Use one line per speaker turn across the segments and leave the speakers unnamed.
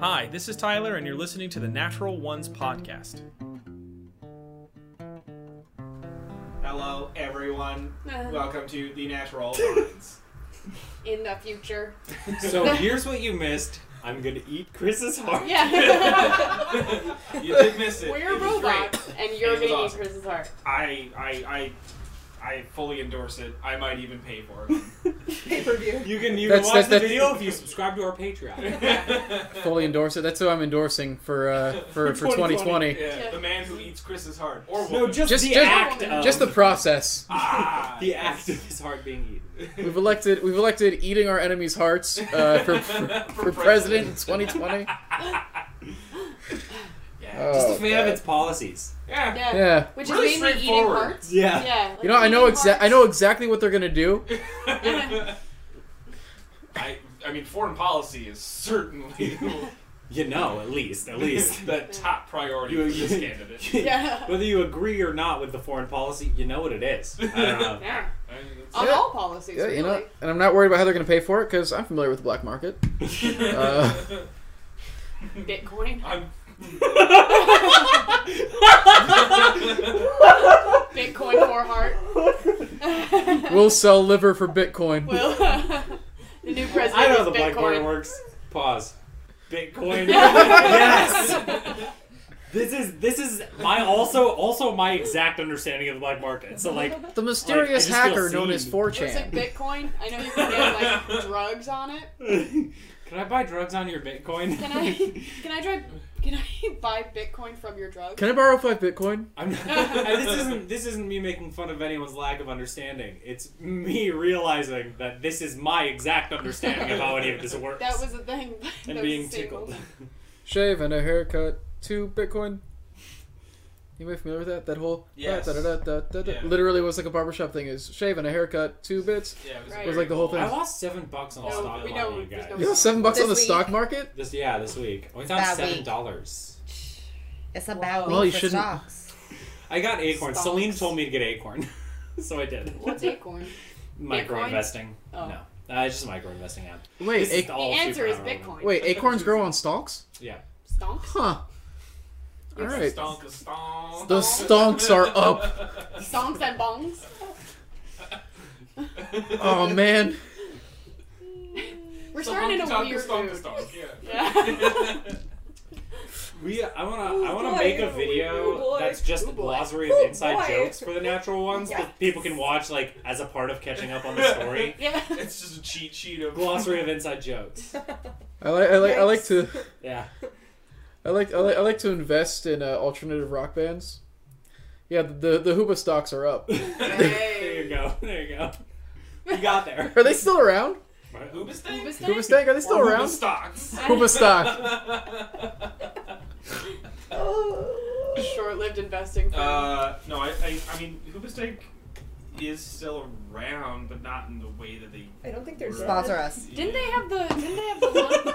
Hi, this is Tyler, and you're listening to the Natural Ones Podcast. Hello, everyone. Welcome to the Natural Ones.
in the future.
So here's what you missed. I'm gonna eat Chris's heart.
Yeah.
you did miss it.
We're
It was great.
robots, and you're
It was
gonna
awesome.
eat Chris's heart.
I, I, I, I fully endorse it. I might even pay for it.
Pay per view.
You can you
That's-
can watch
that's-
the
that's-
video if you subscribe to our Patreon.
fully endorse it. That's who I'm endorsing for uh, for for 2020.
Yeah, the man who eats Chris's heart. Or
No,
woman.
just,
Just-
the
just-
act of
Just the process.
Ah,
the act of his heart being eaten.
We've elected we've elected eating our enemies' hearts uh, for, for for president in 2020.
Yeah.
Oh,
just a fan of
God.
its policies.
yeah.
Yeah.
Yeah.
Which
Really
is mainly eating
straightforward.
hearts.
Yeah.
Yeah. like
You know, I know
eating
exact. I
hearts.
know exactly what they're gonna do.
I, I mean, foreign policy is certainly
You know, at least, at least.
the top priority for this candidate.
Yeah.
Whether you agree or not with the foreign policy, you know what it is. I don't know.
Yeah.
I mean, it's-
On
Yeah.
all policies,
Yeah,
really.
you know, and I'm not worried about how they're gonna pay for it because I'm familiar with the black market. Uh,
Bitcoin.
I'm
Bitcoin for heart.
We'll sell liver for Bitcoin.
Will. the new president
I know
is
the black market
Bitcoin.
works. Pause. Bitcoin. yes. This is this is my also also my exact understanding of the black market. So like
the mysterious
Like, I just feel
hacker known as
seen.
4chan.
Looks like Bitcoin. I know you can get like drugs on it.
Can I buy drugs on your Bitcoin?
Can I? Can I drive? Can I buy Bitcoin from your drugs?
Can I borrow five Bitcoin?
I'm this isn't this isn't me making fun of anyone's lack of understanding. It's me realizing that this is my exact understanding of how any of this works.
That was the thing.
and
Those
being
singles.
tickled.
Shave and a haircut, two Bitcoin. You may be familiar with that? That whole ah,
Yes.
da, da, da, da, da, da.
Yeah.
literally was like a barbershop thing is shave and a haircut, two bits.
yeah, it was,
Right.
very
Was like the whole
cool.
thing.
I lost seven bucks on
No,
stock
we
market,
don't-
you
there's
guys.
no-
You know seven bucks
This
on the
week.
stock market?
This yeah, this week. I went down
That
seven
week.
dollars.
It's a bad week
Well, Oh, you
for
shouldn't-
stocks.
I got acorn.
Stocks.
Celine told me to get acorn. so I did.
What's Acorn?
Micro investing.
Oh.
No. Uh, it's just micro investing app.
Wait,
This is
ac-
The
all
answer
super
is
irrelevant.
Bitcoin.
wait, acorns grow on stalks?
Yeah.
Stonk?
Huh. Alright.
Stonk a stonk.
The stonks are up.
Stonks and bongs?
Oh man.
We're starting in a
Stonk a
weird
stonk a
mood.
stonk, yeah.
Yeah.
We I wanna
Ooh,
I wanna
boy,
make a
ooh, ooh,
video
boy,
that's just
ooh,
a
boy.
glossary of
Ooh,
inside
boy.
jokes for the natural ones
Yeah.
that people can watch like as a part of catching up on the story.
yeah.
It's just a cheat sheet of
glossary of inside jokes.
I like I like I like to
Yeah.
I like I like, I like to invest in uh, alternative rock bands. Yeah, the the Hooba stocks are up.
There you go. There you go. You got there.
Are they still around?
Hoobas thing?
Hoobastank?
Hooba Stank, are they still
Or Hooba
around?
stocks. Uh,
Hooba stock.
Short-lived investing. firm.
Uh, no, I, I, I mean, Hoobastank is still around, but not in the way that they.
I don't think they're
Sponsor us.
didn't they have the? Didn't they have the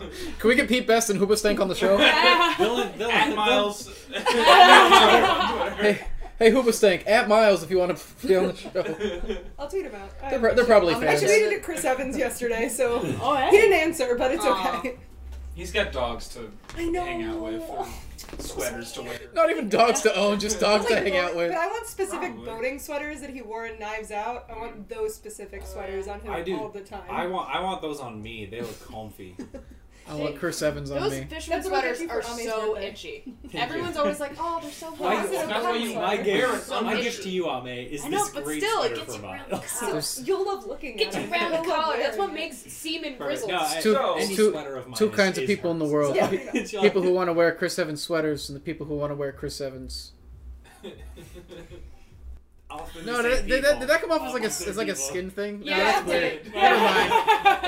one?
Can we get Pete Best and Hooba Stank on the show?
They'll, they'll,
At
they'll-
Miles. At Miles on Twitter.
Hey, hey, Hooba Stank, at Miles if you want to be on the show.
I'll tweet about it.
They're, pro- they're probably
I
fans.
tweeted at Chris Evans yesterday, so
oh,
he
hey.
didn't answer, but it's
Aw.
okay.
He's got dogs to
I know.
hang out with, and sweaters to wear.
Not even dogs to own, just dogs
Like
to hang out
boat-
with.
But I want specific
Probably.
boating sweaters that he wore in Knives Out. I want those
Oh.
specific sweaters on him
I do.
all the time.
I want I want those on me. They look comfy.
I want Chris Evans on
Those
me.
fisherman
That's what I
sweaters
did for
are
Ami's
so
birthday.
itchy. Everyone's always like, "Oh, they're so
Why
warm."
is it
That's why you
my
wear
gift,
some
my
issue.
gift to you, Ame, is
I know,
this
but
great
still, it
sweater
gets
from
you
Miles.
really cold.
There's
You'll love looking
Get
at
you
it.
around
You'll
the
love
collar. That's what
wearing
makes semen
Perfect.
grizzles.
No, I-
two,
So-
any
two-
sweater of mine
two
is-
kinds of
is
people in the
hers.
world.
Yeah.
It's y'all.
People who want to wear Chris Evans sweaters and the people who want to wear Chris Evans.
Often
No,
the
did,
same
did that,
people.
did that come off as like a,
Often the
as like a
people.
skin thing? No,
Yeah,
that's
it
weird.
did.
Never mind.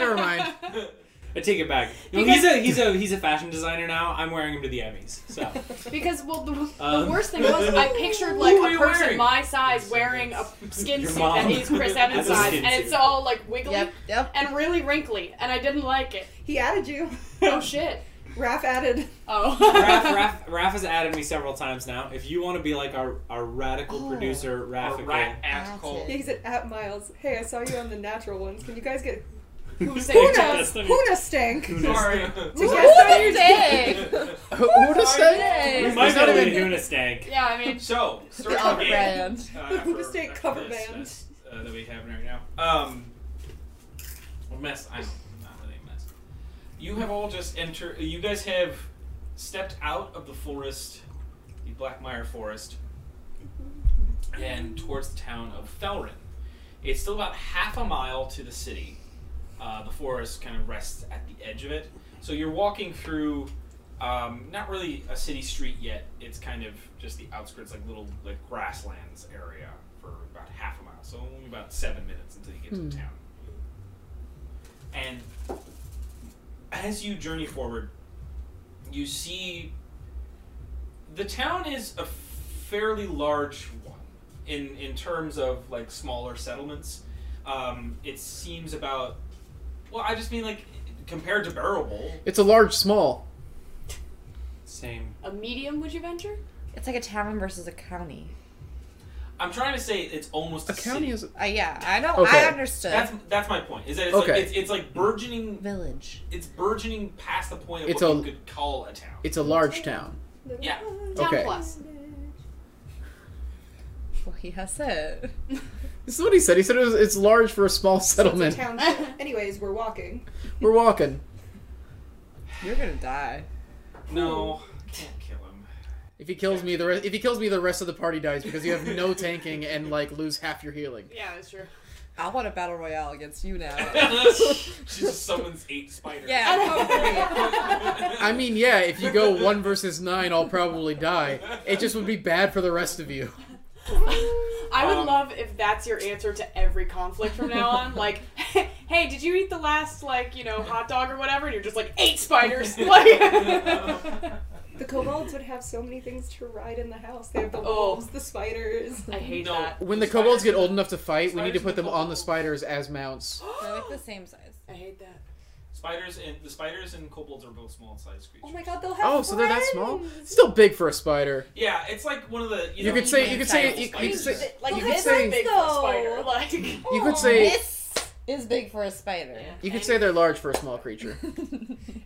Never mind.
I take it back. No,
Because-
he's a he's a he's a fashion designer now. I'm wearing him to the Emmys. So
Because well, the,
Um,
the worst thing was I pictured like
were you
a person
wearing?
my size wearing a skin
Your
suit
mom.
that he's Chris Evans
That's a
size,
skin
and it's
suit.
all like wiggly
Yep, yep.
and really wrinkly, and I didn't like it.
He added you.
Oh shit!
Raph added.
Oh.
Raph, Raph, Raph has added me several times now. If you want to be like our, our radical
Oh.
producer, Raph,
Or
again,
rat ass
That's
cold.
it.
He's at, at Miles. Hey, I saw you on the natural ones. Can you guys get
Who
That's
said
the-
Huna stank.
Sorry.
Together
Who would have said?
We
Hey.
might
It's
be
not
able to
even-
do a stank.
Yeah, I mean,
so,
The
search
off
game,
brand.
uh,
The
for-
mistake
for
cover
this,
band.
this, uh, that we have right now. Um, well, mess. I don't. Not really a mess. You have all just entered. You guys have stepped out of the forest, the Blackmire Forest, and towards the town of Felrin. It's still about half a mile to the city. Uh, the forest kind of rests at the edge of it. So you're walking through, um, not really a city street yet. It's kind of just the outskirts, like little like grasslands area for about half a mile. So only about seven minutes until you get to the town. And as you journey forward, you see the town is a fairly large one in in terms of like smaller settlements. Um, it seems about well, I just mean like compared to Barrowbowl.
It's a large small.
Same.
a medium, would you venture?
It's like a town versus a county.
I'm trying to say it's almost a,
A county
city.
is.
Uh, yeah, I know.
Okay.
I understood.
That's that's my point. Is that it's like
Okay.
it's, it's like burgeoning.
Village.
It's burgeoning past the point of
It's
what
a-
you could call a town.
It's a large town.
Yeah.
Town
Okay.
plus.
Well, yes, it.
This is what he said. He said it was, it's large for a small settlement.
Anyways, we're walking.
We're walking.
You're gonna die.
No, can't kill him.
If he kills me, the rest, if he kills me, the rest of the party dies because you have no tanking and like lose half your healing.
Yeah, that's true.
I want a battle royale against you now.
she just summons eight spiders.
Yeah.
I mean, yeah, if you go one versus nine, I'll probably die. It just would be bad for the rest of you.
I would
Um,
love if that's your answer to every conflict from now on. Like, hey, did you eat the last, like, you know, hot dog or whatever? And you're just like, eight spiders! Like,
The kobolds would have so many things to ride in the house. They have the
Oh.
wolves, the spiders.
I hate
No.
that.
When the kobolds get old enough to fight, we need to put them on the spiders as mounts.
They're like the same size.
I hate that.
Spiders and the spiders and kobolds are both small sized creatures.
Oh my god, they'll have
Oh, so they're that small?
friends.
Still big for a spider.
Yeah, it's like one of the you,
You
know,
could say- you could say-
little
you- you
spiders.
could say-
Like,
You
you
could
could
say-
big for a spider. Like,
You could
Aw.
say
This is big for a spider.
you could say they're large for a small creature.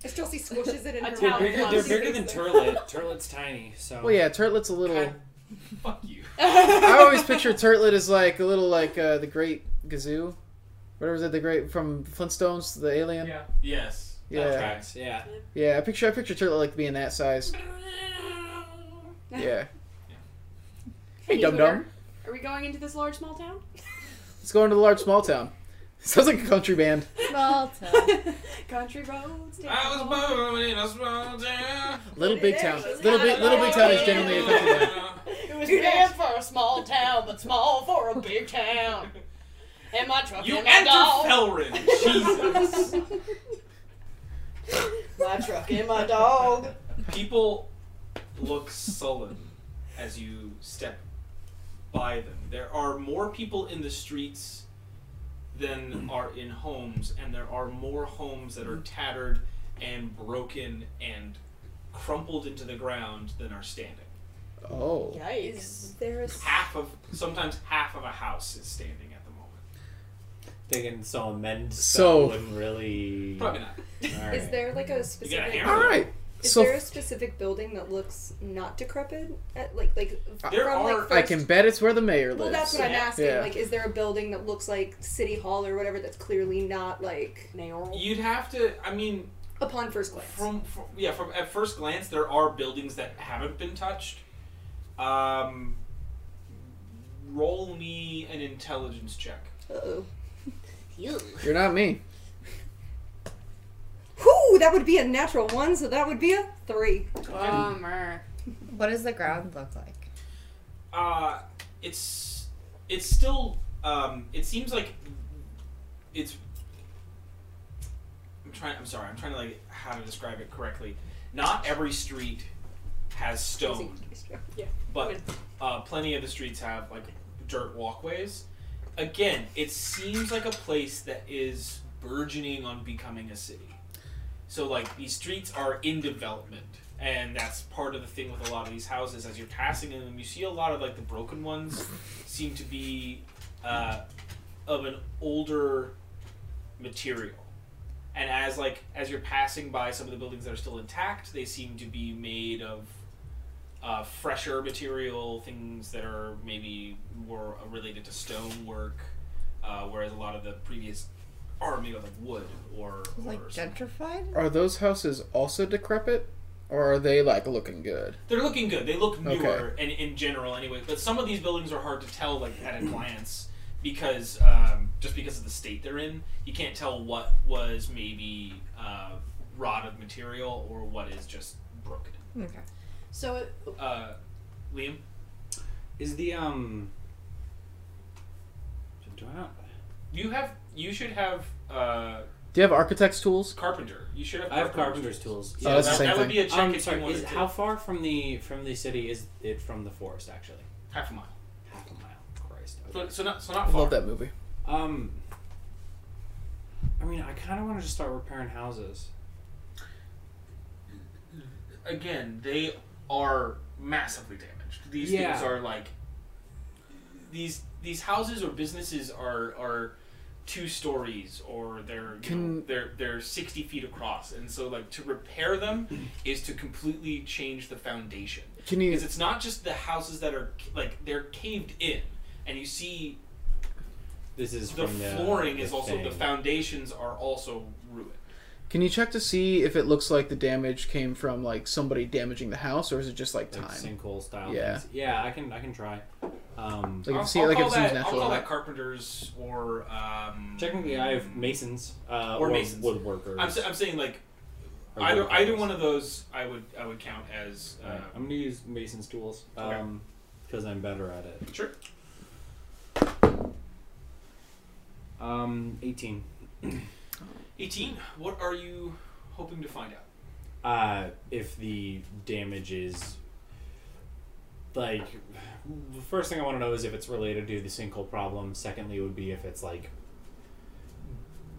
As Chelsea squishes it in
A
her
towel
They're
Town
mouth.
bigger,
plus.
they're
She
bigger than
thinks
turtlet. Turtlet's tiny, so.
Well, yeah, turtlet's a little.
Fuck you.
I always picture turtlet as like a little like uh, the Great Gazoo, whatever is it? The Great from Flintstones, the alien. Yeah.
Yes.
That
Yeah.
tracks, yeah.
I picture I picture turtlet like being that size. Yeah. Hey, dum dum.
Are we going into this large, small town?
Let's go into the large small town. Sounds like a country band.
Small town.
Country roads.
I was born in a small town.
Little big town. Little big little big town is generally a country band.
It was big for a small town, but small for a big town. And my truck
You
and my
enter
dog.
Felrin. Jesus.
my truck and my dog.
People look sullen as you step by them. There are more people in the streets than are in homes, and there are more homes that are tattered and broken and crumpled into the ground than are standing.
Oh.
Yikes.
There's
Half of, sometimes half of a house is standing at the moment.
They can still amend
So-
so wouldn't really.
Probably not.
Alright.
Is there like a
You got a
specific?
hammer?
All right.
Is
so
there a specific building that looks not decrepit? At, like like
There
from
are-
like
I
first-
can bet it's where the mayor lives.
Well, that's what I'm
Yeah.
asking.
Yeah.
Like, is there a building that looks like City Hall or whatever that's clearly not like
Mayoral.
You'd have to, I mean,
upon first glance?
From, from yeah, from at first glance, there are buildings that haven't been touched. Um, roll me an intelligence check.
Uh-oh.
You're not me.
Whew, that would be a natural one, so that would be a three.
Bummer.
what does the ground look like?
Uh, it's it's still um, it seems like it's. I'm trying. I'm sorry. I'm trying to like how to describe it correctly. Not every street has stone. but uh, plenty of the streets have like dirt walkways. Again, it seems like a place that is burgeoning on becoming a city. So like these streets are in development, and that's part of the thing with a lot of these houses. As you're passing in them, you see a lot of like the broken ones seem to be uh, of an older material. and as like as you're passing by some of the buildings that are still intact, they seem to be made of uh, fresher material, things that are maybe more related to stonework, uh, whereas a lot of the previous are made of like wood or,
It's like
or some-
gentrified.
Are those houses also decrepit, or are they like looking good?
They're looking good. They look
Okay.
newer and in general, anyway. But some of these buildings are hard to tell, like at a glance, because um, just because of the state they're in, you can't tell what was maybe uh, rotted material or what is just broken.
Okay.
So it,
Uh, Liam,
Is the um? Do I not?
you have you should have uh,
Do you have architect's tools?
carpenge. You should have.
I have carpenter's tools.
So
Oh, that's the
that,
same
that would
thing.
be a check
Um,
if
sorry,
you wanted
is,
to.
how far from the from the city is it from the forest? Actually,
Half a mile.
half a mile. Christ. okay.
So, so not so not
I
far.
love that movie.
Um. I mean, I kind of want to just start repairing houses.
again, they are massively damaged. These
Yeah.
things are like these these houses or businesses are are two stories or they're you know,
Can-
they're they're sixty feet across, and so like to repair them is to completely change the foundation
Can you?
because it's not just the houses that are like they're caved in, and you see
This is
the
from the
flooring is
the
also the
thing.
foundations are also ruined.
Can you check to see if it looks like the damage came from like somebody damaging the house, or is it just like
like
time?
sinkhole style.
Yeah.
things. yeah, I can I can try. Um,
Like if
I'll,
you see,
I'll
like if
call
it
that,
seems natural.
I'll call
or
that
not.
carpenters or um,
technically, I have masons uh,
Or masons.
woodworkers.
I'm, sa- I'm saying like
or
either
woodcutters.
either one of those I would I would count as uh,
Alright, I'm gonna use mason's tools
Okay.
um, because I'm better at it.
sure
Um, 18.
18. What are you hoping to find out?
Uh, if the damage is like the first thing I want to know is if it's related to the sinkhole problem. Secondly, would be if it's like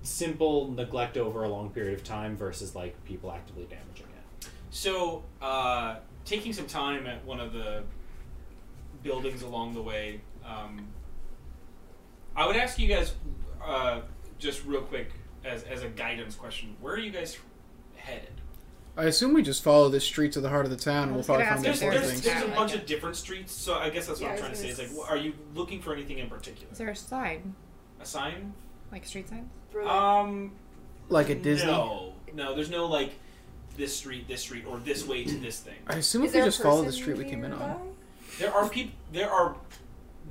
simple neglect over a long period of time versus like people actively damaging it.
So uh, taking some time at one of the buildings along the way, um, I would ask you guys uh, just real quick as as a guidance question: Where are you guys headed?
I assume we just follow the street to the heart of the town, and
I
we'll
was
probably
gonna
find
There's,
those
ask
sort
if
of
there's,
things.
there's a
Yeah, I
bunch
like
of different streets, so I guess that's what
Yeah,
I'm
I
trying to
was
say. Is
gonna
like,
s-
wh- are you looking for anything in particular?
Is there a sign,
A sign?
like street sign?
for
Uh,
like,
Um,
Like a Disney.
No, no. There's no like this street, this street, or this way to this thing.
I assume
Is
if we
there a
just follow the
person
street we came in on.
nearby?
There are people. There are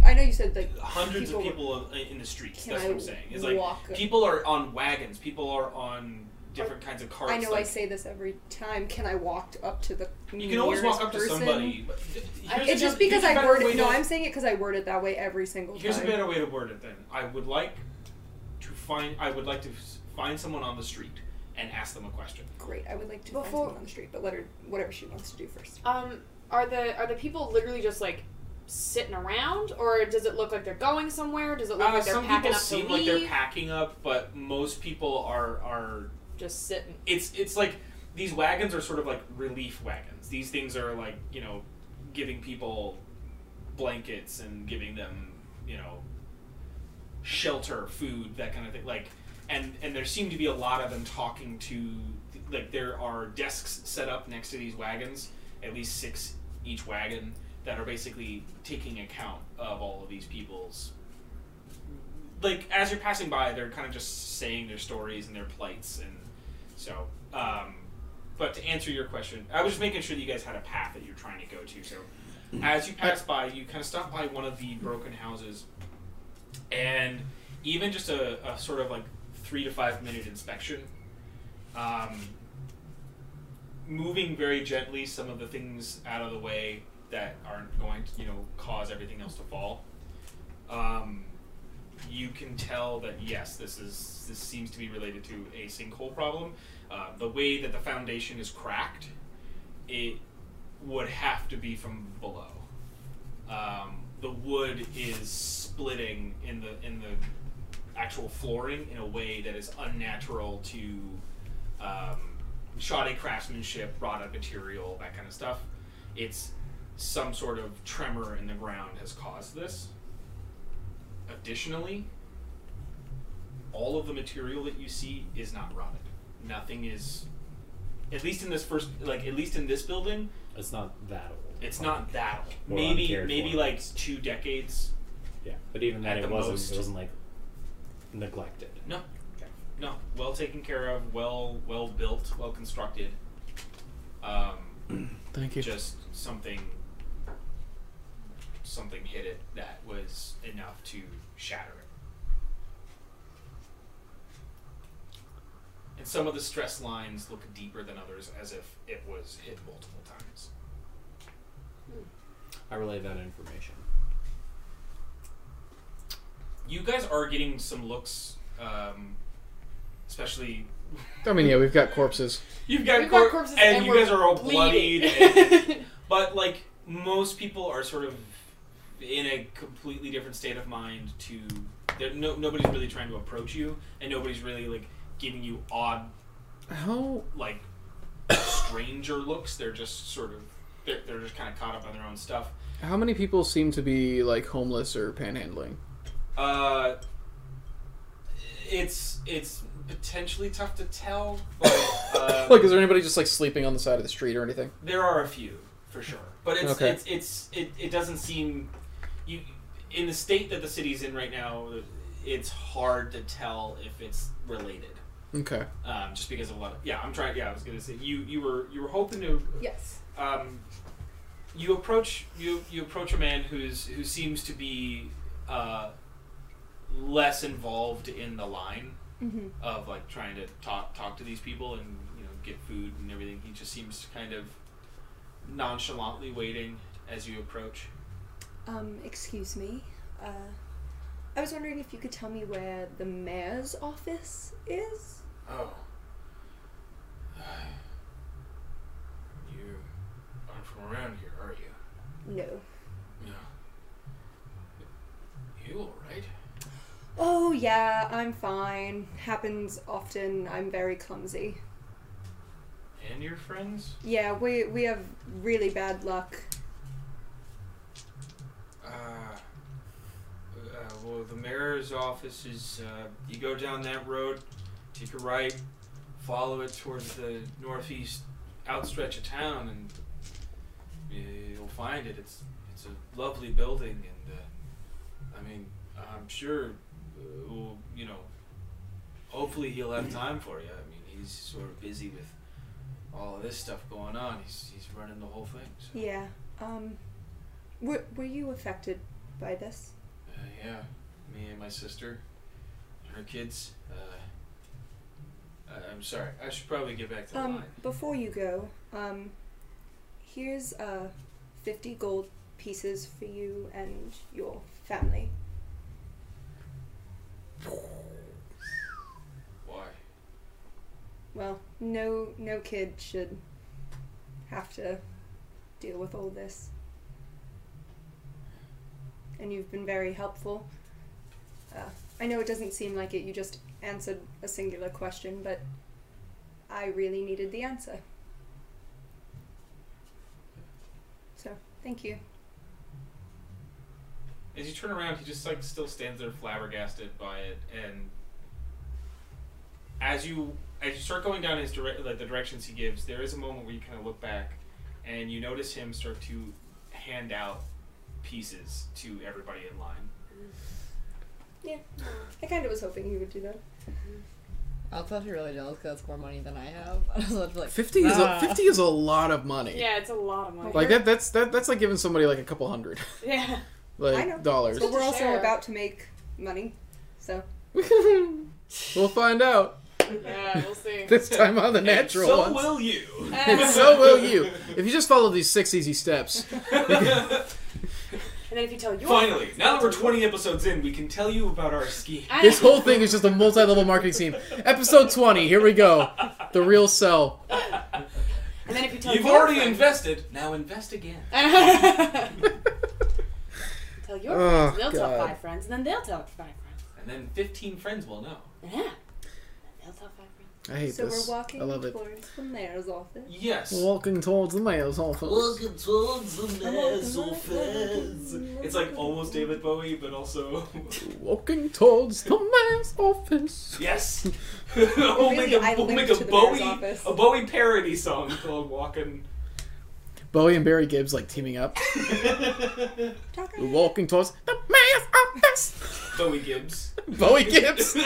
I know you said like
hundreds
people
of people of- in the streets.
Can
That's
I
what I'm saying. It's like
walk?
people are on wagons. People are on different kinds of carts.
I know I
like,
say this every time. Can I walk up to the?
you can always
nearest
walk up to
person?
somebody. But here's
It's
a
just
better-
because
here's a
I
better
word
way
it. No,
to-
I'm saying it because I word it that way every single
Here's a
time.
better way to word it. Then I would like to find. I would like to s- find someone on the street and ask them a question.
Great. I would like to find
Before-
someone on the street, but let her whatever she wants to do first.
Um, are the are the people literally just like sitting around, or does it look like they're going somewhere? Does it look
Uh,
like they're
some
packing
people
up
seem
to
like
leave?
they're packing up, but most people are are
just sitting.
it's it's like these wagons are sort of like relief wagons. These things are like you know giving people blankets and giving them you know shelter, food, that kind of thing. Like and and there seem to be a lot of them talking to like there are desks set up next to these wagons, at least six each wagon that are basically taking account of all of these people's like as you're passing by they're kind of just saying their stories and their plights and so, um, but to answer your question, I was just making sure that you guys had a path that you're trying to go to. So, as you pass by, you kind of stop by one of the broken houses, and even just a, a sort of like three to five minute inspection, um, moving very gently some of the things out of the way that aren't going to, you know, cause everything else to fall. Um, you can tell that yes, this is this seems to be related to a sinkhole problem. Uh, the way that the foundation is cracked, it would have to be from below. Um, the wood is splitting in the in the actual flooring in a way that is unnatural to um, shoddy craftsmanship, rotted material, that kind of stuff. It's some sort of tremor in the ground has caused this. Additionally, all of the material that you see is not rotted. nothing is at least in this first like at least in this building,
It's not that old.
it's not that old.
Well,
maybe
uncared
maybe
for.
like two decades.
Yeah, but even
At
that, it
the
wasn't.
most.
It wasn't like neglected.
No.
Okay.
No. Well taken care of, well well built, well constructed. Um
Thank you.
just something something hit it that was enough to shatter it and some of the stress lines look deeper than others as if it was hit multiple times
I relay that information.
you guys are getting some looks um, especially
I mean, yeah, we've got corpses.
you've got,
We've
cor-
got corpses
and, you
we're
guys are all
bleeding.
bloodied and- But like most people are sort of in a completely different state of mind to there no nobody's really trying to approach you and nobody's really like giving you odd
How?
like stranger looks. They're just sort of they're, they're just kind of caught up on their own stuff.
How many people seem to be like homeless or panhandling?
Uh it's it's potentially tough to tell, but uh,
Like, is there anybody just like sleeping on the side of the street or anything?
There are a few for sure, but it's
Okay.
it's, it's it, it doesn't seem you in the state that the city's in right now. It's hard to tell if it's related,
Okay.
um, just because of a lot. Of, yeah, I'm trying. Yeah, I was gonna say you you were you were hoping to.
Yes.
Um, you approach you you approach a man who's who seems to be uh, less involved in the line
Mm-hmm.
of like trying to talk talk to these people and you know get food and everything. He just seems kind of nonchalantly waiting as you approach.
Um, excuse me. Uh, I was wondering if you could tell me where the mayor's office is.
Oh, you aren't from around here, are you?
No.
No. You all right?
Oh yeah, I'm fine. Happens often. I'm very clumsy.
And your friends?
Yeah, we we have really bad luck.
Uh, uh, well, the mayor's office is. Uh, you go down that road, take a right, follow it towards the northeast outstretch of town, and y- you'll find it. It's it's a lovely building, and uh, I mean, I'm sure, uh, we'll, you know, hopefully he'll have time for you. I mean, he's sort of busy with all of this stuff going on. He's he's running the whole thing. So.
Yeah. Um, were were you affected by this?
Uh, yeah, me and my sister, and her kids. Uh, I- I'm sorry. I should probably get back to the
Um,
line.
before you go, um, here's uh, fifty gold pieces for you and your family.
Why?
Well, no, no kid should have to deal with all this. And you've been very helpful. Uh, I know it doesn't seem like it. You just answered a singular question, but I really needed the answer. So, thank you.
As you turn around, he just like still stands there flabbergasted by it, and as you as you start going down his direct like the directions he gives, there is a moment where you kind of look back, and you notice him start to hand out pieces to everybody in line.
I kind of was hoping you would do that.
I'll probably really jealous because that's more money than I have. I was about to be like,
Fifty is a,
Uh,
"Ah."
fifty is a lot of money.
yeah, it's a lot of money.
Like that. That's that. That's like giving somebody like a couple hundred
yeah.
I know.
like dollars.
But we're
to
also
share.
about to make money, so
We'll find out
Yeah, we'll see.
this time on the natural
and so
ones.
will you.
and so will you if you just follow these six easy steps.
And then if you tell your
Finally, now that we're 20 episodes in, we can tell you about our scheme.
I
This whole thing is just a multi-level marketing scheme. Episode twenty. Here we go. The real sell.
and then if you tell
You've
your
already
friends-
invested, now invest again.
tell your
Oh,
friends, they'll tell
God.
five friends, and then they'll tell five friends.
And then 15 friends will know.
Yeah. And they'll tell five friends.
I hate
so
this.
we're walking
I love it.
towards the mayor's office.
Yes.
Walking towards the mayor's office.
towards the
so fast.
It's like almost David Bowie, but also.
Walking towards the mayor's office.
Yes. we'll
Really,
make a,
I
we'll
linked
make a
to the mayor's
Bowie
office.
a Bowie parody song called "Walking."
Bowie and Barry Gibbs like teaming up,
Tucker.
walking towards the mayor's office.
Bowie Gibbs.
Bowie Gibbs.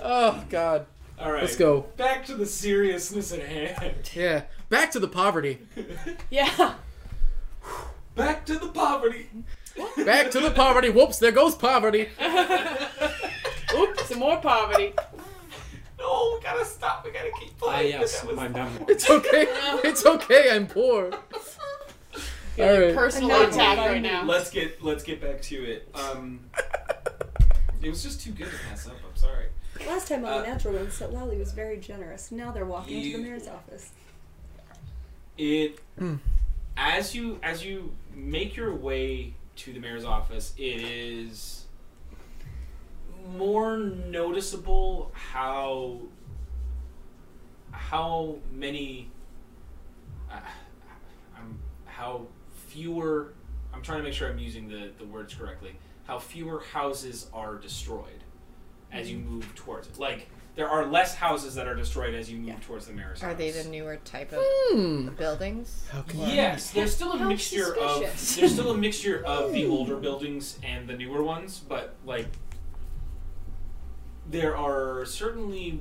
Oh God.
All right.
Let's go.
Back to the seriousness at hand.
Yeah. Back to the poverty.
Yeah.
Back to the poverty.
Back to the poverty. Whoops, there goes poverty.
Oop, some more poverty.
No, we gotta stop. We gotta keep
Ah,
playing.
yes,
That was-
my memoir.
It's okay. It's okay. I'm poor. All right.
Personal
Another
attack
one.
right now.
Let's get let's get back to it. Um, it was just too good to pass up. I'm sorry.
Last time on
Uh,
the natural one, Lally was very generous. Now they're walking into
You-
the mayor's office.
It
Hmm.
as you as you make your way to the mayor's office, it is more noticeable how how many uh, I'm how fewer I'm trying to make sure I'm using the, the words correctly. How fewer houses are destroyed as you move towards it. Like there are less houses that are destroyed as you move towards the mayor's
Are
house.
they the newer type of
Hmm.
buildings?
How come
Yes, there's still a
How
mixture
suspicious.
of there's still a mixture of the older buildings and the newer ones, but like there are certainly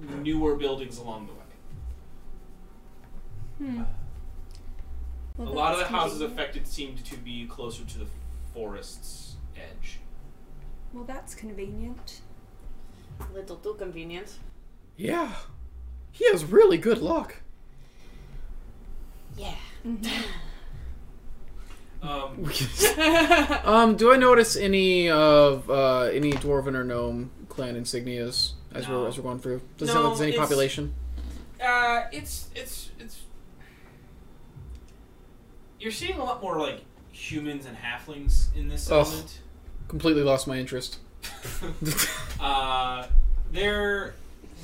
newer buildings along the way.
Well,
a lot of the
that's
houses
convenient.
affected seemed to be closer to the forest's edge.
Well, that's convenient.
Little too convenient.
Yeah. He has really good luck.
Yeah.
Um,
um, do I notice any of uh, any dwarven or gnome clan insignias as
No.
we're as we're going through? Does
No,
it sound like there's any
it's-
population?
uh, it's it's it's you're seeing a lot more like humans and halflings in this
Ugh.
settlement.
Completely lost my interest.
Uh, there,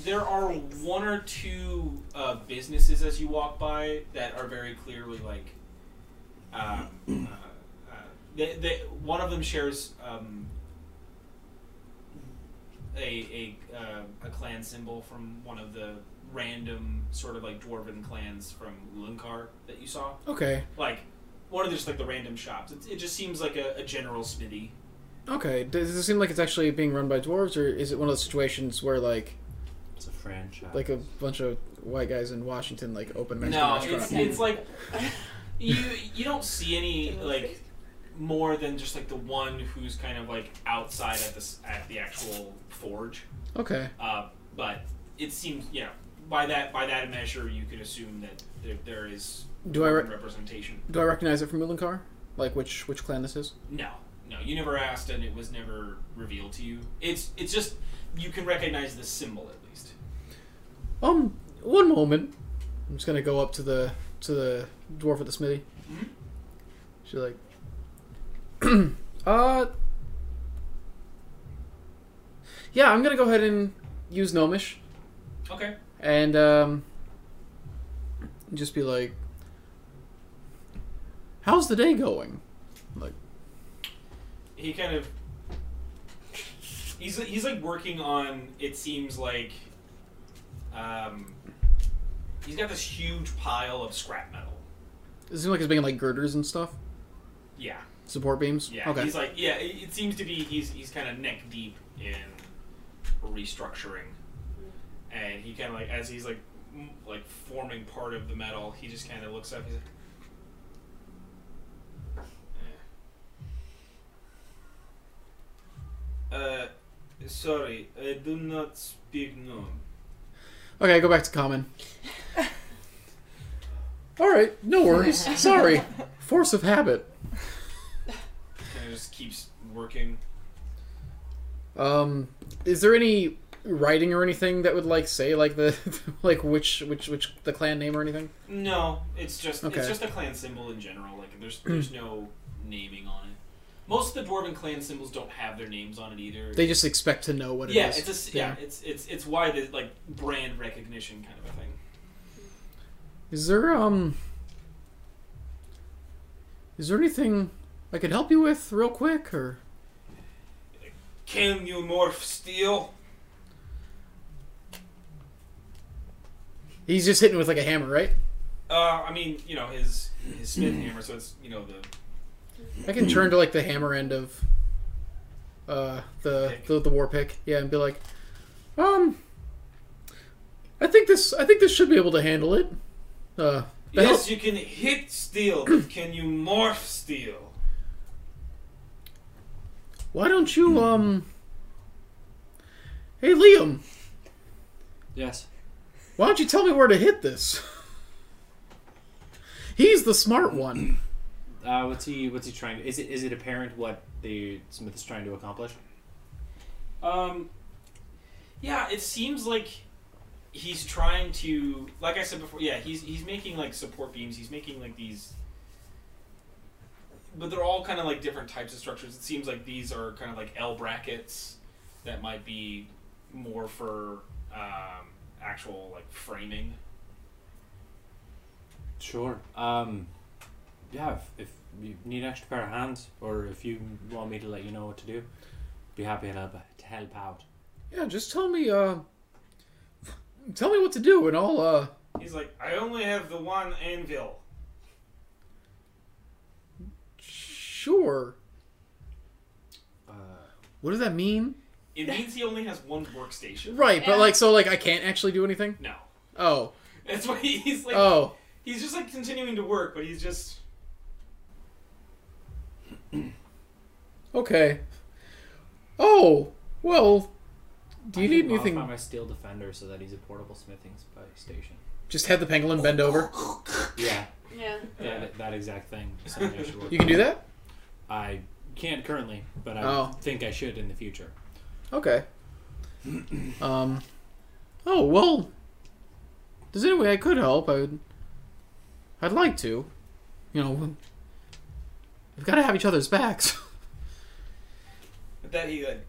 there are one or two uh, businesses as you walk by that are very clearly like. Uh, uh, uh, they, they, one of them shares um, a a, uh, a clan symbol from one of the random sort of like dwarven clans from Lunkar that you saw
Okay.
like one of the, just like the random shops it, it just seems like a, a general smithy
Okay. Does it seem like it's actually being run by dwarves, or is it one of those situations where like
It's a franchise.
like a bunch of white guys in Washington like open Mexican
No,
restaurant?
it's, it's like you you don't see any like more than just like the one who's kind of like outside at this at the actual forge.
okay.
Uh, but it seems you know by that by that measure you could assume that there, there is
Do I re-
representation.
do I recognize it from Ulinkar? Like which which clan this is?
No, no, you never asked and it was never revealed to you. It's it's just you can recognize the symbol at least.
Um, one moment. I'm just gonna go up to the to the dwarf at the smithy.
Hmm?
She's like, uh, yeah, I'm gonna go ahead and use gnomish
Okay.
and um, just be like, how's the day going?
he kind of he's he's like working on it seems like um he's got this huge pile of scrap metal
Does it seem like it's being like girders and stuff,
yeah
support beams.
yeah
Okay.
he's like yeah it, it seems to be he's he's kind of neck deep in restructuring and he kind of like as he's like m- like forming part of the metal he just kind of looks up he's like Uh, sorry, I do not speak gnome.
Okay, go back to common. All right, no worries. Sorry, force of habit.
Kind of just keeps working.
Um, is there any writing or anything that would like say like the like which which which the clan name or anything?
No, it's just
Okay. Hmm.
it's just a clan symbol in general. Like there's there's no naming on it. Most of the dwarven clan symbols don't have their names on it either.
They just expect to know what it
yeah,
is.
it's a s yeah, it's it's it's why the like brand recognition kind of a thing.
Is there um is there anything I could help you with real quick or
Can you morph steel?
He's just hitting with like a hammer, right?
Uh, I mean, you know, his his smith hammer, so it's you know the
I can turn to like the hammer end of uh, the,
Pick.
the the war pick, yeah, and be like, um, I think this I think this should be able to handle it. Uh, the hel-
Yes, you can hit steel, but can you morph steel?
why don't you um? Hey Liam,
Yes.
why don't you tell me where to hit this? He's the smart one.
Uh, what's he? What's he trying? To, is it? Is it apparent what the Smith is trying to accomplish?
Um, yeah, it seems like he's trying to, like I said before, yeah, he's he's making like support beams. He's making like these, but they're all kind of like different types of structures. It seems like these are kind of like L brackets that might be more for um, actual like framing.
Sure. Um, yeah. If, if you need an extra pair of hands, or if you want me to let you know what to do, be happy to help, to help out.
Yeah, just tell me uh, tell me what to do, and I'll uh,
He's like, I only have the one anvil.
sure.
Uh,
What does that mean?
It means he only has one workstation.
Right, but
Yeah.
like, so like, I can't actually do anything.
No,
Oh,
that's why he's like,
oh.
he's just like continuing to work, but he's just.
Okay. Oh, well, do you
I
need
can
anything?
modify My steel defender, so that he's a portable smithing spy station.
Just have the pangolin bend over.
Yeah,
Yeah.
Yeah.
that, that exact thing. Something I should work
You can do that?
I can't currently, but I
Oh.
think I should in the future.
Okay. Um. Oh, well. There's any way I could help. I would. I'd like to. You know, we've got to have each other's backs.
But then he like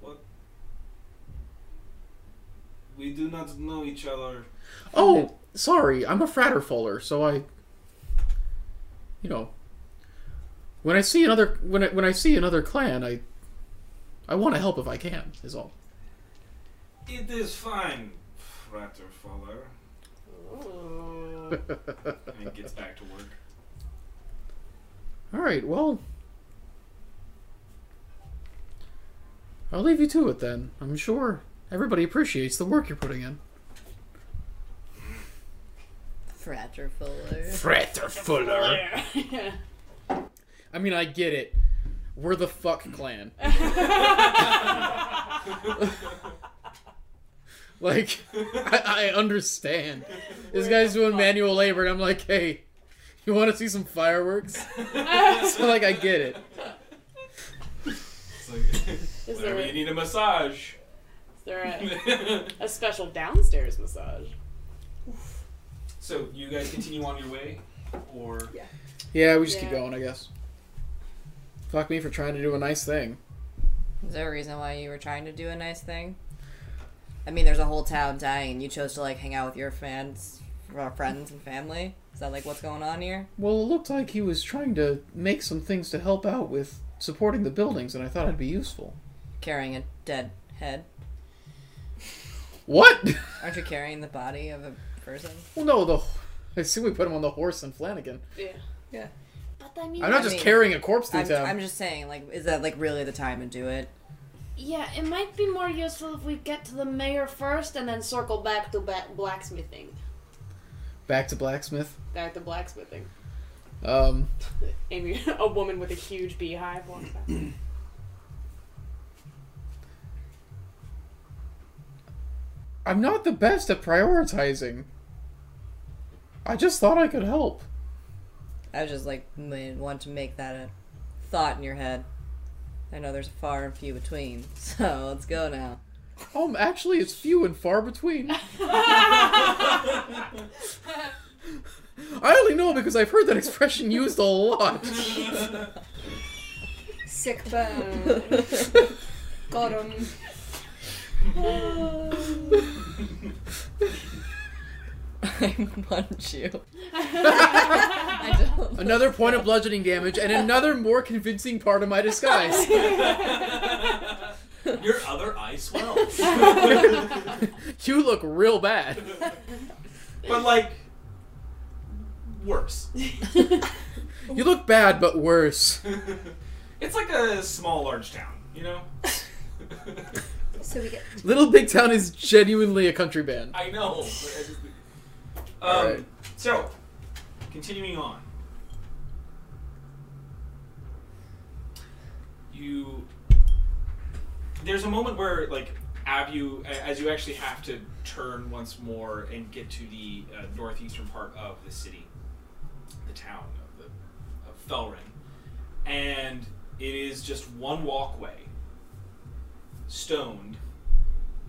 What We do not know each other.
oh, sorry. I'm a fratterfuller, so I. You know. When I see another when I, when I see another clan, I. I want to help if I can. Is all.
It is fine, frater feller.
Ooh.
And he gets back to work.
All right, well. I'll leave you to it then. I'm sure everybody appreciates the work you're putting in.
Fratter filler.
Frater Fuller.
yeah.
I mean, I get it. We're the fuck clan. Like, I, I understand. This guy's doing manual labor, and I'm like, hey, you want to see some fireworks? So, like, I get it.
It's like
Is there,
whenever
a,
you
is
need a massage.
there a, a special downstairs massage?
so you guys continue on your way or
Yeah, we just keep
Yeah.
going, I guess. Fuck me for trying to do a nice thing.
Is there a reason why you were trying to do a nice thing? I mean, there's a whole town dying, and you chose to like hang out with your fans, uh, friends, and family. Is that like what's going on here?
Well, it looked like he was trying to make some things to help out with supporting the buildings, and I thought it'd be useful.
Carrying a dead head?
What?
Aren't you carrying the body of a person?
well, no, the. I see we put him on the horse and Flanagan.
Yeah.
But I mean,
I'm not
I
just
mean,
carrying a corpse through
I'm,
town.
I'm just saying, like, is that like really the time to do it?
yeah, it might be more useful if we get to the mayor first and then circle back to ba- blacksmithing.
Back to blacksmith.
Back to blacksmithing.
Um,
Amy, a woman with a huge beehive walks back.
I'm not the best at prioritizing. I just thought I could help.
I was just like ma- want to make that a thought in your head. I know there's far and few between, so let's go now.
Um, actually, it's few and far between. I only know because I've heard that expression used a lot.
Sick burn. Got him.
I punch you. I don't.
Another point of bludgeoning damage and another more convincing part of my disguise.
Your other eye swells.
you look real bad.
but like worse.
You look bad, but worse.
it's like a small large town, you know?
So we get
Little Big Town is genuinely a country band.
I know. but I just- Um,
Alright.
So, continuing on. You. There's a moment where, like, av you, a- as you actually have to turn once more and get to the uh, northeastern part of the city, the town of, the, of Felrin. And it is just one walkway, stoned,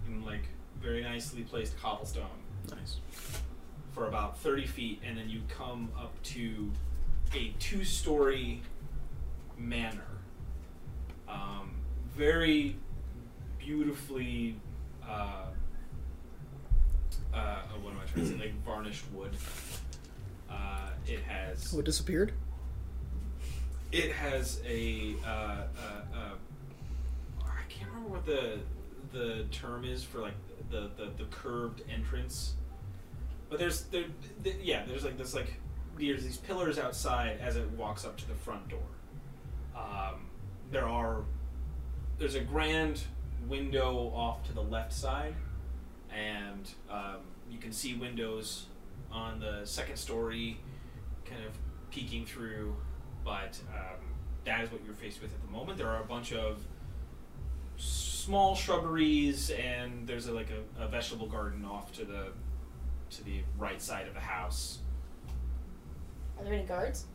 in, like, very nicely placed cobblestone
Nice.
for about 30 feet, and then you come up to a two story manor. Um, very beautifully, uh, uh, oh, what am I trying to say? Like varnished wood. Uh, it has
Oh, it disappeared?
it has a uh, uh, uh, I can't remember what the the term is for like the the, the curved entrance, but there's there th yeah there's like this like there's these pillars outside as it walks up to the front door. Um, there are there's a grand window off to the left side, and um, you can see windows on the second story, kind of peeking through but um, that is what you're faced with at the moment. There are a bunch of small shrubberies, and there's a, like a, a vegetable garden off to the to the right side of the house.
Are there any guards?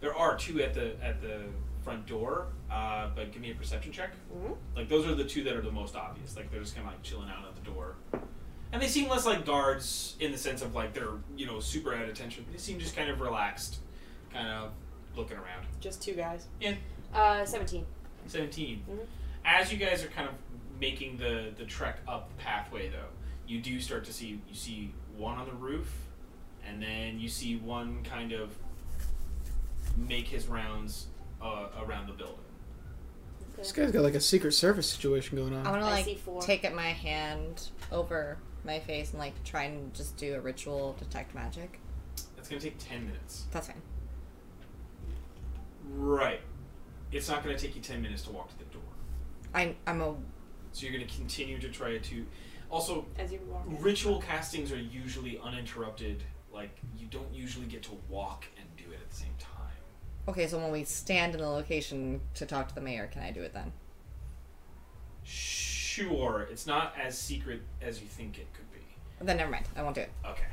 There are two at the at the front door, uh, but give me a perception check.
Mhm.
Like those are the two that are the most obvious. Like they're just kind of like chilling out at the door, and they seem less like guards in the sense of like they're you know super at attention. They seem just kind of relaxed, kind of looking around.
Just two guys.
Uh, 17.
17.
Mhm.
As you guys are kind of making the, the trek up the pathway, though, you do start to see you see one on the roof, and then you see one kind of make his rounds uh, around the building.
Okay.
This guy's got like a Secret Service situation going
I
on.
want to
I
like
see four.
take at my hand over my face and like try and just do a ritual detect magic.
That's going to take 10 minutes.
That's fine.
Right. It's not going to take you 10 minutes to walk to the door.
I I'm a
So you're going to continue to try to. Also,
As you walk. in.
ritual castings are usually uninterrupted. Like, you don't usually get to walk and do it at the same time.
okay. So when we stand in the location to talk to the mayor, can I do it then?
Sure, it's not as secret as you think it could be.
Then never mind. I won't do it.
Okay.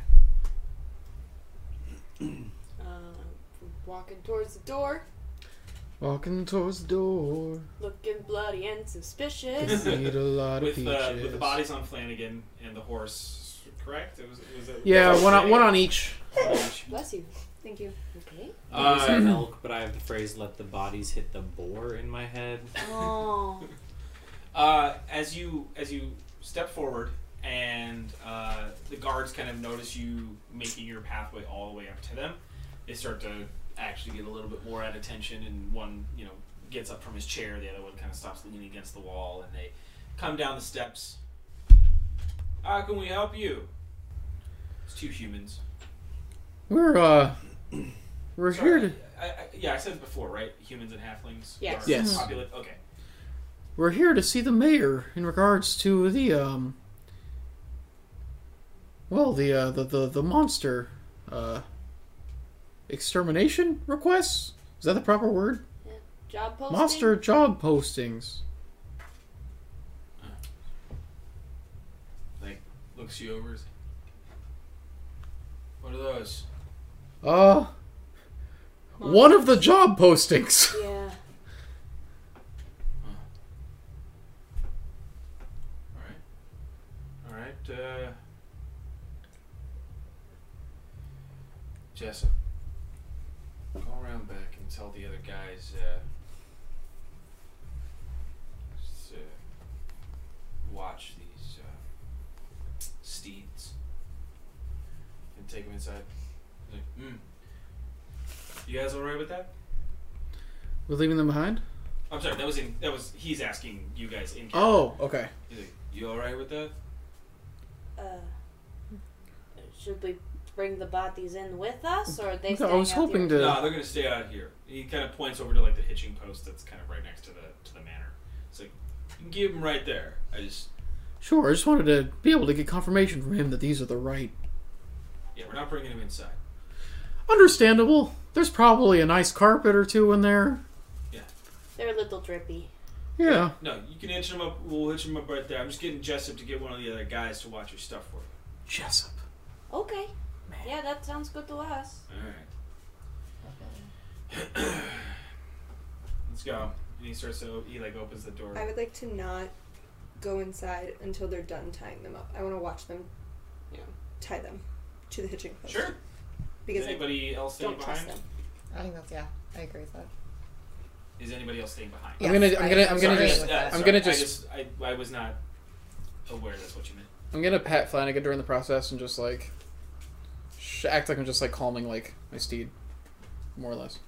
Um, walking towards the door,
Walking towards the door.
looking bloody and suspicious.
Need a lot of
With, uh,
peaches.
with the bodies on Flanagan and the horse, correct? It was, it was it-
Yeah, one on, one on each.
Bless you.
thank you.
Okay.
I
Uh,
say elk, but I have the phrase "let the bodies hit the boar" in my head.
Oh.
Uh, as you as you step forward and uh, the guards kind of notice you making your pathway all the way up to them, they start to actually get a little bit more at attention. And one, you know, gets up from his chair. The other one kind of stops leaning against the wall, and they come down the steps. How can we help you? It's two humans.
We're uh we're here
Sorry,
to
I, I, yeah, I said it before, right? Humans and halflings.
Yes.
are
Yes.
popula- okay.
we're here to see the mayor in regards to the um well the uh the the, the monster uh extermination requests? Is that the proper word?
Job posting.
Monster job postings.
Like, looks you over. is- What are those?
Uh one of the job postings.
Yeah.
All right. All right. Uh, Jessup, go around back and tell the other guys. Uh, s- uh, watch these uh, steeds and take them inside. Like, You guys all right with that?
We're leaving them behind?
I'm sorry. That was in. That was. He's asking you guys in. Cap.
Oh, okay.
He's like, you all right with that?
Uh, should we bring the bodies in with us, or are they?
No, I
staying
was
out
hoping
here?
to.
No, they're gonna stay out here. He kind of points over to like the hitching post that's kind of right next to the to the manor. It's like you can keep them right there. I just
Sure, I just wanted to be able to get confirmation from him that these are the right.
yeah, we're not bringing him inside.
Understandable. There's probably a nice carpet or two in there.
They're a little drippy.
Yeah.
No, you can hitch him up. We'll hitch him up right there. I'm just getting Jessup to get one of the other guys to watch your stuff for you.
Jessup.
Okay. Yeah, that sounds good to us.
All right. Let's go. And he starts to he like opens the door.
I would like to not go inside until they're done tying them up. I want to watch them
Yeah.
tie them to the hitching post.
Sure.
Because
Is
I
anybody else staying
don't
behind?
trust them.
I think that's yeah. I agree with that.
Is anybody else staying behind?
I'm gonna- I'm gonna- I'm gonna
Sorry,
just-
uh,
with that. I'm
sorry,
gonna
I
just-
I, I was not aware that's what you meant.
I'm gonna pat Flanagan during the process and just like sh- act like I'm just like calming like my steed, more or less.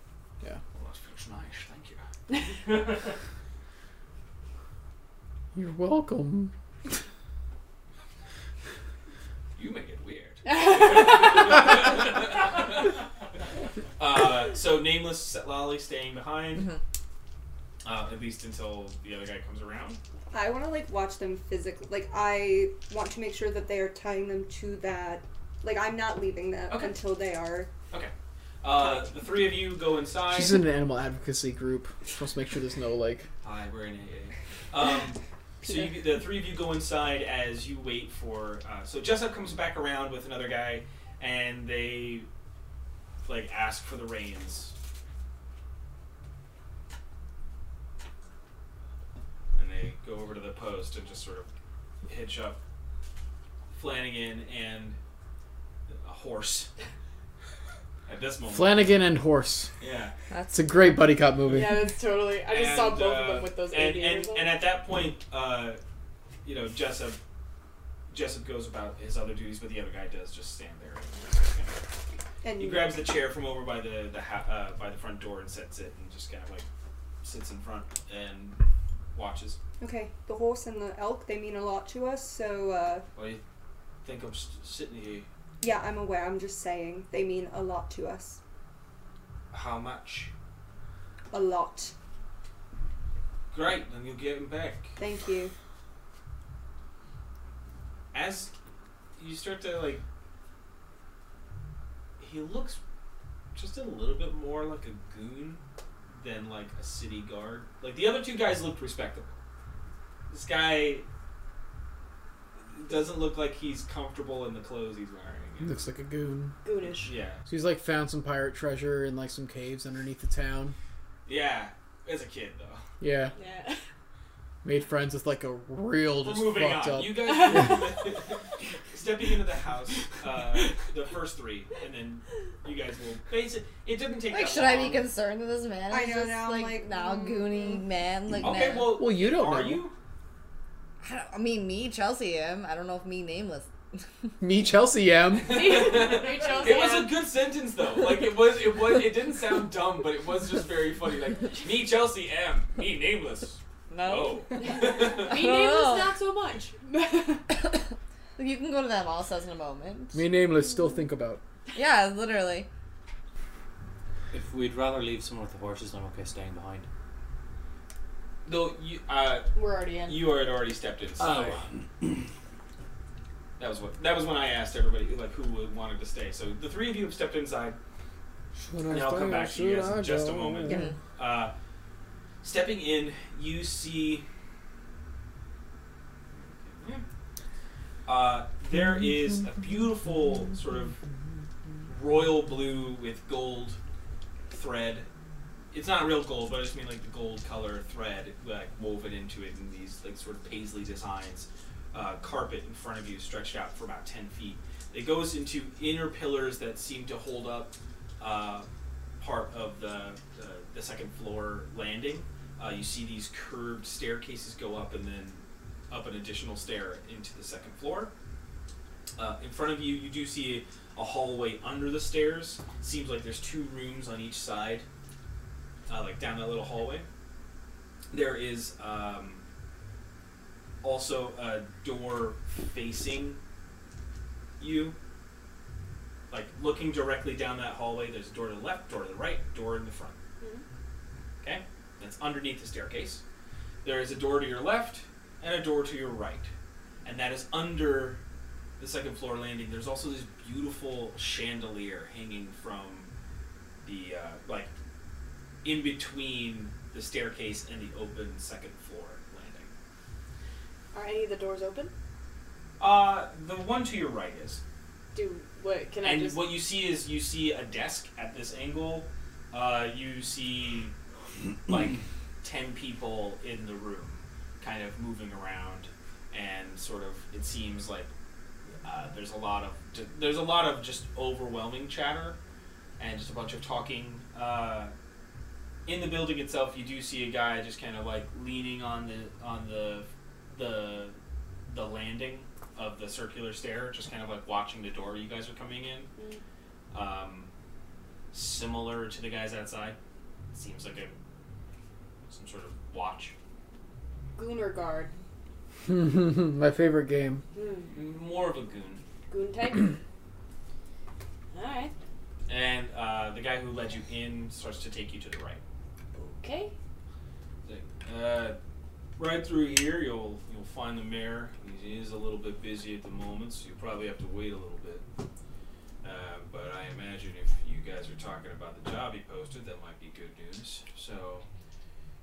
Well, that feels nice. Thank you.
You're welcome.
you make it weird. uh, so nameless Lolly staying behind, uh, at least until the other guy comes around.
I want to like watch them physically. Like I want to make sure that they are tying them to that. Like I'm not leaving them
Okay.
until they are.
Uh, the three of you go inside.
She's in an animal advocacy group. She wants to make sure there's no like.
Hi, we're in AA. Um, so you, the three of you go inside as you wait for. Uh, so Jessup comes back around with another guy, and they like ask for the reins. And they go over to the post and just sort of hitch up Flanagan and a horse. At this moment,
Flanagan and horse.
yeah.
It's a great buddy cop movie.
Yeah, that's totally. I just saw
And,
both of
uh,
them with those
and, and,
aviators on.
and at that point, uh, you know, Jessup Jessup goes about his other duties, but the other guy does just stand there. And,
And
he grabs the chair from over by the the ha- uh, by the front door and sets it, and just kind of like sits in front and watches.
okay, the horse and the elk. They mean a lot to us. So uh,
Well, you think I'm st- sitting here?
yeah, I'm aware. I'm just saying they mean a lot to us.
How much?
A lot.
Great, then you'll get him back.
Thank you.
as you start to like he looks just a little bit more like a goon than like a city guard like the other two guys looked respectable this guy doesn't look like he's comfortable in the clothes he's wearing
Looks like a goon.
Goonish.
yeah
So he's like found some pirate treasure in like some caves underneath the town.
yeah as a kid though
Yeah,
Yeah.
made friends with like a real
we're
just
moving
fucked
on
up.
you guys stepping into the house uh, the first three and then you guys will basic it didn't take
Like,
that
should I
long.
be concerned that this man? Is
I know,
just,
now I'm
like,
like,
now
mm.
goony man. Like,
okay
nah.
well
Well, you don't
are
know.
you
I, don't- I mean, me, Chelsea, am. I don't know if me, nameless.
Me, Chelsea M.
It was a good sentence though. Like it was, it was, it didn't sound dumb, but it was just very funny. Like me, Chelsea M, me, nameless. Oh.
No.
Me nameless, not so much.
you can go to them also in a moment.
Me, nameless. Still think about.
Yeah, literally.
If we'd rather leave someone with the horses, I'm okay staying behind.
Though you, uh,
We're already in.
you had already stepped in. So Oh. that was what. That was when I asked everybody like who would- wanted to stay. So the three of you have stepped inside.
Should
And I'll come
stay or
back to you guys
should
in
I
just a
go?
moment. Uh, stepping in, you see. Uh, there is a beautiful sort of royal blue with gold thread. It's not real gold, but I just mean like the gold color thread like woven into it in these like sort of paisley designs. Uh, carpet in front of you stretched out for about ten feet. It goes into inner pillars that seem to hold up uh, part of the, the, the second floor landing. Uh, you see these curved staircases go up and then up an additional stair into the second floor. Uh, in front of you, you do see a, a hallway under the stairs. Seems like there's two rooms on each side, uh, like down that little hallway. There is um, also a door facing you. Like looking directly down that hallway, there's a door to the left, door to the right, door in the front. Okay? That's underneath the staircase. There is a door to your left and a door to your right. And that is under the second floor landing. There's also this beautiful chandelier hanging from the, uh, like, in between the staircase and the open second floor landing.
Are any of the doors open?
Uh, the one to your right is.
Do what? Can
and
I just?
what you see is you see a desk at this angle. Uh, you see like ten people in the room, kind of moving around, and sort of it seems like uh, there's a lot of there's a lot of just overwhelming chatter, and just a bunch of talking. Uh, in the building itself, you do see a guy just kind of like leaning on the on the the the landing of the circular stair, just kind of like watching the door you guys are coming in. Um, similar to the guys outside, seems like a some sort of watch.
Gooner guard.
My favorite game.
Hmm.
More of a goon.
Goon type. All right.
And uh, the guy who led you in starts to take you to the right.
Okay.
He's like, uh, right through here, you'll you'll find the mayor. He is a little bit busy at the moment, so you'll probably have to wait a little bit. Uh, but I imagine if you guys are talking about the job he posted, that might be good news. So,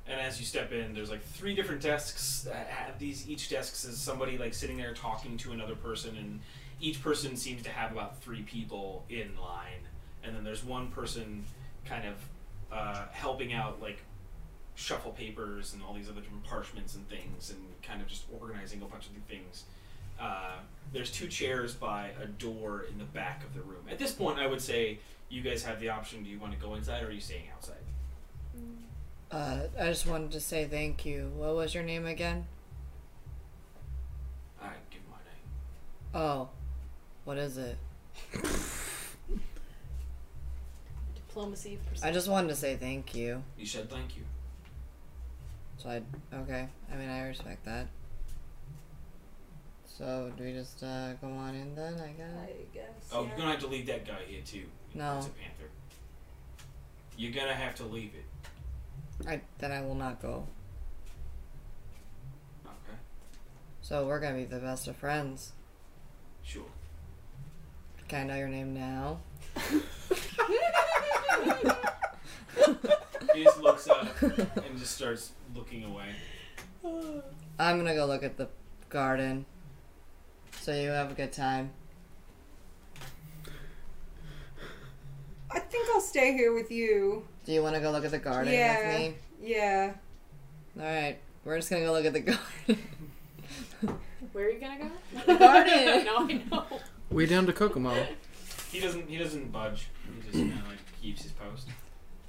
and as you step in, there's like three different desks. that have these each desk is somebody like sitting there talking to another person, and each person seems to have about three people in line. And then there's one person kind of uh, helping out, like shuffle papers and all these other different parchments and things and kind of just organizing a bunch of the things. Uh, there's two chairs by a door in the back of the room. At this point, I would say you guys have the option do you want to go inside or are you staying outside?
Uh, I just wanted to say thank you. What was your name again?
I give my name.
Oh, what is it?
Diplomacy of perception.
I just wanted to say thank you.
You said thank you.
So I okay. I mean, I respect that. So do we just uh, go on in then? I guess.
I guess.
Oh, you're going to have to leave that guy here too.
No.
It's a panther. You're going to have to leave it.
I then I will not go.
Okay.
So we're gonna be the best of friends.
Sure.
Can I know your name now?
He just looks up and just starts looking away.
I'm gonna go look at the garden. So you have a good time.
I think I'll stay here with you.
Do you want to go look at the garden
Yeah.
with me?
Yeah.
All right, we're just gonna go look at the garden.
Where are you gonna go?
Garden.
no, I know.
Way down to Kokomo.
He doesn't he doesn't budge. He just kind of like keeps his post.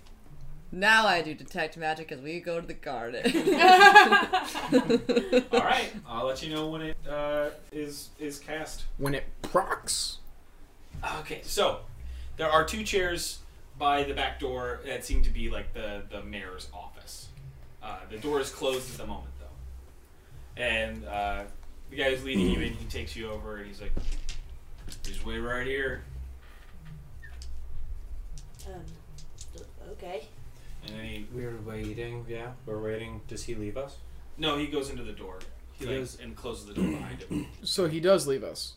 now I do detect magic as we go to the garden.
All right, I'll let you know when it uh, is is cast.
When it procs.
Okay, so there are two chairs by the back door that seem to be like the the mayor's office. Uh, the door is closed at the moment, though. And uh, the guy who's leading you in, he takes you over, and he's like, "Just wait right here."
Um, d- okay.
And then he
We're waiting. Yeah, we're waiting. Does he leave us?
no, he goes into the door. He
He
like,
goes-
and closes the door behind him.
So he does leave us.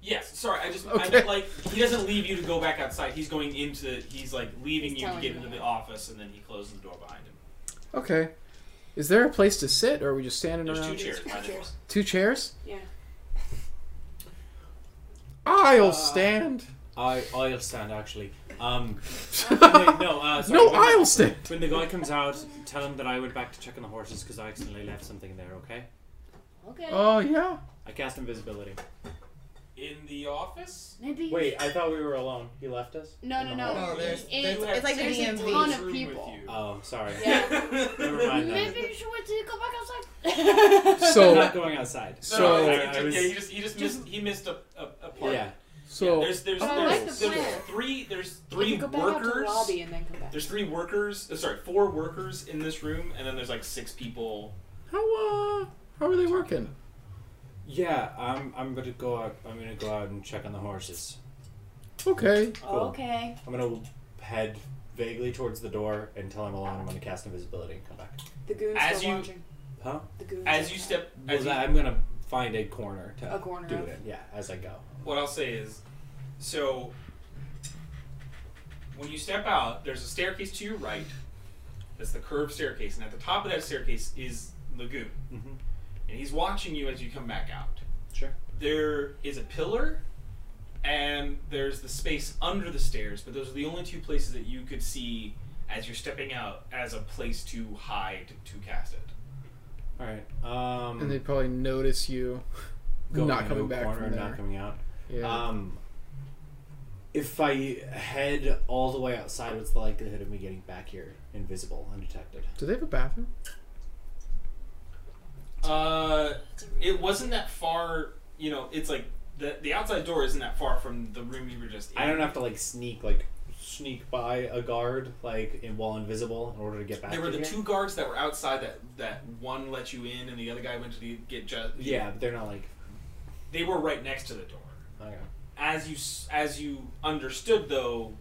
Yes, sorry, I just I
Okay.
meant, like he doesn't leave you to go back outside. He's going into he's like leaving
He's
you to
telling
get
you.
into the office and then he closes the door behind him.
Okay. Is there a place to sit, or are we just standing
There's two
around?
chairs. by the door.
Cheers.
Two chairs?
Yeah.
I'll
Uh,
stand.
I I'll stand actually. Um, no, no, uh, sorry,
No,
when the-
I'll stand.
When the guy comes out, tell him that I went back to check on the horses because I accidentally left something there. Okay.
Okay.
Oh yeah.
I cast invisibility.
In the office?
Maybe.
Wait, I thought we were alone. He left us.
No, no, no.
Oh, there's,
It-
there's, it's like the
there's a
DMV.
ton of people.
Oh, sorry.
Yeah.
Never mind. Then.
Maybe you should wait till you go back outside.
I'm
So
not going outside.
So-
no,
I- I
yeah,
was-
he just he just missed he missed a, a, a part.
Yeah.
So
there's there's,
Oh,
there's,
I like
there's
the plan.
three there's
We
three
can go back out to
workers.
the lobby and then come back.
There's three workers. uh, Sorry, four workers in this room, and then there's like six people.
how uh how are they working?
Yeah, I'm. I'm gonna go out. I'm gonna go out and check on the horses.
Okay.
Cool.
Okay.
I'm gonna head vaguely towards the door and tell him alone. I'm gonna cast invisibility and come back.
The goons
As
still
you-
watching.
Huh?
The goons.
As
are
you
watching.
step,
Well,
as
that-
you
I'm gonna find a corner to
A corner
do
of-
it. In. Yeah, as I go.
what I'll say is, so when you step out, there's a staircase to your right. That's the curved staircase, and at the top of that staircase is Lagoon,
Mhm.
and he's watching you as you come back out.
Sure.
There is a pillar, and there's the space under the stairs, but those are the only two places that you could see as you're stepping out as a place to hide to cast it.
All right. Um,
And they probably notice you
going
not
into
coming
a
back
corner
from
and
there.
Not coming out.
yeah.
Um, if I head all the way outside, what's the likelihood of me getting back here invisible, undetected?
Do they have a bathroom?
Uh, it wasn't that far. You know, it's like the the outside door isn't that far from the room you were just in.
I don't have to like sneak like sneak by a guard like in, while invisible in order to get back.
There
to
were the
here.
two guards that were outside. That that one let you in, and the other guy went to the, get just.
Yeah, but they're not like.
they were right next to the door.
Okay.
As you s- as you understood though,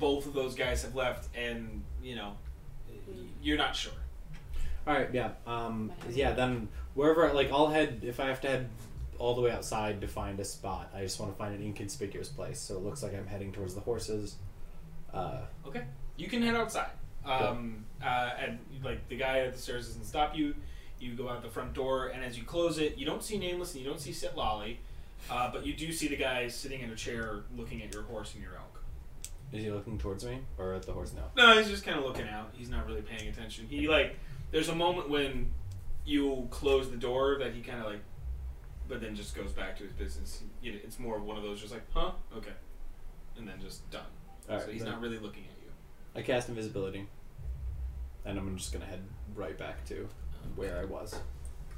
both of those guys have left, and you know, you're not sure.
All right. Yeah. Um. Yeah. Then wherever, like, I'll head if I have to head all the way outside to find a spot. I just want to find an inconspicuous place, so it looks like I'm heading towards the horses. Uh.
Okay, you can head outside. Um, uh, and like the guy at the stairs doesn't stop you. You go out the front door, and as you close it, you don't see Nameless and you don't see Sit Lolly, uh, but you do see the guy sitting in a chair looking at your horse and your elk.
Is he looking towards me or at the horse now?
No, he's just kind of looking out. He's not really paying attention. He like, there's a moment when you close the door that he kind of like, but then just goes back to his business. It- It's more of one of those just like, huh, okay, and then just done.
All right.
so he's
then
not really looking at you.
I cast invisibility, and I'm just gonna head right back to where I was,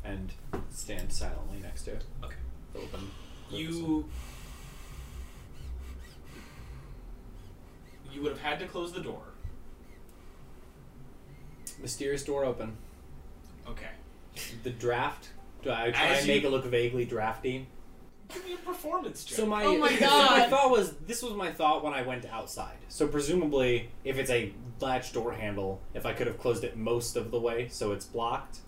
and stand silently next to it.
Okay.
Open.
You you would have had to close the door.
mysterious door open.
Okay.
The draft. Do I try
As
and
you-
make it look vaguely drafty?
Give me a performance check.
So my,
Oh my
so my
God.
thought was this was my thought when I went outside. So presumably, if it's a latch door handle, if I could have closed it most of the way, so it's blocked,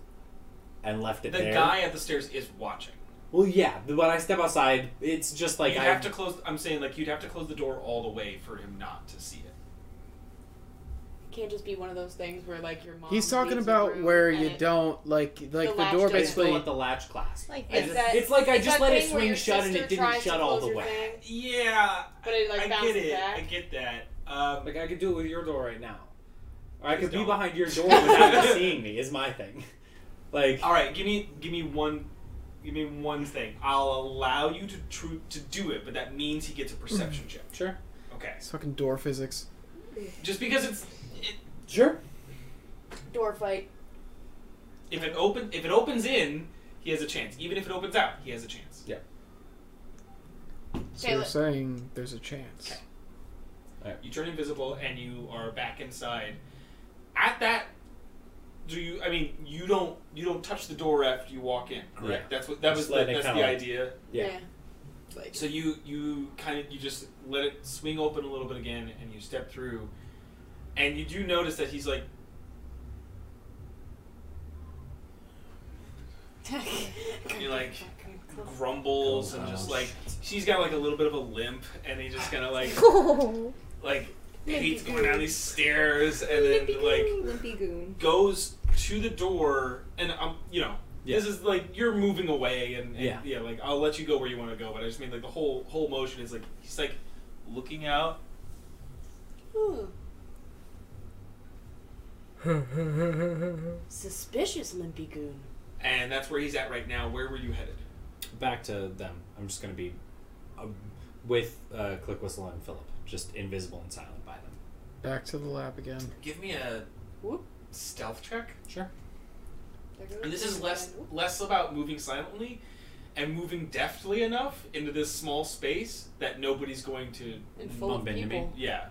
and left
the
it there.
guy at the stairs is watching.
Well, yeah. but When I step outside, it's just like
you'd
I
have to close. I'm saying like you'd have to close the door all the way for him not to see it.
Can't just be one of those things where like your mom.
He's talking
leaves the
about
room
where
and
you
it-
don't like like the,
latch
door
doesn't
I still
basically
let the latch clasp.
Like
I
this.
just-
that-
it's like I
it's
just
that
let it
thing where
swing
your
shut and it
sister
didn't
tries to
shut all
close
the
your
way.
thing,
Yeah,
But it like
I
bounces
get it.
back.
I get that. Um,
Like I could do it with your door right now, or I
Please
could be
don't.
behind your door without you seeing me. Is my thing. Like
all right, give me give me one. Give me one thing. I'll allow you to tru- to do it, but that means he gets a perception check.
sure,
Okay.
It's fucking door physics.
Just because it's it,
sure.
Door fight.
If it open if it opens in, he has a chance. Even if it opens out, he has a chance.
So you're
Taylor.
saying there's a chance.
You turn invisible and you are back inside. At that do you I mean you don't you don't touch the door after you walk in, correct?
Yeah.
That's what that
Just
was the,
let it
that's the
kinda like-
idea.
Yeah.
So you you kind of you just let it swing open a little bit again and you step through and you do notice that he's like you like grumbles and just like she's got like a little bit of a limp and he just kind of like like hates going down these stairs and then like
Limpy goon.
goes to the door and I'm you know this
Yeah.
is like you're moving away and, and
Yeah.
like I'll let you go where you want to go but I just mean like the whole whole motion is like he's like looking out
Ooh. Suspicious limpy goon.
and that's where he's at right now where were you headed
Back to them. I'm just gonna be um, with uh, Click Whistle and Philip, just invisible and silent by them.
Back to the lab again.
give me a
Whoop.
stealth check
Sure.
and this is less less about moving silently and moving deftly enough into this small space that nobody's going to.
And full
Bump
of
into me.
people.
Yeah,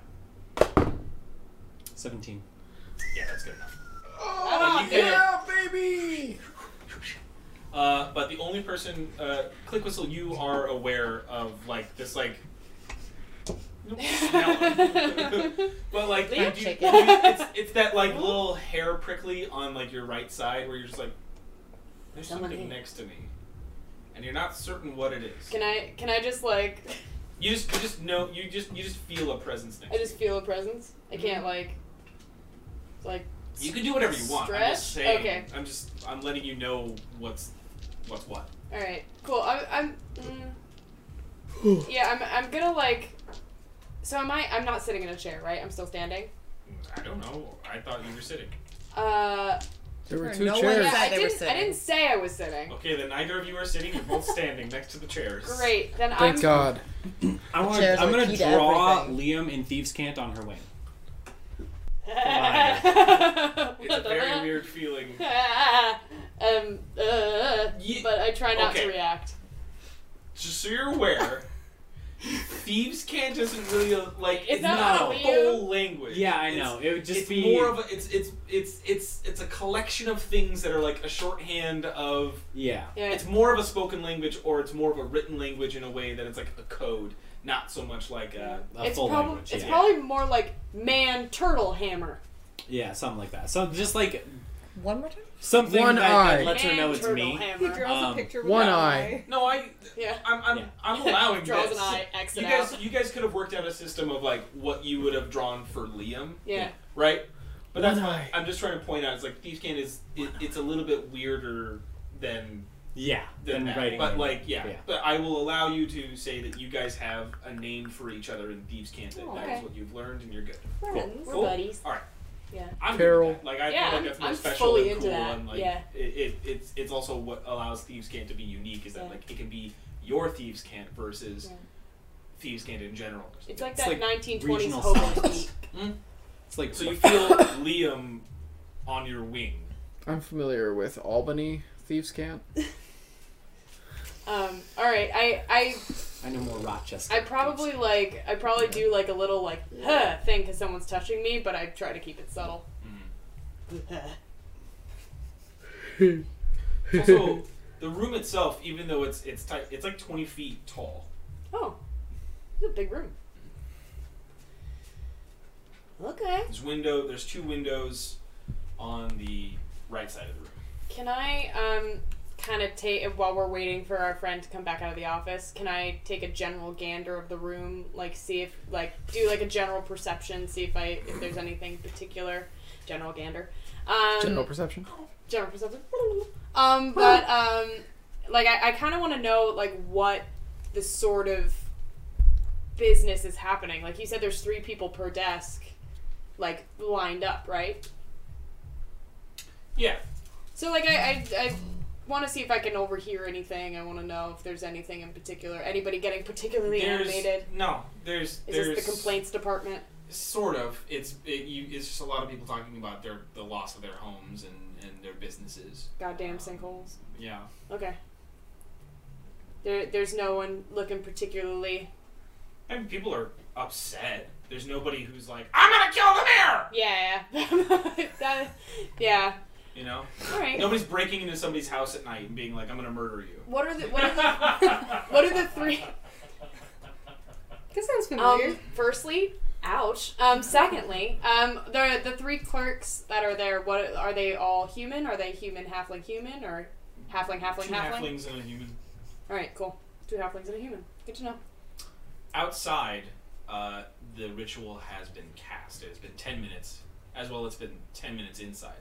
17.
yeah, that's good enough.
Oh,
And you can-
baby!
Uh, but the only person, uh, Click Whistle, you are aware of like this, like. smell. but like,
They
you,
have
you-
chicken.
you- it's, it's that like little hair prickly on like your right side where you're just like, there's
Someone
something
ate.
next to me, and you're not certain what it is.
Can I can I just like
you just you just know you just you just feel a presence next.
I
to
just feel a presence? I
Mm-hmm.
can't like like
you. You can do whatever you want. I'm just
Stretch?
saying.
Okay.
I'm just I'm letting you know what's what's what.
all right. Cool. I am mm, Yeah, I'm I'm going to like so am I I'm not sitting in a chair, right? I'm still standing.
I don't know. I thought you were sitting.
Uh
There were
Or
two
no one
chairs.
yeah,
said
I
they were
didn't I
sitting.
didn't say I was sitting.
Oh,
Okay, then neither of you are sitting. You're both standing next to the chairs.
Great. Then
Thank
I'm
God.
I wanna,
Chairs
I'm
are
going
key
to
to
draw Liam in Thieves' Cant on her wing.
It's a
it's
very weird feeling.
um, uh,
Ye-
but I try not
okay.
to react.
Just so you're aware, thieves can't isn't really a, like
It's
not
a
about
whole language.
Yeah, I
It's-
know. It would just
it's
be.
more of a, it's it's it's it's it's a collection of things that are like a shorthand of
yeah.
Yeah,
it's more of a spoken language or it's more of a written language in a way that it's like a code, not so much like a
A
it's
full
probably
language.
it's
yeah.
probably more like man turtle hammer.
yeah, something like that. So just like
One more time.
something
One
that,
eye.
that lets her
Man
know it's
turtle
me.
He
Hammer.
draws
Um,
a picture with
one
an
eye.
No, I
Yeah,
I'm I'm,
Yeah.
I'm allowing
draws
this.
an eye.
You
Exit
guys
out.
you guys could have worked out a system of like what you would have drawn for Liam.
Yeah.
right? But that's
One
why
eye.
I'm just trying to point out. It's like Thieves Can is it, it's a little bit weirder than
Yeah.
than
Then
that.
writing.
but
it.
like yeah.
Yeah.
But I will allow you to say that you guys have a name for each other in Thieves Can. That,
Oh,
that
okay.
is what you've learned, and you're good.
We're
Cool.
buddies.
All right.
Yeah.
I'm Good
Carol.
with that. Like I feel
Yeah, I'm-
like that's more
I'm
special
fully
and
into
cool,
that.
and like
Yeah.
it, it, it's it's also what allows Thieves Can to be unique is that
Yeah.
like it can be your Thieves Can versus
Yeah.
Thieves Can in general.
It's like
It's
that
like
1920s
regional
hobo.
signs. It's like
So you feel Liam on your wing.
I'm familiar with Albany Thieves Camp.
um. All right. I I
I know more Rochester.
I probably like I probably do like a little like huh thing because someone's touching me, but I try to keep it subtle.
Mm-hmm. also, the room itself, even though it's it's tight, it's like twenty feet tall.
Oh, it's a big room. Okay.
There's window. There's two windows on the right side of the room.
Can I um kind of take while we're waiting for our friend to come back out of the office? Can I take a general gander of the room, like see if like do like a general perception, see if I if there's anything particular. General gander. Um,
General perception.
general perception. Um, but um, like I, I kind of want to know like what the sort of business is happening. Like you said, there's three people per desk, like lined up, right?
Yeah.
So like I I, I want to see if I can overhear anything. I want to know if there's anything in particular. Anybody getting particularly
there's
animated?
no. There's
Is
there's
this the complaints department?
Sort of. It's it, you. It's just a lot of people talking about their the loss of their homes and and their businesses. Um,
Goddamn sinkholes.
Yeah.
Okay. There, there's no one looking particularly.
I mean, people are upset. There's nobody who's like, I'm gonna kill the mayor.
Yeah, yeah. that, yeah.
You know.
All right.
Nobody's breaking into somebody's house at night and being like, I'm gonna murder you.
What are the what are the what are the three?
This sounds familiar.
Um, firstly, ouch. Um, secondly, um, the the three clerks that are there. What are they all human? Are they human halfling human or halfling halfling
Two
halfling?
halflings and a human.
All right, cool. Two halflings and a human. Good to know.
outside, uh, the ritual has been cast. It has been 10 minutes, as well it's been 10 minutes inside.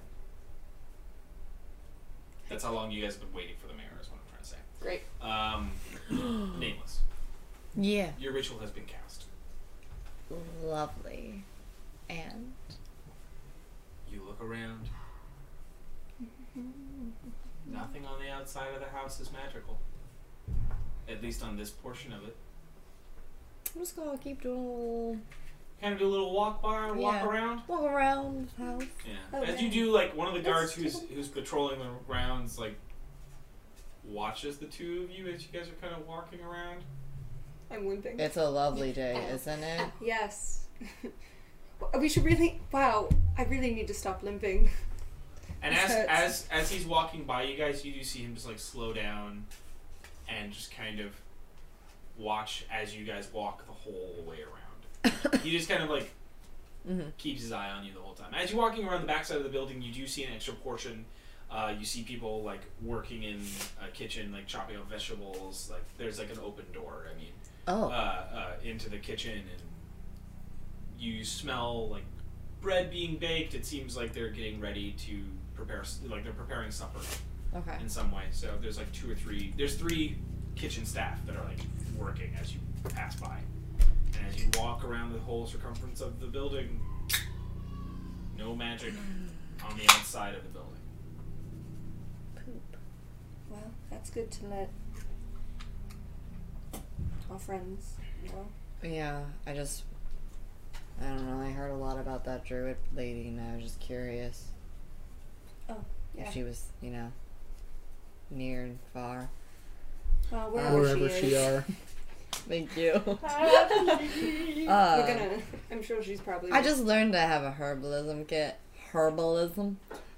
That's how long you guys have been waiting for the mayor, is what I'm trying to say.
Great.
Um, nameless.
Yeah.
Your ritual has been cast.
Lovely. And
You look around. Nothing on the outside of the house is magical. At least on this portion of it.
I'm just gonna keep doing a little
Kind of do a little walk by, walk
Yeah.
around.
walk around the house.
Yeah.
Oh,
As you
yeah.
do, like one of the guards
That's
who's who's patrolling the rounds, like watches the two of you as you guys are kind of walking around.
I'm limping.
It's a lovely day, isn't it?
Yes. we should really. Wow, I really need to stop limping.
And
This
as
hurts.
as as he's walking by you guys, you do see him just like slow down and just kind of watch as you guys walk the whole way around. he just kind of like
Mm-hmm.
Mhm.
keeps his eye on you the whole time. As you're walking around the backside of the building, you do see an extra portion. Uh, you see people like working in a kitchen, like chopping up vegetables. Like there's like an open door. I mean,
Oh,
uh, uh, into the kitchen and you smell like bread being baked. It seems like they're getting ready to prepare, s- like they're preparing supper
okay.
in some way. So there's like two or three, there's three kitchen staff that are like working as you pass by. And as you walk around the whole circumference of the building, no magic on the outside of the building.
Poop. Well, that's good to let our friends know.
Yeah, I just. I don't know. I heard a lot about that druid lady, and I was just curious
Oh, yeah.
if she was, you know, near and far.
Well, wherever,
Wherever
she,
she
is,
are.
Thank you.
we're
Uh,
gonna. I'm sure she's probably.
I just learned I have a herbalism kit. Herbalism.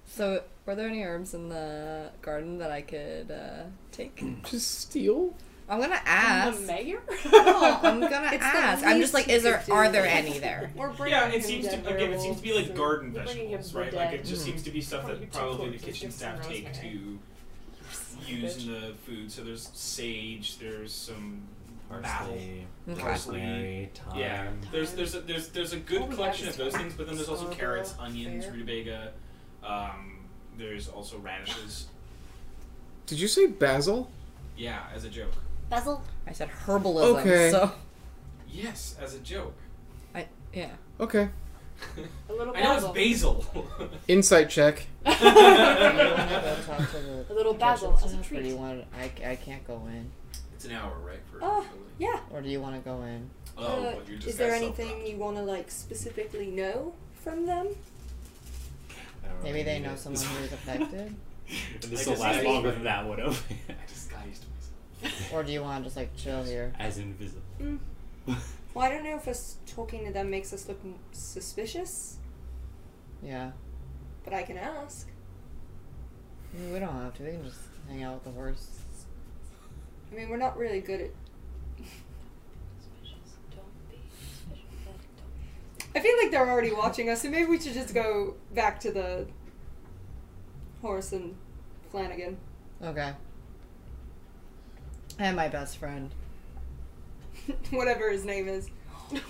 So, were there any herbs in the garden that I could uh, take?
Just steal?
I'm gonna
The
ask.
mayor?
No, I'm gonna
It's the
ask. I'm just
least
like,
you
is there
could do.
are there any there?
We're bringing
Yeah, it
him
seems to
dead
again. It seems to be like
werewolves,
garden
We're bringing
vegetables,
him the
right? Like
dead.
it just seems to be stuff
Probably
that
two
probably the
cloves,
kitchen
just some
staff take
rosemary.
to use in the food. So there's sage. There's some basil.
Parsley,
Okay.
rosemary, thyme.
Yeah, there's there's a, there's there's a good
All we
collection
have
of
is
those things, but then there's also
Scarborough
carrots, onions,
Fair.
rutabaga. Um, there's also radishes.
Did you say basil?
Yeah, as a joke.
Basil?
I said herbalism.
Okay.
So,
Yes, as a joke.
I yeah.
Okay.
A little
I know it's
basil.
basil.
Insight check.
it's
talk to the
A little basil as a
Or do
treat.
you want? I, I can't go in.
an hour, right? For
Ah,
Oh, Yeah.
Or do you want to go in?
oh,
Uh,
but you're just
is there
guys so
anything
fucked.
you want to like specifically know from them?
I don't
Maybe
really
they
need
know
it.
someone who's affected.
this
I
will
just-
last
I-
longer than that would have.
I disguised myself.
Or do you want to just like chill here?
As invisible.
Mm. Well, I don't know if us talking to them makes us look m- suspicious,
Yeah.
but I can ask.
I mean, we don't have to. We can just hang out with the horse.
I mean, we're not really good at. I feel like they're already watching us, so maybe we should just go back to the horse and Flanagan.
Okay. And my best friend.
Whatever his name is.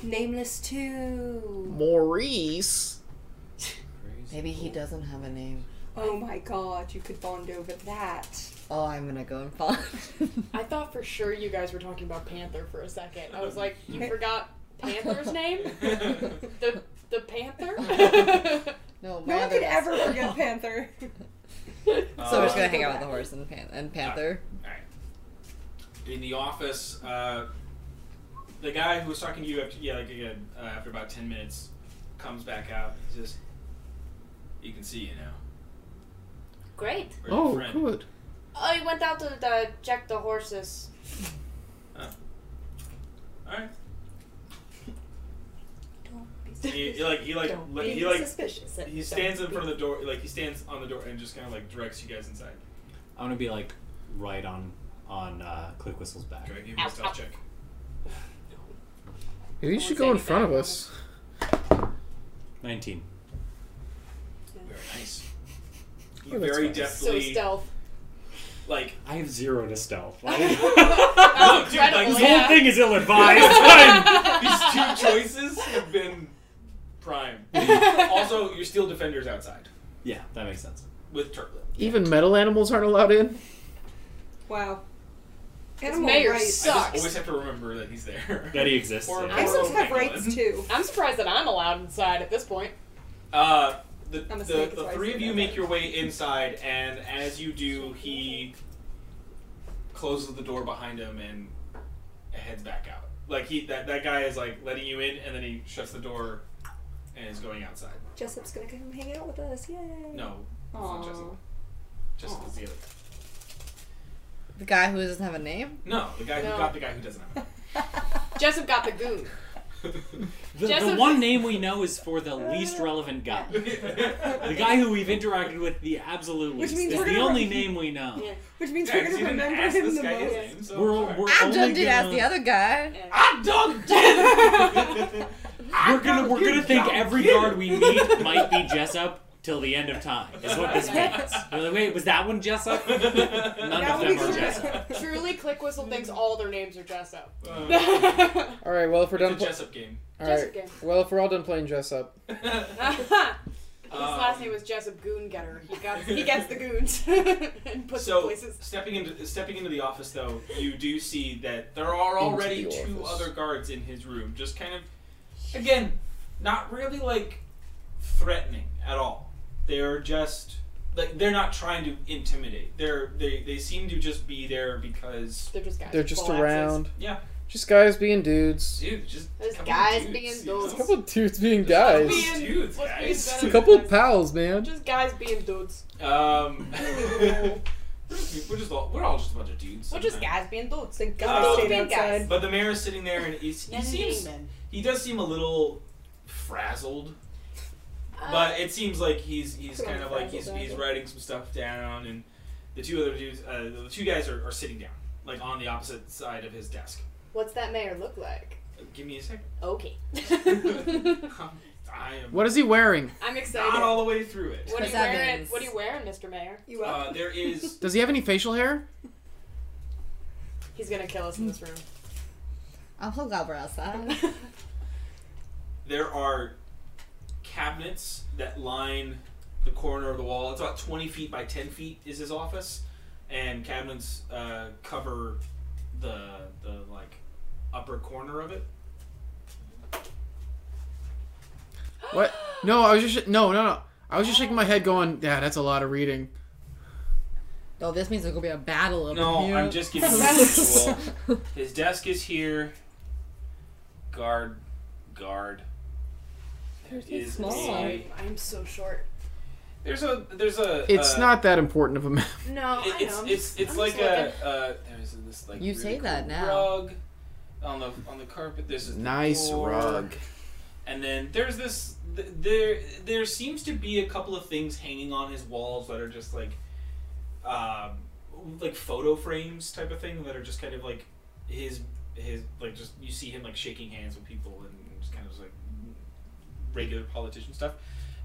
Nameless too.
Maurice.
Maybe he doesn't have a name.
Oh my god, you could bond over that.
Oh, I'm gonna go and find.
I thought for sure you guys were talking about Panther for a second. I was like, you forgot Panther's name? The the Panther?
no, my
No one
other
could
best
ever
friend.
forget Panther.
So we're just
Uh,
gonna hang out with the horse and, pan- and panther.
in the office, uh, the guy who was talking to you after, yeah, like again, uh, after about 10 minutes comes back out. He says, He can see you now.
Great.
Or your
Oh,
friend.
good.
I Oh, went out to the, check the horses.
Alright.
Don't be
He, he like, he like,
Don't
like,
Be
he like,
suspicious.
he stands in front of the door, like, he stands on the door and just kind of like directs you guys inside.
I'm gonna be like right on on uh, Click Whistle's back.
Go ahead, give me a stealth check.
Maybe you
won't
should
say
go in front of
anything.
us.
Nineteen.
Very nice. He
Oh, that's
very
fine.
so
deftly,
stealth.
like,
I have zero to stealth.
Oh,
no, dude, like,
incredible,
this
yeah.
whole thing is ill advised.
These two choices have been prime. also, you're still defenders outside
yeah, that makes sense.
with turtlet.
Even metal animals aren't allowed in.
Wow.
His mayor
I just
sucks.
always have to remember that he's there.
That he exists.
Or-
yeah.
or-
Exos have
Magdalene.
rights too.
I'm surprised that I'm allowed inside at this point.
Uh, the
I'm a
the,
snake,
the
so I
three
say
of you
no.
make your way inside, and as you do, he closes the door behind him and heads back out. Like he that, that guy is like letting you in, and then he shuts the door and is going outside.
Jessup's gonna come hang out with us. Yay.
No, it's not
Aw.
Jessup. Jessup is the other. guy.
The guy who doesn't have a name?
No, the guy
No.
who got the guy who doesn't have
Jessup got the goon.
The, the
Jessup-
one name we know is for the least relevant guy.
it.
The guy who we've interacted with the absolute
Which
least
means
is
we're
the
gonna-
only name we know.
Yeah.
Which means
Yeah,
we're
'cause
gonna
you didn't
remember
ask
him
this
the
guy his
most.
name, so
We're,
sorry. Ah,
we're
Abdul
only
did ask the
gonna-
other guy.
I dug did.
We're gonna we're gonna think every guard we meet might be Jessup till the end of time. Is what this means. We're like, wait, was that one Jessup? None
That
of
would
them
be
are
true.
Jessup.
Truly, Click Whistle thinks all their names are Jessup.
Uh,
All right. Well, if we're done.
It's a
Pl-
Jessup game.
all
Jessup
right.
game.
Well, if we're all done playing dress up,
His
Um,
last name was Jessup Goon Getter. He got he gets the goons and puts
so
them places.
stepping into stepping into the office though, you do see that there are already
Into the
two
office.
other guards in his room, just kind of again, not really like threatening at all. They're just like they're not trying to intimidate. They're they, they seem to just be there because
They're just guys.
they're just
full access.
around.
yeah,
Just guys being dudes.
dude, just a
Those
couple
guys
dudes,
being
you know?
those-
A couple of dudes being
Just a couple
guys.
Being-
dudes,
what's being
guys.
said
Just a
of
couple
guys.
of pals, man.
Just guys being dudes.
Um, we're just all we're all just a bunch of dudes.
Well, just
sometimes.
guys being dudes.
Thank
God I stayed
outside.
But the mayor is sitting there, and he's, he seems he does seem a little frazzled, but it seems like he's he's
Put on
kind
the
of like he's
frazzled
he's
eyes.
writing some stuff down, and the two other dudes, uh, the two guys are, are sitting down, like on the opposite side of his desk.
what's that mayor look like?
Give me a second.
Okay.
I am
What is he wearing?
I'm excited.
not all the way through it.
what are you
Chris
wearing?
Evans.
What are you wearing, Mr. Mayor?
You up?
Uh, there is
Does he have any facial hair?
He's gonna kill us in this room.
I'm so glad we're outside.
there are cabinets that line the corner of the wall. It's about 20 feet by 10 feet is his office, and cabinets uh, cover the the like upper corner of it.
What? No, I was just sh- no, no, no. I was just shaking my head, going, "Yeah, that's a lot of reading."
No, Oh, this means there's gonna be a battle over
No,
here.
I'm just giving you a visual. His desk is here. Guard, guard. There is
Oh.
small.
a-
I'm so short.
there's a there's a.
It's
uh,
not that important of a map.
No,
It-
Oh, I
it's
know. I'm
it's
just-
it's
I'm
like
just
a
looking.
uh, there's this like
You
really
say
cool
that now.
rug on the on the carpet. There's this
Nice
door.
rug.
and then there's this th- there there seems to be a couple of things hanging on his walls that are just like um, like photo frames type of thing that are just kind of like his his like just you see him like shaking hands with people and just kind of just like regular politician stuff.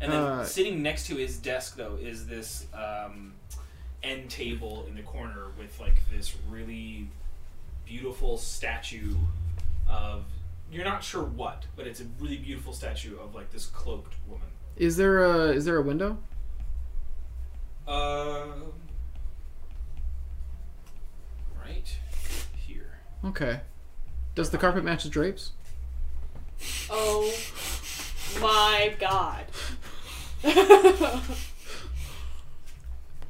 And then
Uh,
sitting next to his desk though is this um, end table in the corner with like this really beautiful statue of you're not sure what, but it's a really beautiful statue of like this cloaked woman.
Is there a is there a window?
Um, right here.
Okay. Does the carpet match the drapes?
oh my god.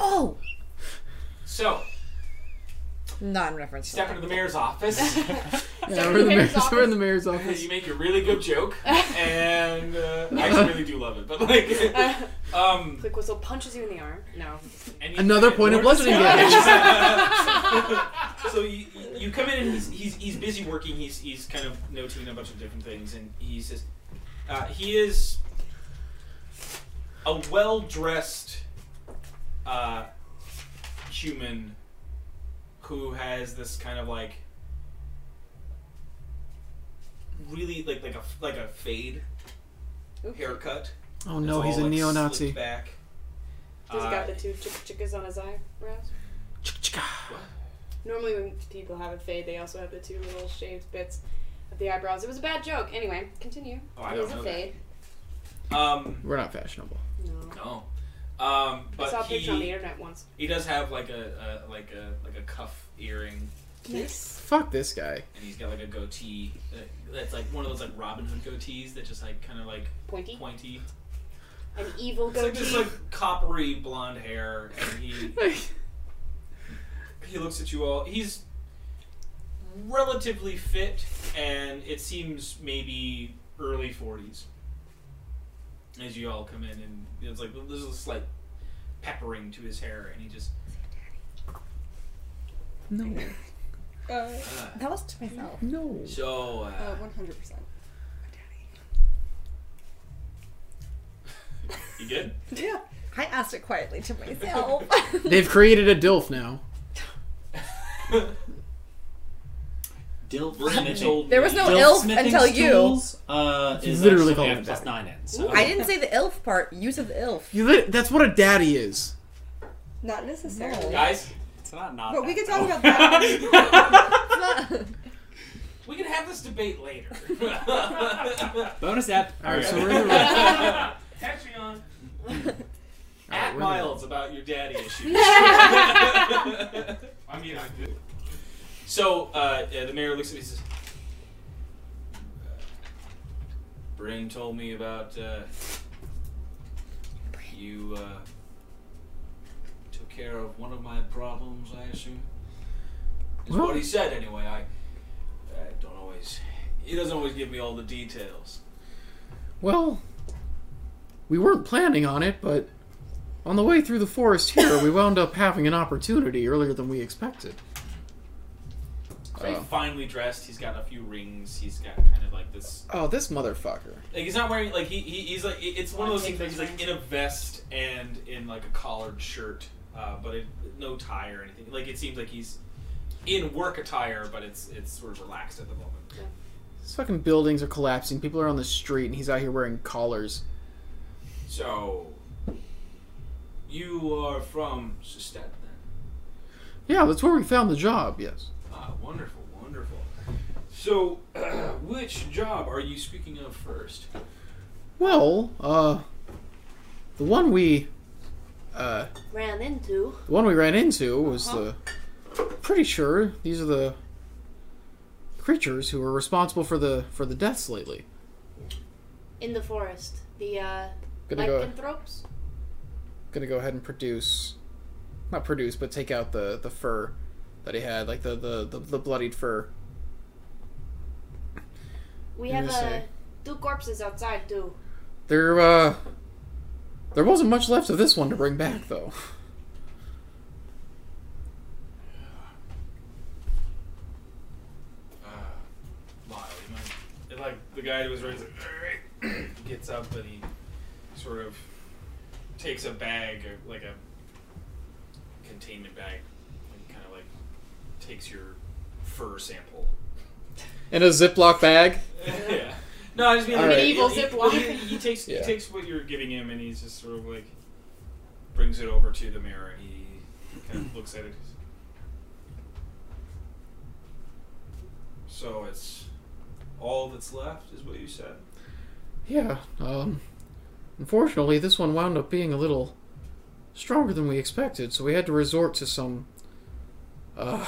oh!
So
Not in reference to
step into the mayor's office.
Yeah,
in
we're in
the
the
mayor's
mayor's, we're in the
office.
mayor's office.
you make a really good joke, and uh, I actually really do love it. But like, um,
Click whistle punches you in the arm. No.
And you-
Another point of
We're
bludgeoning
just-
damage.
so you, you come in and he's, he's, he's busy working. He's, he's kind of noting a bunch of different things, and he's just uh, he is a well dressed uh, human who has this kind of like really like like a like a fade haircut.
Oh
It's
no,
all,
he's a
like,
neo-Nazi.
slicked Back.
He's
Uh,
got the two chick chickas on his eyebrows. Normally, when people have a fade, they also have the two little shaved bits of the eyebrows. It was a bad joke. Anyway, continue.
Oh, I
it
don't
was a
know that.
fade.
Um,
We're not fashionable.
No.
no. Um, but
I saw a
he,
picture on the internet once.
He does have like a, a like a like a cuff earring,
Nice.
Fuck this guy.
and he's got like a goatee that- that's like one of those like Robin Hood goatees that just like kind of like
Pointy.
pointy.
An evil
It's like this
goatee.
like coppery blonde hair, and he he looks at you all. He's relatively fit, and it seems maybe early forties. As you all come in, and it's like there's a slight peppering to his hair, and he just
No.
Uh,
That was to myself.
No.
So,
uh,
uh,
100%.
you good?
Yeah. I asked it quietly to myself.
They've created a DILF now.
Dilf
Mitchell.
There was no
Dilf
ilf
smithing
until you.
stools, Uh,
You
is
literally
actually
called
at
it
plus
that.
nine in. So.
I didn't say the ilf part. You said the ilf.
You lit- that's what a daddy is.
Not necessarily.
Guys,
It's not not.
But we
that
could talk
though.
about that.
we can have this debate later.
Bonus app.
All right, so
Okay.
we're in the red.
Catch me on.
All right,
At
we're in the-
Miles about your daddy issues. I mean, I do. So uh, yeah, the mayor looks at me and says, uh, "Brain told me about uh, you uh, took care of one of my problems. I assume is
Well-
what he said. Anyway, I, I don't always. He doesn't always give me all the details.
Well, we weren't planning on it, but on the way through the forest here, we wound up having an opportunity earlier than we expected.
So he's
Oh.
finely dressed. He's got a few rings. He's got kind of like this
Oh, this motherfucker.
Like he's not wearing like he, he he's like it- it's one of those things that he's like
Take
in a vest and in like a collared shirt, uh, but it, no tie or anything. Like it seems like he's in work attire, but it's it's sort of relaxed at the moment.
These fucking buildings are collapsing. People are on the street, and he's out here wearing collars.
So you are from Sestet then?
Yeah, that's where we found the job, yes.
Ah, wonderful, wonderful. So which job are you speaking of first?
Well, uh, the one we, uh,
Ran into.
the one we ran into was the. Pretty sure these are the creatures who were responsible for the for the deaths lately.
In the forest. The, uh,
Gonna go.
lycanthropes?
gonna go ahead and produce not produce but take out the the fur that he had like the the the, the bloodied fur
We
Let
have
me
uh,
see.
two corpses outside, too.
there uh there wasn't much left of this one to bring back though
Uh, lie. He might- and, like the guy who was raised gets up and he sort of takes a bag, or, like a containment bag, and kind of like takes your fur sample.
in a ziploc bag
yeah. No, I just mean
All
like,
right.
Medieval
he, he-
Ziploc.
He, he takes
Yeah.
he takes what you're giving him and he's just sort of like brings it over to the mirror. He kind of looks at it. So it's all that's left is what you said.
yeah um unfortunately this one wound up being a little stronger than we expected so we had to resort to some uh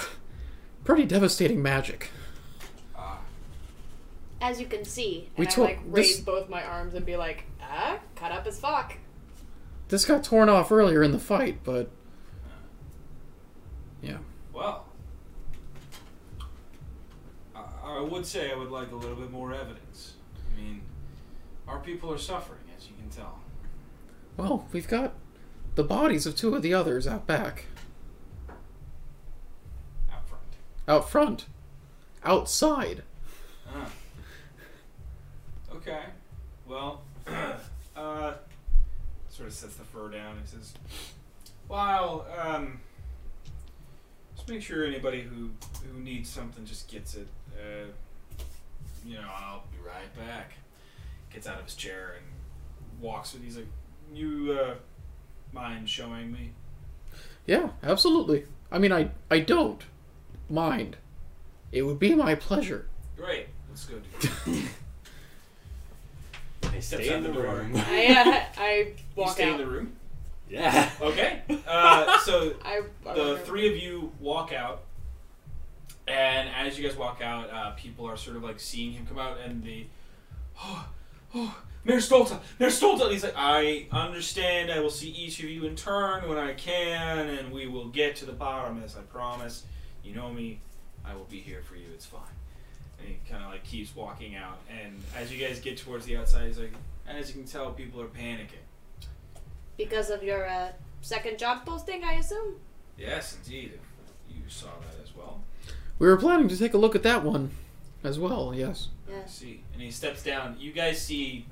pretty devastating magic
Ah,
As you can see.
we
and
took
I like
this-
raise both my arms and be like, ah, cut up as fuck.
this got torn off earlier in the fight but
well. I, I would say I would like a little bit more evidence. I mean, our people are suffering, as you can tell.
Well, we've got the bodies of two of the others out back,
Out front.
out front, outside.
Ah. Okay. Well, uh, sort of sets the fur down and says, "Well, um, just make sure anybody who who needs something just gets it. Uh, you know, I'll be right back." Gets out of his chair and walks. with. He's like, "You uh, mind showing me?"
Yeah, absolutely. I mean, I I don't mind. It would be my pleasure.
Great. Let's go. Do
They
Steps
stay
out
in the
the door.
room.
I, uh, I
you
walk
stay
out.
in the room.
yeah.
Okay. Uh, so
I, I
the
walk out.
three of you walk out, and as you guys walk out, uh, people are sort of like seeing him come out, and the oh, oh, Mayor Stolta, Mayor Stolta. And he's like, I understand. I will see each of you in turn when I can, and we will get to the bottom of this. I promise. You know me. I will be here for you. It's fine. And he kind of like keeps walking out, and as you guys get towards the outside, he's like, as you can tell, people are panicking.
Because of your uh, second job posting, I assume?
Yes, indeed. you saw that as well.
We were planning to take a look at that one as well, yes.
I see. And he steps down. You guys see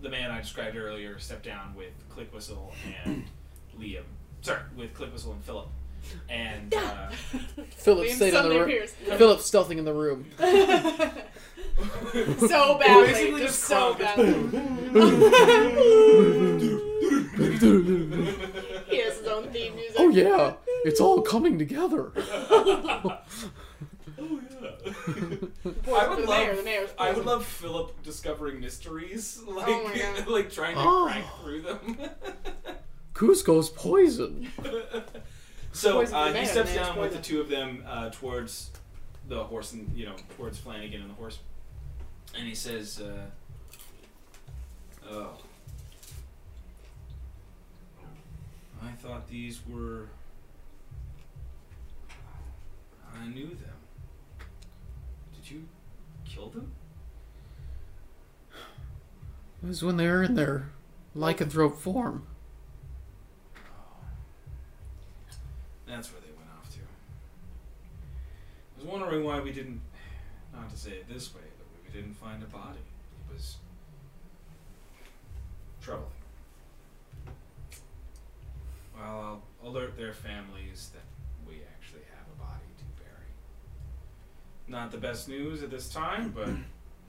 the man I described earlier step down with Click Whistle and Liam. Sorry, with Click Whistle and Philip. And uh,
Philip
Liam
stayed in the
suddenly
room.
appears.
Philip stealthing in the room.
so badly,
basically
just
just
so
crunk.
badly. he has his own theme music.
Oh yeah, it's all coming together.
Oh yeah.
Boy,
I would love.
the mayor, the mayor's
I would
present.
love Philip discovering mysteries, like
Oh my God.
like trying to
Oh.
crack through them.
Cusco's poison.
so
Poison
uh,
the
he
mayor,
steps
the mayor's
down with the
poison.
two of them uh, towards the horse, and you know, towards Flanagan and the horse, and he says, uh, "Oh, I thought these were. I knew them. Did you kill them?"
It was when they were in their lycanthrope form.
That's where they went off to. I was wondering why we didn't, not to say it this way, but we didn't find a body. It was troubling. Well, I'll alert their families that we actually have a body to bury. Not the best news at this time, but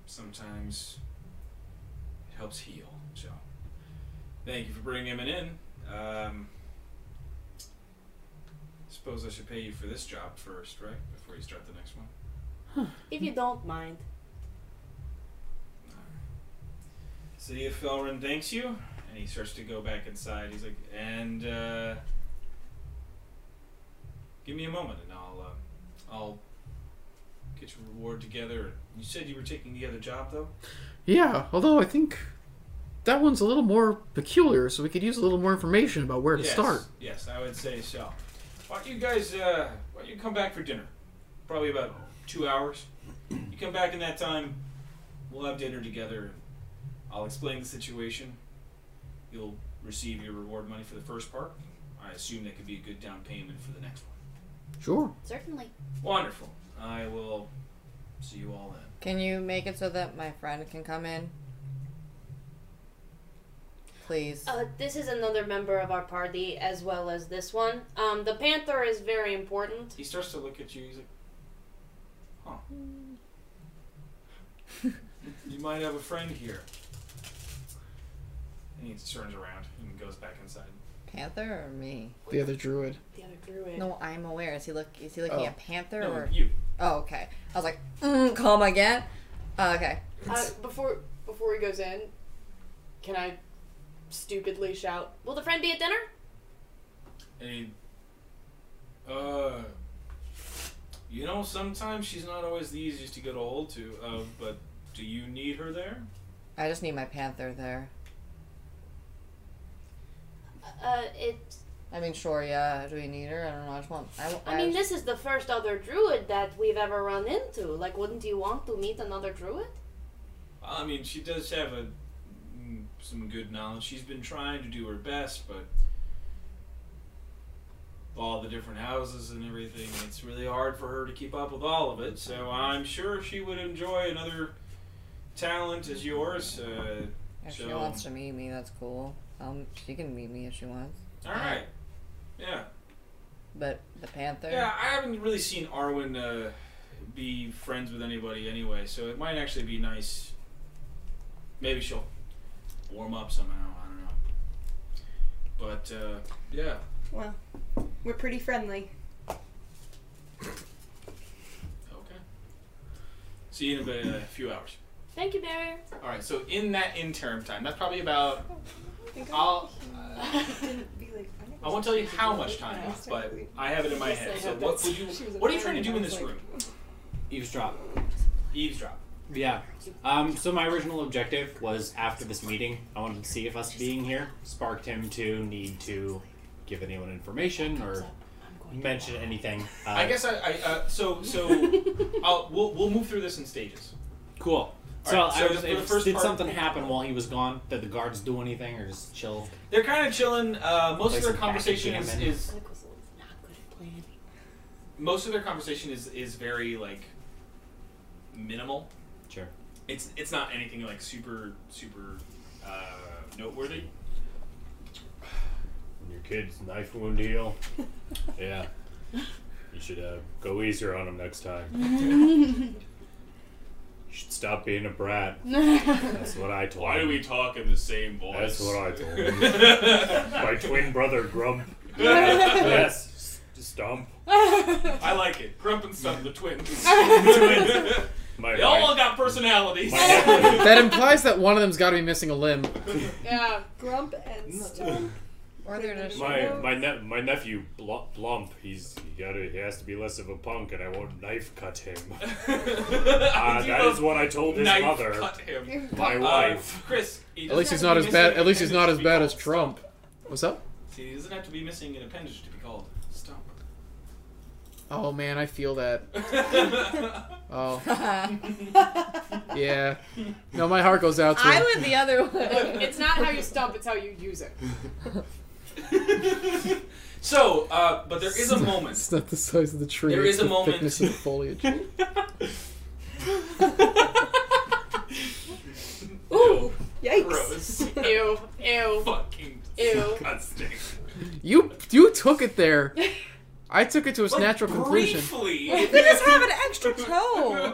sometimes it helps heal. So, thank you for bringing him in. Um, Suppose I should pay you for this job first, right? Before you start the next one.
If you don't mind.
City of Felrin thanks you, and he starts to go back inside. He's like, and uh, give me a moment, and I'll uh, I'll get your reward together. You said you were taking the other job, though.
Yeah, although I think that one's a little more peculiar, so we could use a little more information about where to
yes,
start.
Yes, I would say so. Why don't you guys uh, why don't you come back for dinner? Probably about two hours. You come back in that time, we'll have dinner together. I'll explain the situation. You'll receive your reward money for the first part. I assume that could be a good down payment for the next one.
Sure.
Certainly.
Wonderful. I will see you all then.
Can you make it so that my friend can come in? Please.
Oh.
Uh, this is another member of our party, as well as this one. Um, the panther is very important.
He starts to look at you. He's like, "Huh? you might have a friend here." And he turns around and goes back inside.
Panther or me?
The other druid.
The other druid.
No, I'm aware. Is he look? Is he looking
Oh.
at Panther
No,
or?
you.
Oh, okay. I was like, mm, calm again. Uh, okay.
Uh, before before he goes in, can I stupidly shout?
Will the friend be at dinner?
And he, uh, you know, sometimes she's not always the easiest to get a hold to. Of, but do you need her there?
I just need my Panther there.
Uh, it.
I mean, sure, yeah. Do we need her? I don't know. I just want. I, w-
I mean, this is the first other druid that we've ever run into. Like, wouldn't you want to meet another druid?
I mean, she does have a mm, some good knowledge. She's been trying to do her best, but all the different houses and everything, it's really hard for her to keep up with all of it. So I'm sure she would enjoy another talent as yours. Uh,
If she
so-
wants to meet me, that's cool. Um, she can meet me if she wants.
all right, yeah.
But the Panther.
Yeah, I haven't really seen Arwen uh, be friends with anybody anyway, so it might actually be nice. Maybe she'll warm up somehow. I don't know. But uh, yeah,
Well, we're pretty friendly.
okay. See you in about a few hours.
Thank you, Barrier.
All right. So in that interim time, that's probably about.
I think I
I'll.
didn't really- I never
I won't tell you how much time,
asked her
but
to leave.
I have it in my
Yes, I
head. So
have
what
that.
would you?
She was a
What are you trying
parent,
to do
and
in
I was
this
like,
room?
Eavesdrop.
Eavesdrop.
Yeah. Um, so my original objective was after this meeting, I wanted to see if us being here sparked him to need to give anyone information or mention anything. Uh,
I guess I. I uh, so so. I'll, we'll we'll move through this in stages.
Cool.
All
So,
right, so
I was,
for the
if-
first
did
part-
something happen while he was gone? Did the guards do anything or just chill?
They're kind of chilling. Uh, most
Play
of their
some
conversation is,
backgammon.
is
not good at planning.
most of their conversation is is very like minimal.
Sure.
It's it's not anything like super super uh, noteworthy.
Your kid's knife wound heal. yeah. You should uh, go easier on him next time. you should stop being a brat. That's what I told him.
talk in the same voice?
That's what I told him. My twin brother, Grump. yes. s- Stump.
I like it. Grump and Stump, the twins.
My,
they all
my,
got personalities.
my
That implies that one of them's got to be missing a limb.
Yeah.
Grump and Stump.
Or they're just
my my, ne- my nephew Bl- Blump, he's he, gotta, he has to be less of a punk, and I won't knife cut him. Uh, that is what I told his
Knife
mother,
cut him.
my
Uh,
wife.
Chris. he
At least
doesn't have
he's not
to
as
be
bad.
missing
At least he's
an
not as
appendage to
bad
be
as
called
Trump. What's up?
Stump. See, he doesn't have to be missing an appendage to be called Stump.
Oh man, I feel that. Oh yeah. No, my heart goes out to.
I
him.
went the other way.
It's not how you stump, it's how you use it.
so, uh, but there is a moment.
It's not the size of the tree.
There
it's
is a
the
moment.
thickness of the foliage.
Ooh,
Yikes.
gross.
Ew. Ew.
Fucking
Ew.
disgusting.
You you took it there. I took it to its
Like,
natural conclusion.
briefly.
They just have an extra toe.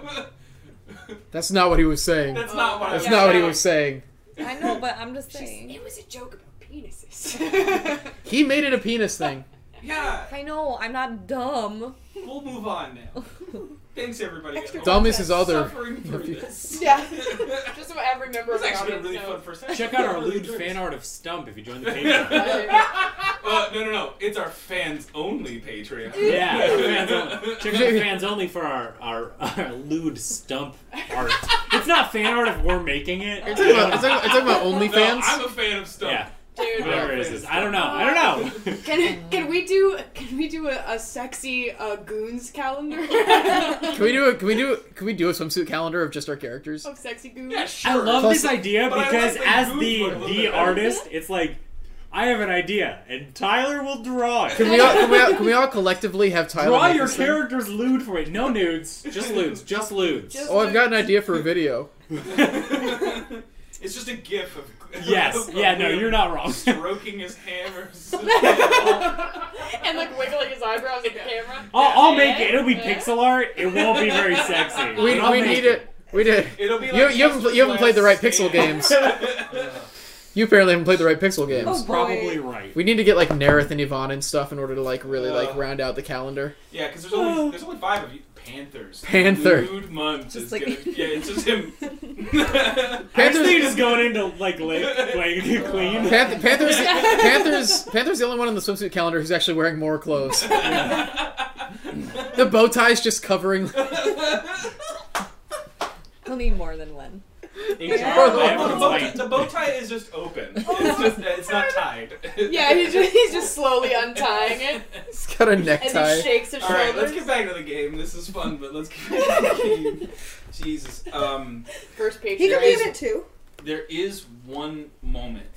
That's not what he was saying.
That's not what I
That's
was
not what he
saying.
was saying.
I know, but I'm just saying.
It was a joke about penises.
He made it a penis thing.
Yeah,
I know, I'm not dumb.
we'll move on now. Thanks everybody.
Extra
at home.
Dumb is his other.
Suffering through this.
yeah.
It's
Just about every member of the
actually a
audience
really
knows.
fun first session.
Check out our
Really
lewd
enjoyed
fan
this.
art of Stump if you join the Patreon.
Uh, no, no, no. It's our fans only Patreon.
yeah, fans only. Check out the fans only for our, our, our lewd Stump art. It's not fan art if we're making it.
It's talking about, it's talking- it's talking about
No, I'm
OnlyFans.
a fan of stuff.
Yeah,
Dude.
whatever it is. I don't know. I don't know.
Can, can we do can we do a, a sexy uh, goons calendar
Can we do a can we do can we do a swimsuit calendar of just our characters?
of sexy goons?
Yeah,
I
sure.
love
Plus-
this idea
But I like
because
the
as
goon
the
one a little
the
bit better.
artist, it's like I have an idea and Tyler will draw it.
Can we all, can we all, can we all collectively have Tyler?
Draw
make
your
this thing?
characters lewd for it. No nudes, just lewds, just lewds.
Just-
Oh, I've got an idea for a video.
it's just a gif of.
yes.
of
Yeah. No,
Liam
you're not wrong.
Stroking his hammers.
and like wiggling his eyebrows at the camera.
I'll, I'll make it. It'll be
Yeah.
pixel art. It won't be very sexy.
We,
I'll
we
make
need it. We did.
It'll be like
You, you haven't pl- you haven't played the right pixel games. You apparently haven't played the right pixel
That's
Oh,
games.
probably right.
We need to get like Nerith and Yvonne and stuff in order to like really
Uh.
like round out the calendar.
yeah, because there's only there's only five of you. Panthers.
Panther.
Dude, month is
like-
gonna, yeah, it's just him.
Panthers
Panthers-
just going into like late, playing it clean.
Panth- Panthers, Panthers, Panthers, the only one on the swimsuit calendar who's actually wearing more clothes. the bow tie's just covering.
He'll need more than one.
the, bow tie, the bow tie is just open. It's just it's not tied.
Yeah, he's just, he's just slowly untying it
It's got a
and
necktie.
then shakes his
All
shoulders.
right, let's get back to the game. This is fun, but let's get back to the game. Jesus. Um,
First page.
He can be
There
in
is-
it too.
there is one moment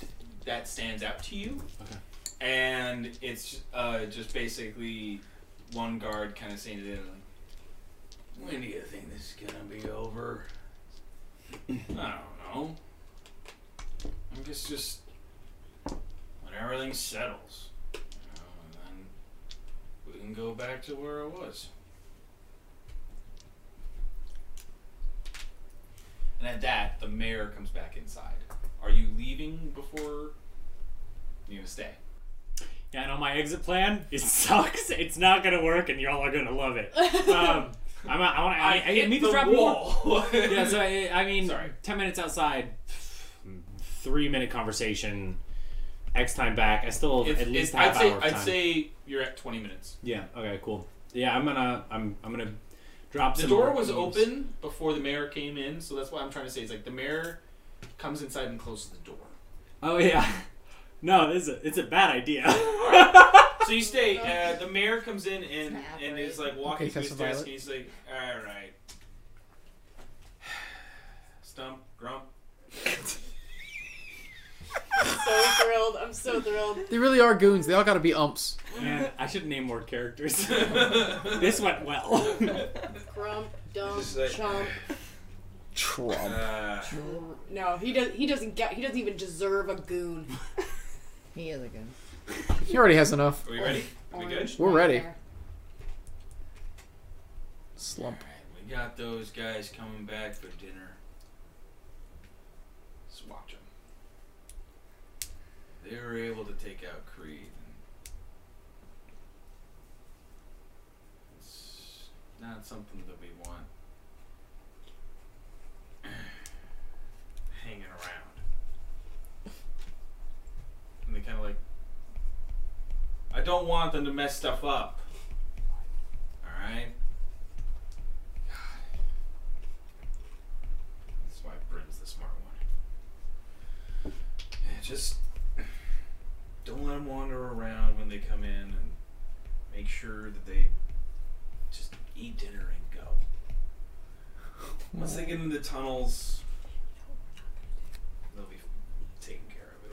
that stands out to you,
Okay.
and it's uh, just basically one guard kind of saying to the other, like, "When do you think this is gonna be over?" I don't know. I guess just when everything settles, you know, and then we can go back to where I was. And at that, the mayor comes back inside. Are you leaving before you gonna stay?
Yeah, I know my exit plan. It sucks. It's not gonna work, and y'all are gonna love it. Um, I'm, I want. I, I, I
hit
need
the
to drop more.
wall.
yeah, so I, I mean,
Sorry.
ten minutes outside, three minute conversation, X time back. I still
If- if-
at least
I'd
half
say
hour. Of
I'd
time.
say you're at 20 minutes.
Yeah. Okay. Cool. Yeah, I'm gonna. I'm. I'm gonna drop.
The
some
door
more
was
names.
open before the mayor came in, so that's what I'm trying to say. Is like the mayor comes inside and closes the door.
Oh yeah. No, this is a, it's a bad idea.
So you stay. Uh, the mayor comes in and and is like walking
Okay,
to his
Tessa
desk,
Violet.
and he's like, "All right, Stump, Grump."
so thrilled. I'm so thrilled.
They really are goons. They all gotta be umps.
Man, I should name more characters.
Uh,
this went well.
Grump, dump,
Just like-
chump.
Trump.
Uh,
No, he does. He doesn't get. He doesn't even deserve a goon.
He is a good.
He already has enough.
are we ready? Are we good?
Orange
We're ready.
nightmare.
Slump.
Alright, we got those guys coming back for dinner. Let's watch them. They were able to take out Creed. And it's not something that we want hanging around. And they kind of like, I don't want them to mess stuff up. Alright? That's why Brim's the smart one. Yeah, just don't let them wander around when they come in and make sure that they just eat dinner and go. Once they get into the tunnels, they'll be taken care of.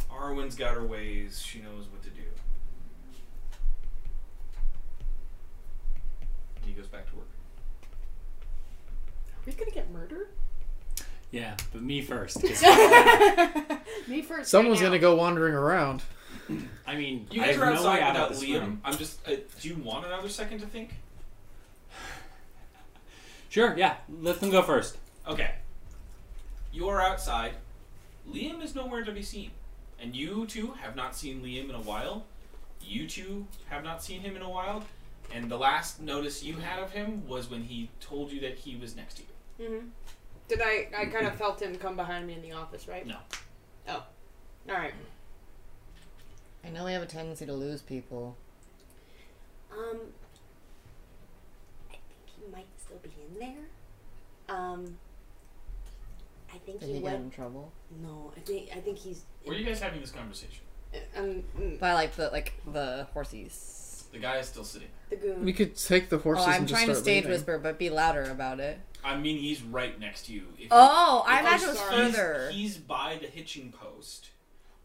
It'll be fine. Arwen's got her ways. She knows what to do. He goes back to work.
Are we gonna get murdered?
Yeah, but me first. 'cause,
Me first.
Someone's
right now.
gonna go wandering around.
I mean,
You
I
guys
have
are
no way
outside
out
without
of this
Liam.
room.
I'm just. Uh, do you want another second to think?
Sure, yeah. Let them go first.
Okay. You are outside. Liam is nowhere to be seen, and you two have not seen Liam in a while. You two have not seen him in a while, and the last notice you had of him was when he told you that he was next to you.
Mhm. Did I? I kind of felt him come behind me in the office, right?
No.
Oh. All right.
I know we have a tendency to lose people.
Um, I think he might still be in there. Um, I think
Did
he
he get
went.
in trouble?
No, I think I think he's. uh,
Were you guys having this conversation?
Um, mm,
By like the like the horsies.
The guy is still sitting.
the goon.
We could take the horses
oh, I'm
and just
trying to
start
stage
leaving.
whisper, but be louder about it.
I mean, he's right next to you. If you-
Oh,
if
I
you-
imagine it was
sorry. He's-
further.
He's, by the hitching post.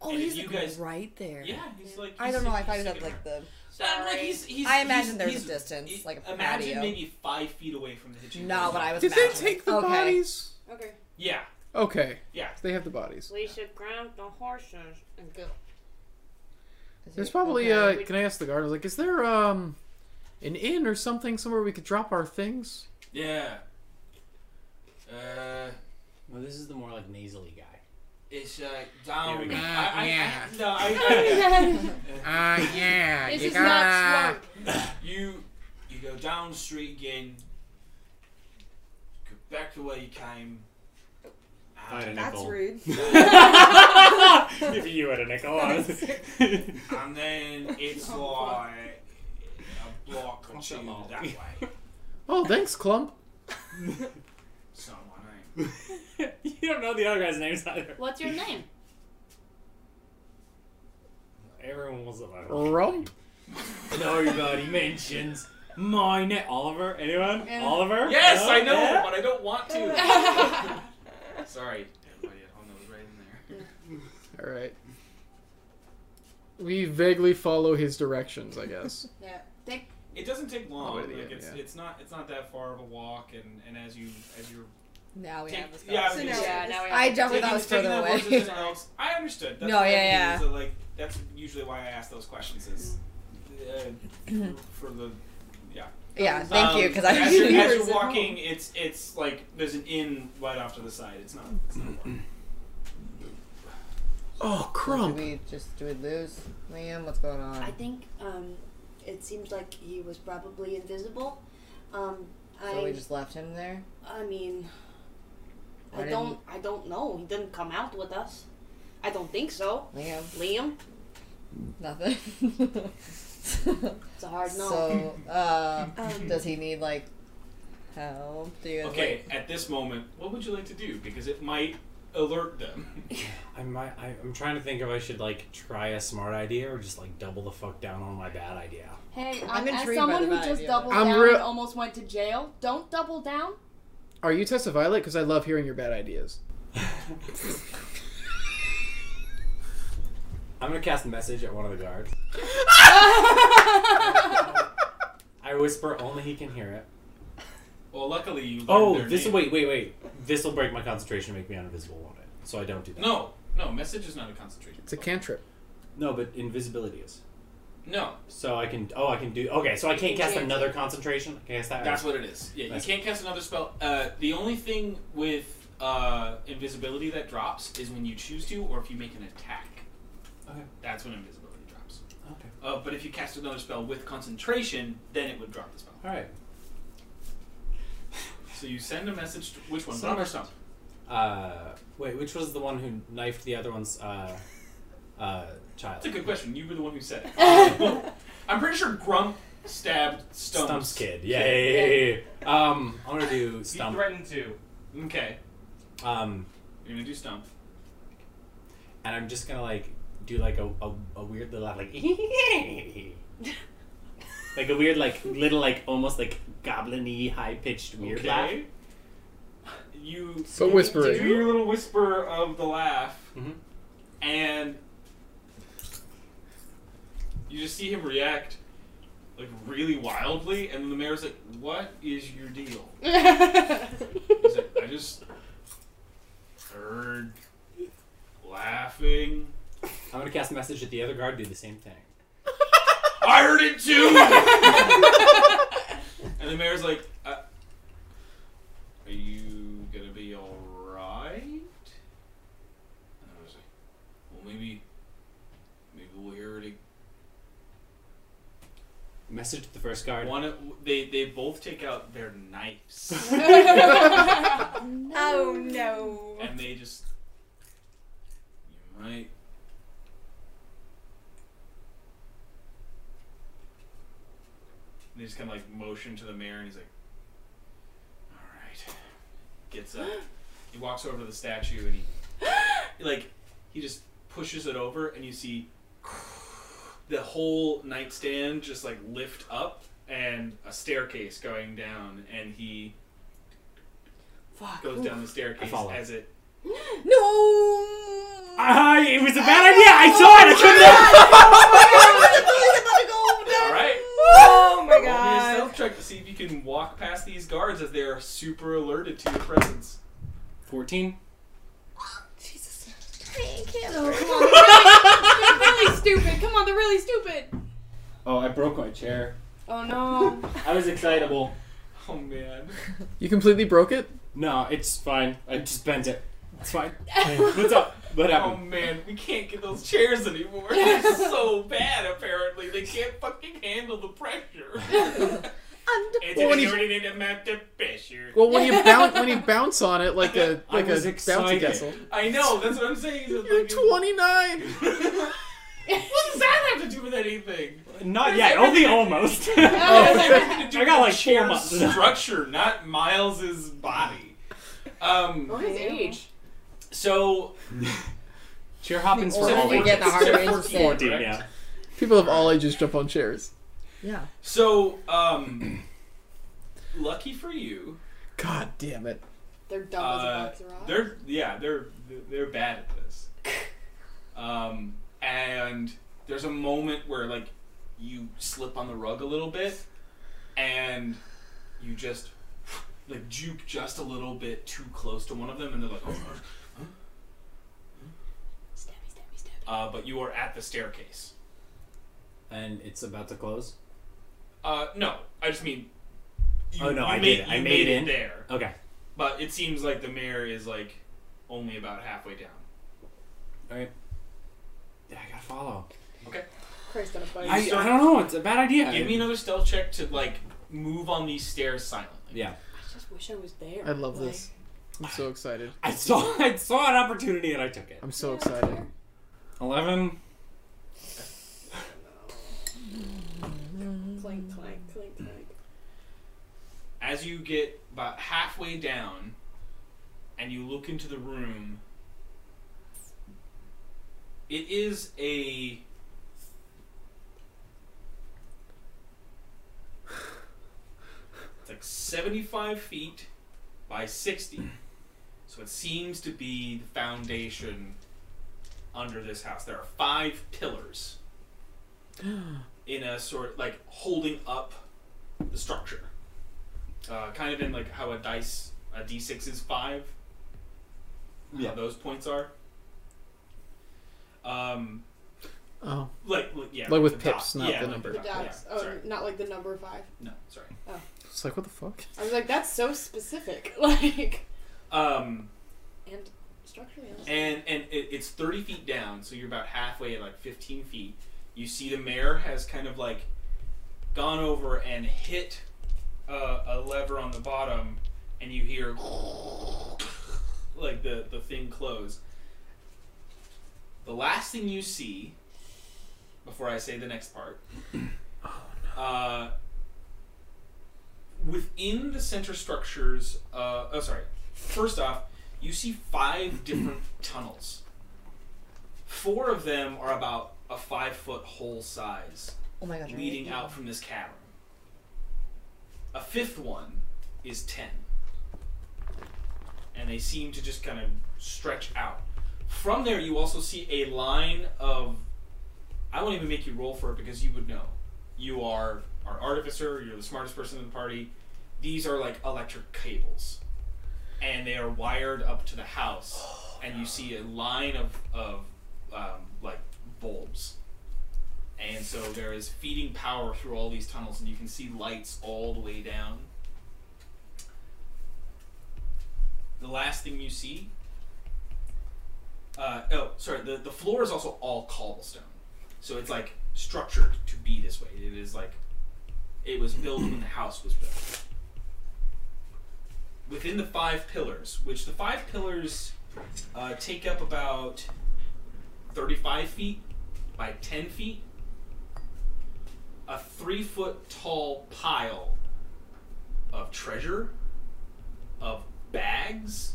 oh,
and
he's
if you
like
guys-
right there.
Yeah, he's like.
I
he's
don't know. I
sitting-
thought he
he's
was at
sitting
like the.
Yeah, like, he's- he's-
I
he's-
imagine there's
he's-
a distance,
he-
like a
imagine
patio.
maybe five feet away from the hitching.
Not
post.
what I was.
Did they
imagining.
take the
okay.
bodies?
Okay.
Yeah,
Okay,
yeah.
they have the bodies.
We should ground the horses and go.
Is
There's
he-
probably.
okay.
uh Can I ask the guard? I was like, is there um an inn or something somewhere we could drop our things?
Yeah. Uh,
Well, this is the more like nasally guy.
it's uh, down.
Here we
I,
go.
I,
Yeah.
I, no, I,
Ah, uh, yeah.
this is not Trump.
I, you you go down the street again. Go back the way you came.
Find a
And,
That's
nickel.
rude.
if you had a nickel, I was.
and then it's
Oh,
like a block or
Not that
two
long.
that way.
Oh, thanks, Clump.
It's not my name.
you don't know the other guy's names either.
What's your name?
Everyone was about
Rump.
Nobody mentions.
My name. Oliver? Anyone?
Yeah.
Oliver?
Yes,
No?
I know,
Yeah?
but I don't want to. Sorry, everybody at home that was right in there.
All right. We vaguely follow his directions, I guess.
Yeah. They
Oh, It doesn't take long.
way
Like
to the end,
it's
yeah.
it's not it's not that far of a walk, and, and as you as you're
Now we
take-
have this.
yeah, I
Yeah.
was
So
gonna
now-
say,
yeah. Now we have
I
to
definitely
taking-
thought it was
taking
further
that
away.
horse is something else. I understood. That's
No,
what I
yeah,
mean,
yeah.
is that, like that's usually why I ask those questions is uh, for the yeah.
yeah. Uh, Thank you, because I
Um, as you're, as
was.
you're walking, it's it's like there's an inn right off to the side. It's not. It's not far.
Oh,
Do
Crump.
we just do we lose Liam? What's going on?
I think um, it seems like he was probably invisible. Um,
so
I
we just left him there.
I mean,
Why
I
didn't-
don't I don't know. He didn't come out with us. I don't think so.
Liam,
Liam,
nothing.
it's a hard no.
so, uh,
Um,
does he need like help? Do you guys,
Okay, at this moment, what would you like to do? Because it might alert them.
I might. I, I'm trying to think if I should like try a smart idea or just like double the fuck down on my bad idea.
Hey,
I'm
um, as
intrigued by
someone
the
who
vibe,
just
yeah.
doubled
I'm
down
real-
and almost went to jail, don't double down.
Are you Tessa Violet? Because I love hearing your bad ideas.
I'm gonna cast a message at one of the guards. I whisper, only he can hear it.
Well, luckily you. learned
Oh,
their
this
name.
wait, wait, wait. This will break my concentration, and make me uninvisible, won't it? So I don't do that.
No, no. Message is not a concentration.
It's a cantrip.
no, but invisibility is.
No,
So I can. Oh, I can do. Okay, so I can't cast
Can't.
another concentration. I can cast that.
That's what it is. Yeah, you
Nice.
can't cast another spell. Uh, the only thing with uh, invisibility that drops is when you choose to, or if you make an attack.
Okay.
That's when invisibility drops.
Okay.
Uh, but if you cast another spell with concentration, then it would drop the spell.
All right.
So you send a message to which one?
Send a
Rob or
message.
Stump?
Uh, wait, which was the one who knifed the other one's uh, uh, child?
That's a good question. You were the one who said it. Um, I'm pretty sure Grump stabbed Stump.
Stump's kid. Yeah, yeah, yeah, yeah, yeah. Um, I'm gonna do
Stump.
Stump.
threatened to. Okay.
Um,
You're gonna do Stump.
and I'm just gonna like do like a, a, a weird little like like a weird like little like almost like goblin-y high pitched weird laugh.
okay. You
But
do
whispering.
your little whisper of the laugh.
Mm-hmm.
and you just see him react like really wildly, and then the mayor's like, "What is your deal?" He's like, "I just heard laughing.
I'm gonna cast message at the other guard. Do the same thing.
I heard it too." and the mayor's like, uh, "Are you gonna be all right?" And I was like, "Well, maybe, maybe we'll hear it again."
Message to the first guard.
One, of- they they both take out their knives
Oh
Um,
no.
and they just. You might. They just kind of like motion to the mayor, and he's like, "All right." Gets up. He walks over to the statue, and he like he just pushes it over, and you see the whole nightstand just like lift up and a staircase going down, and he
Fuck.
goes down the staircase
follow.
as it
No.
I, it was a
Oh
bad idea. I saw it. I couldn't.
All right.
Oh my
Roll me a
god.
stealth check to see if you can walk past these guards as they are super alerted to your presence.
Fourteen.
Jesus.
Oh, come on, they're really stupid. Come on, they're really stupid.
Oh, I broke my chair.
Oh no.
I was excitable.
Oh man.
You completely broke it?
No, it's fine. I just bent it. It's fine. What's up? What
Oh
happened?
man, we can't get those chairs anymore. They're so bad apparently. They can't fucking handle the pressure. it's
Well, when he's-
already didn't amount to pressure.
Well, when you bounce, when you bounce on it like a
I
like a
was
bouncy
excited.
castle.
I know, that's what I'm saying. It's
You're
like-
29.
what does that have to do with anything?
Um,
Not yet. Only almost. I
Oh.
Oh.
I
got like four
chair
months.
structure, not Miles's body. Um,
What is age?
so
Chair hopping
Or
for
did you
all
get the hard
Except
way
for
to say?
fourteen.
fourteen.
correct?
Yeah.
People of all ages jump on chairs.
Yeah.
So, um, lucky for you,
God damn it.
They're dumb
uh,
as a box of rocks.
they're yeah they're they're bad at this. Um, and there's a moment where like you slip on the rug a little bit, and you just like juke just a little bit too close to one of them, and they're like, oh, huh? Huh?
Stabby, stabby, stabby.
uh, but you are at the staircase.
And it's about to close.
Uh, no, I just mean. You,
Oh, no,
you
I
made,
made it. I
you
made it.
there.
Okay.
But it seems like the mayor is like only about halfway down.
All right. Yeah, I gotta follow.
Christ on a bike.
I, I
You start-
don't know. It's a bad idea.
Give me another stealth check to like move on these stairs silently.
Yeah.
I just wish I was there.
I love
Like,
this. I'm so excited.
I saw. I saw an opportunity and I took it.
I'm so excited.
Eleven.
Clink, clank, clink, clank.
As you get about halfway down and you look into the room, it is a it's like 75 feet by 60. So what seems to be the foundation under this house. There are five pillars in a sort like holding up the structure, uh, kind of in like how a dice a d six is five.
Yeah.
How those points are. Um,
Oh,
like, like yeah,
Like with
the dot.
pips, not
yeah,
the
like
number.
The
dot, yeah,
dots. oh,
sorry.
not like the number five.
No, sorry.
it's like what the fuck?
I was like, that's so specific. Like,
Um,
and structurally. honest.
and and it, it's 30 feet down so you're about halfway at like 15 feet you see the mayor has kind of like gone over and hit uh, a lever on the bottom and you hear like the, the thing close the last thing you see before i say the next part uh, within the center structures uh, oh sorry first off you see five different tunnels. Four of them are about a five foot hole size,
Oh my gosh.
leading out from this cavern. A fifth one is ten. And they seem to just kind of stretch out. From there, you also see a line of. I won't even make you roll for it because you would know. You are our artificer, you're the smartest person in the party. These are like electric cables and they are wired up to the house, and you see a line of of um, like bulbs, and so there is feeding power through all these tunnels, and you can see lights all the way down. The last thing you see. Uh, oh, sorry. The, the floor is also all cobblestone, so it's like structured to be this way. It is like it was built when the house was built within the five pillars, which the five pillars uh, take up about 35 feet by 10 feet, a three foot tall pile of treasure, of bags,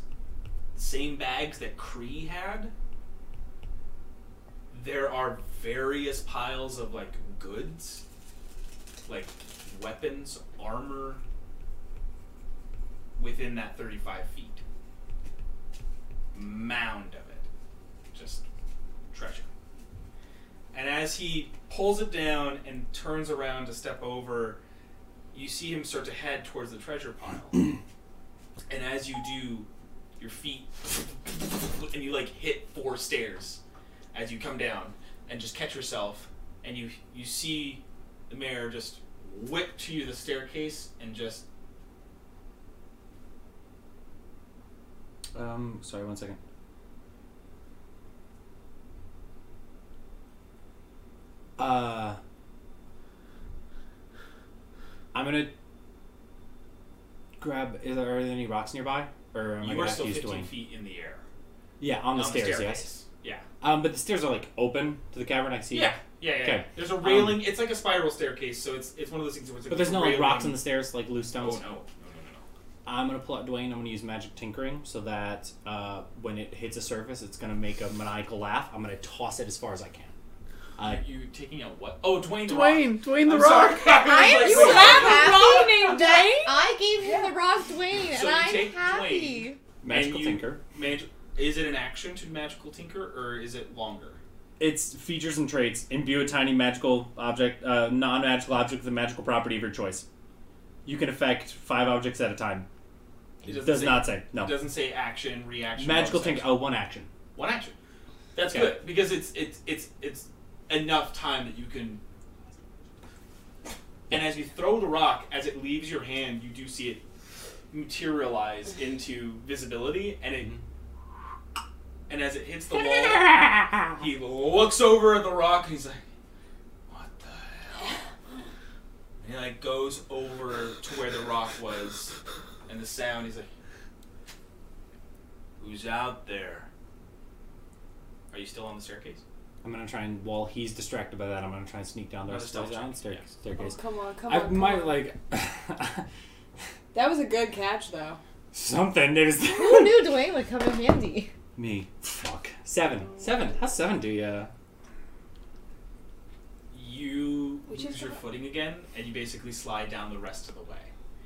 same bags that Cree had. There are various piles of like goods, like weapons, armor, within that 35 feet. Mound of it. Just treasure. And as he pulls it down and turns around to step over, you see him start to head towards the treasure pile. and as you do, your feet and you like hit four stairs as you come down and just catch yourself and you you see the mayor just whip to you the staircase and just
Um, sorry, one second. Uh, I'm gonna grab. Is there, are there any rocks nearby, or am I
you
gonna
are
have to
still
use
15
Dwayne?
feet in the air. Um,
Yeah, on the stairs. yes.
staircase. Yeah.
Um, but the stairs are like open to the cavern. I see.
Yeah. Yeah. yeah,
Okay. Um,
There's a railing. it's like a spiral staircase, so it's it's one of those things where it's
But there's no like
railing.
rocks on the stairs, like loose
Oh
stones.
no. No, no, no, no.
I'm gonna pull out Dwayne. I'm gonna use magic tinkering so that uh, when it hits a surface, it's gonna make a maniacal laugh. I'm gonna toss it as far as I can. Uh,
Are you taking out what? Oh, Dwayne. the Rock.
Dwayne, Dwayne the
I'm
Rock.
Sorry. I was
am
like,
so
wait.
happy
named
that I gave him the rock Dwayne,
So
and
you
I'm
take
happy.
magical
you-
tinker.
Magi- is it an action to magical tinker or is it longer?
Its features and traits imbue a tiny magical object, uh, non-magical object with a magical property of your choice. You can affect five objects at a time.
It
It
doesn't
does
say-
not say no.
It doesn't say action, reaction.
Magical
bonus
tinker. Oh, one action.
action. One action. That's
Yeah.
good because it's it's it's it's enough time that you can. And as you throw the rock, as it leaves your hand, you do see it materialize into visibility, and it. And as it hits the wall, he looks over at the rock and he's like, "What the hell?" And he like goes over to where the rock was, and the sound. He's like, "Who's out there?" Are you still on the staircase?
I'm gonna try and while he's distracted by that, I'm gonna try and sneak down the
Another
rest of the
stealth check.
down stair-
Yeah.
Oh,
staircase.
come on, come on.
I
come
might
on.
like
That was a good catch, though.
something. It was
Who knew Dwayne would come in handy?
me. Fuck seven. Seven. How's seven do you?
you
Which
lose
is
your
the-
footing again and you basically slide down the rest of the way.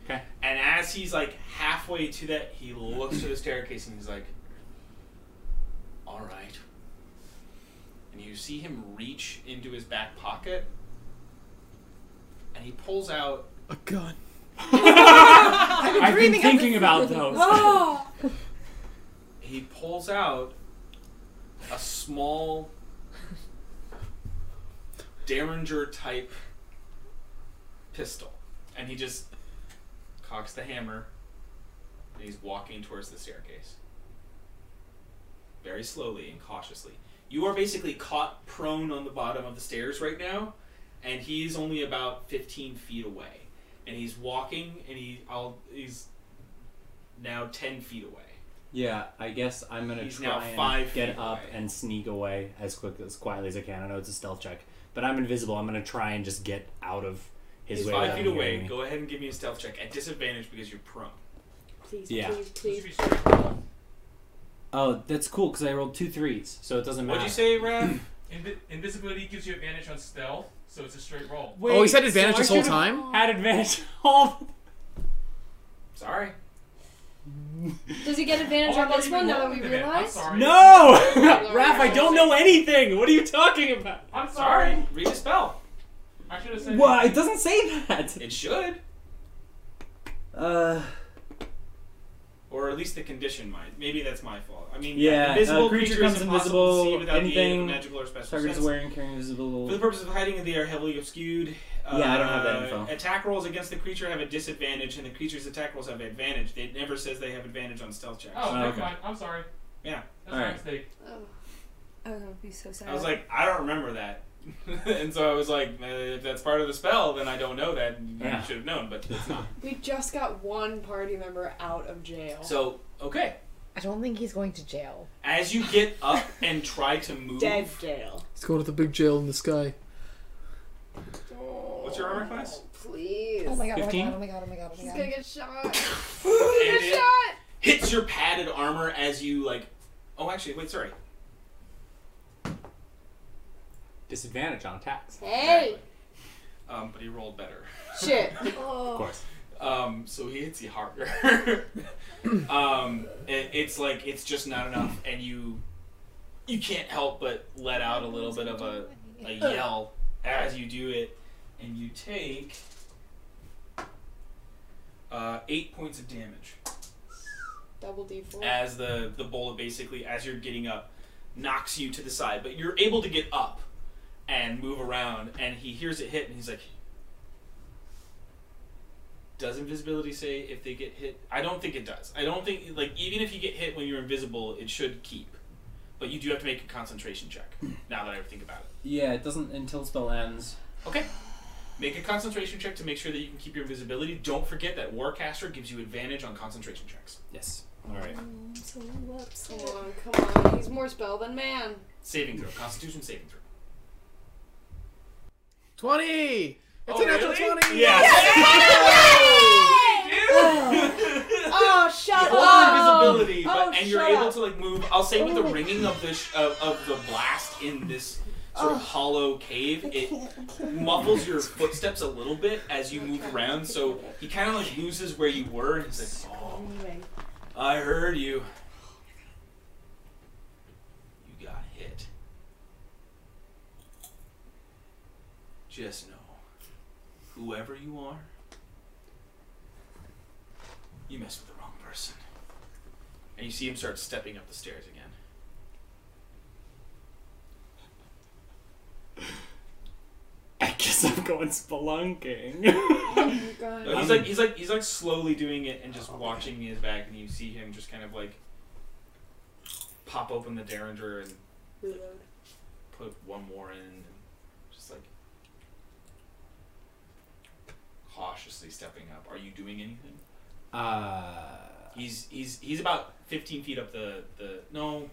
Okay.
And as he's like halfway to that, he looks to the staircase and he's like, "All right." And you see him reach into his back pocket, and he pulls out
A gun.
I've been,
dreaming of
thinking
this.
about those.
Oh!
he pulls out a small derringer type pistol and he just cocks the hammer and he's walking towards the staircase very slowly and cautiously you are basically caught prone on the bottom of the stairs right now and he's only about 15 feet away and he's walking and he I'll, he's now 10 feet away
Yeah, I guess I'm gonna
He's
try
now
and
five
get
feet
up
away.
and sneak away as quick as quietly as I can. I know it's a stealth check, but I'm invisible. I'm gonna try and just get out of his
He's
way.
five
without
feet
him
away.
hearing me.
Go ahead and give me a stealth check at disadvantage because you're prone.
Please,
Yeah.
please, please.
Oh, that's cool because I rolled two threes, so it doesn't matter.
What'd you say, Raph?
Invi- invisibility gives you advantage on stealth, so it's a straight roll.
Wait,
oh, he's had
so
advantage
I
this whole
should've
time?
Had advantage all.
Sorry.
Does he get advantage
Oh, I
on
thought
this
you
one now that
rolled
we
with it. I'm
realize?
sorry.
No, Raph, I don't know anything. What are you talking about?
I'm sorry.
Sorry. Read a spell.
I should have said.
Well, it doesn't say that.
It should.
Uh,
Or at least the condition might. Maybe that's my fault. I mean,
Yeah,
invisible
uh, creature
creature is
becomes
impossible to see
invisible,
without the aid of
anything-
magical or special
target is
sense.
aware and carrying
For the
invisible.
purpose of hiding, they are heavily obscured. Uh,
Yeah, I don't have that info.
Attack rolls against the creature have a disadvantage, and the creature's attack rolls have advantage. It never says they have advantage on stealth checks.
Oh, never
Okay.
mind. I'm sorry.
Yeah.
That's
All
my
right.
mistake.
Oh, that would be so sad.
I was like, I don't remember that. and so I was like, uh, if that's part of the spell, then I don't know that. and
Yeah.
You should have known, but it's not.
We just got one party member out of jail.
so, okay.
I don't think he's going to jail.
As you get up and try to move,
Dead jail.
Let's go to the big jail in the sky.
what's your armor class?
Please.
Oh my god,
15?
oh my god, oh my god, oh my god, oh
He's
my
gonna
god.
get shot.
And it hits your padded armor as you like. Oh, actually, wait, sorry.
Disadvantage on attacks.
Hey!
Um, but he rolled better.
Shit.
Of course.
Um, so he hits you harder. um, and it's like it's just not enough, and you you can't help but let out a little bit of a, a yell as you do it, and you take uh, eight points of damage.
Double D4.
as the the bullet basically as you're getting up knocks you to the side but you're able to get up and move around and he hears it hit and he's like does invisibility say if they get hit i don't think it does i don't think like even if you get hit when you're invisible it should keep but you do have to make a concentration check now that i think about it
Yeah, it doesn't until spell ends.
okay make a concentration check to make sure that you can keep your invisibility don't forget that warcaster gives you advantage on concentration checks
Yes. All right.
so
Come
upset.
on, come on. He's more spell than man.
saving throw constitution saving throw
20! It's
Oh,
a natural
really?
20!
Yeah.
Oh, shut
Full
up!
invisibility, but,
Oh,
and you're
shut
able
up. Oh
to like move. I'll say with the ringing of the sh- of, of the blast in this sort
Oh.
of hollow cave, it muffles your footsteps a little bit as you move around. So he kind of like loses where you were, and he's like, "Oh, I heard you. You got hit. Just know, whoever you are, you messed with the wrong person. And you see him start stepping up the stairs again.
I guess I'm going spelunking.
Oh, God.
No, he's like he's like he's like slowly doing it and
Oh,
just watching his back, and you see him just kind of like pop open the derringer and
Reload.
put one more in and just like cautiously stepping up. Are you doing anything?
uh.
He's he's he's about fifteen feet up the, the no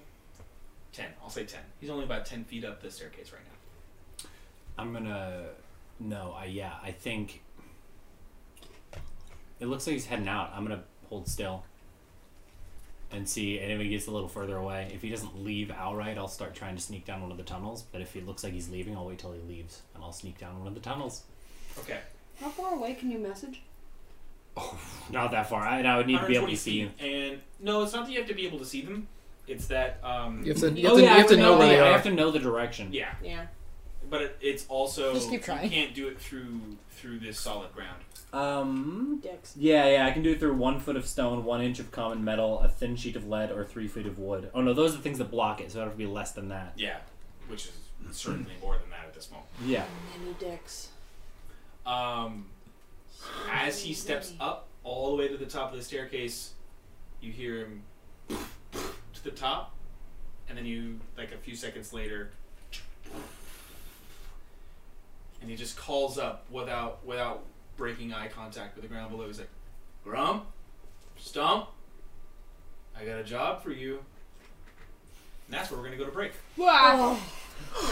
ten. I'll say ten. He's only about ten feet up the staircase right now.
I'm gonna. No, I yeah, I think. It looks like he's heading out. I'm gonna hold still. And see, and if he gets a little further away, if he doesn't leave outright, I'll start trying to sneak down one of the tunnels. But if he looks like he's leaving, I'll wait till he leaves, and I'll sneak down one of the tunnels.
Okay.
How far away can you message?
Not that far. I, and I would need to be able to
120
see you.
feet, And no, it's not that you have to be able to see them. It's that um,
You have to- you
Oh,
have to-
yeah, I
have to
would
know where
the-
they
I
are.
have to know the direction.
Yeah,
Yeah.
but it, it's also
Just keep trying.
You can't do it through through this solid ground.
Um.
Dicks.
Yeah, yeah, I can do it through one foot of stone, one inch of common metal, a thin sheet of lead, or three feet of wood. Oh no, those are the things that block it, so it'd have to be less than that.
Yeah, which is certainly more than that at this moment.
Yeah.
Many dicks.
Um, as he steps up all the way to the top of the staircase, you hear him to the top, and then you like a few seconds later, and he just calls up without without breaking eye contact with the ground below. He's like, "Grum, Stump, I got a job for you." And that's where we're gonna go to break.
Wow. No.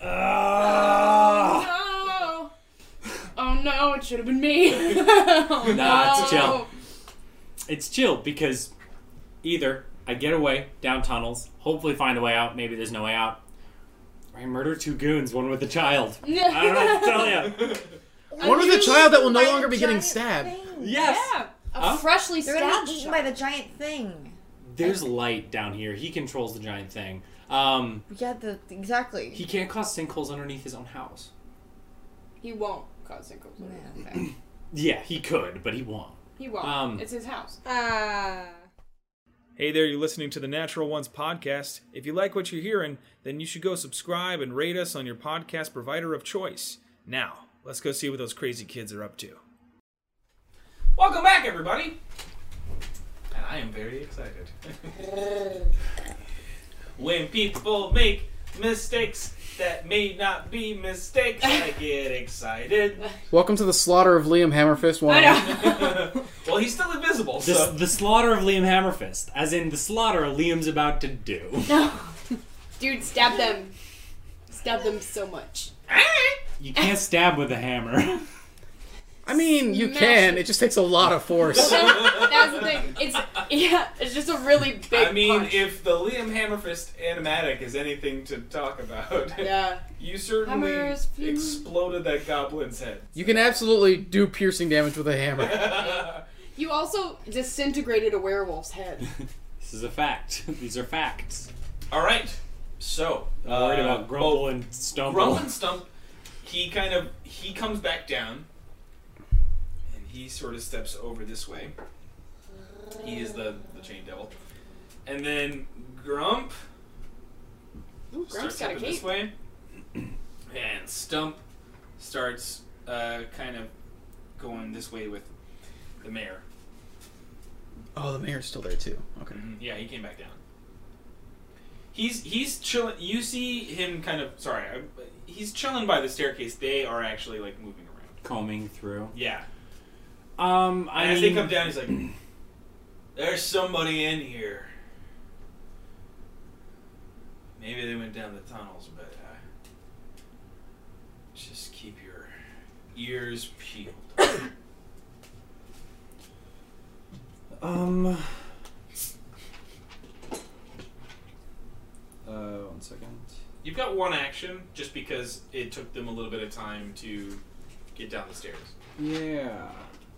Ah. No. Oh no! It should have been me. oh,
Nah, it's
no.
chill. It's chill because either I get away down tunnels, hopefully find a way out. Maybe there's no way out. Or I murder two goons, one with a child. I don't know what to tell you.
One with a child that will no longer be getting stabbed.
Yes.
Yeah.
A
Huh?
freshly
They're gonna
stabbed
be eaten
shot.
by the giant thing.
There's light down here. He controls the giant thing. Um,
Yeah, the exactly.
he can't cause sinkholes underneath his own house.
He won't cause sinkholes.
Yeah.
Okay.
Yeah, he could, but he won't.
He won't.
Um,
it's his house.
Ah.
Hey there, you're listening to the Natural Ones podcast. If you like what you're hearing, then you should go subscribe and rate us on your podcast provider of choice. Now, let's go see what those crazy kids are up to. Welcome back, everybody! And I am very excited. when people make mistakes that may not be mistakes, I get excited.
Welcome to the slaughter of Liam Hammerfist. One.
well, he's still invisible,
The,
so.
the slaughter of Liam Hammerfist, as in the slaughter Liam's about to do.
Um, Dude, stab them. Stab them so much.
You can't stab with a hammer.
I mean, you
Smash
can.
it.
It just takes a lot of force.
That's the thing. It's yeah. It's just a really big.
I mean,
punch.
if the Liam Hammerfist animatic is anything to talk about,
yeah.
you certainly
Hammers, pew.
exploded that goblin's head.
You can absolutely do piercing damage with a hammer.
You also disintegrated a werewolf's head.
this is a fact. These are facts.
All right, so
I'm worried
uh,
about Grumble
oh,
and Stumble.
Grumble and Stump. He kind of he comes back down, and he sort of steps over this way. He is the the chain devil, and then Grump
Ooh, Grump's
starts
got a
up this
cape.
way, and Stump starts uh, kind of going this way with the mayor.
Oh, the mayor's still there too. Okay.
Mhm, Yeah, he came back down. He's he's chilling. You see him kind of sorry. I, he's chilling by the staircase. They are actually like moving around.
combing through.
Yeah,
Um, I
and as
mean,
they come down, he's like, "There's somebody in here. Maybe they went down the tunnels, but uh, just keep your ears peeled."
Um. Uh, one second.
You've got one action just because it took them a little bit of time to get down the stairs.
Yeah.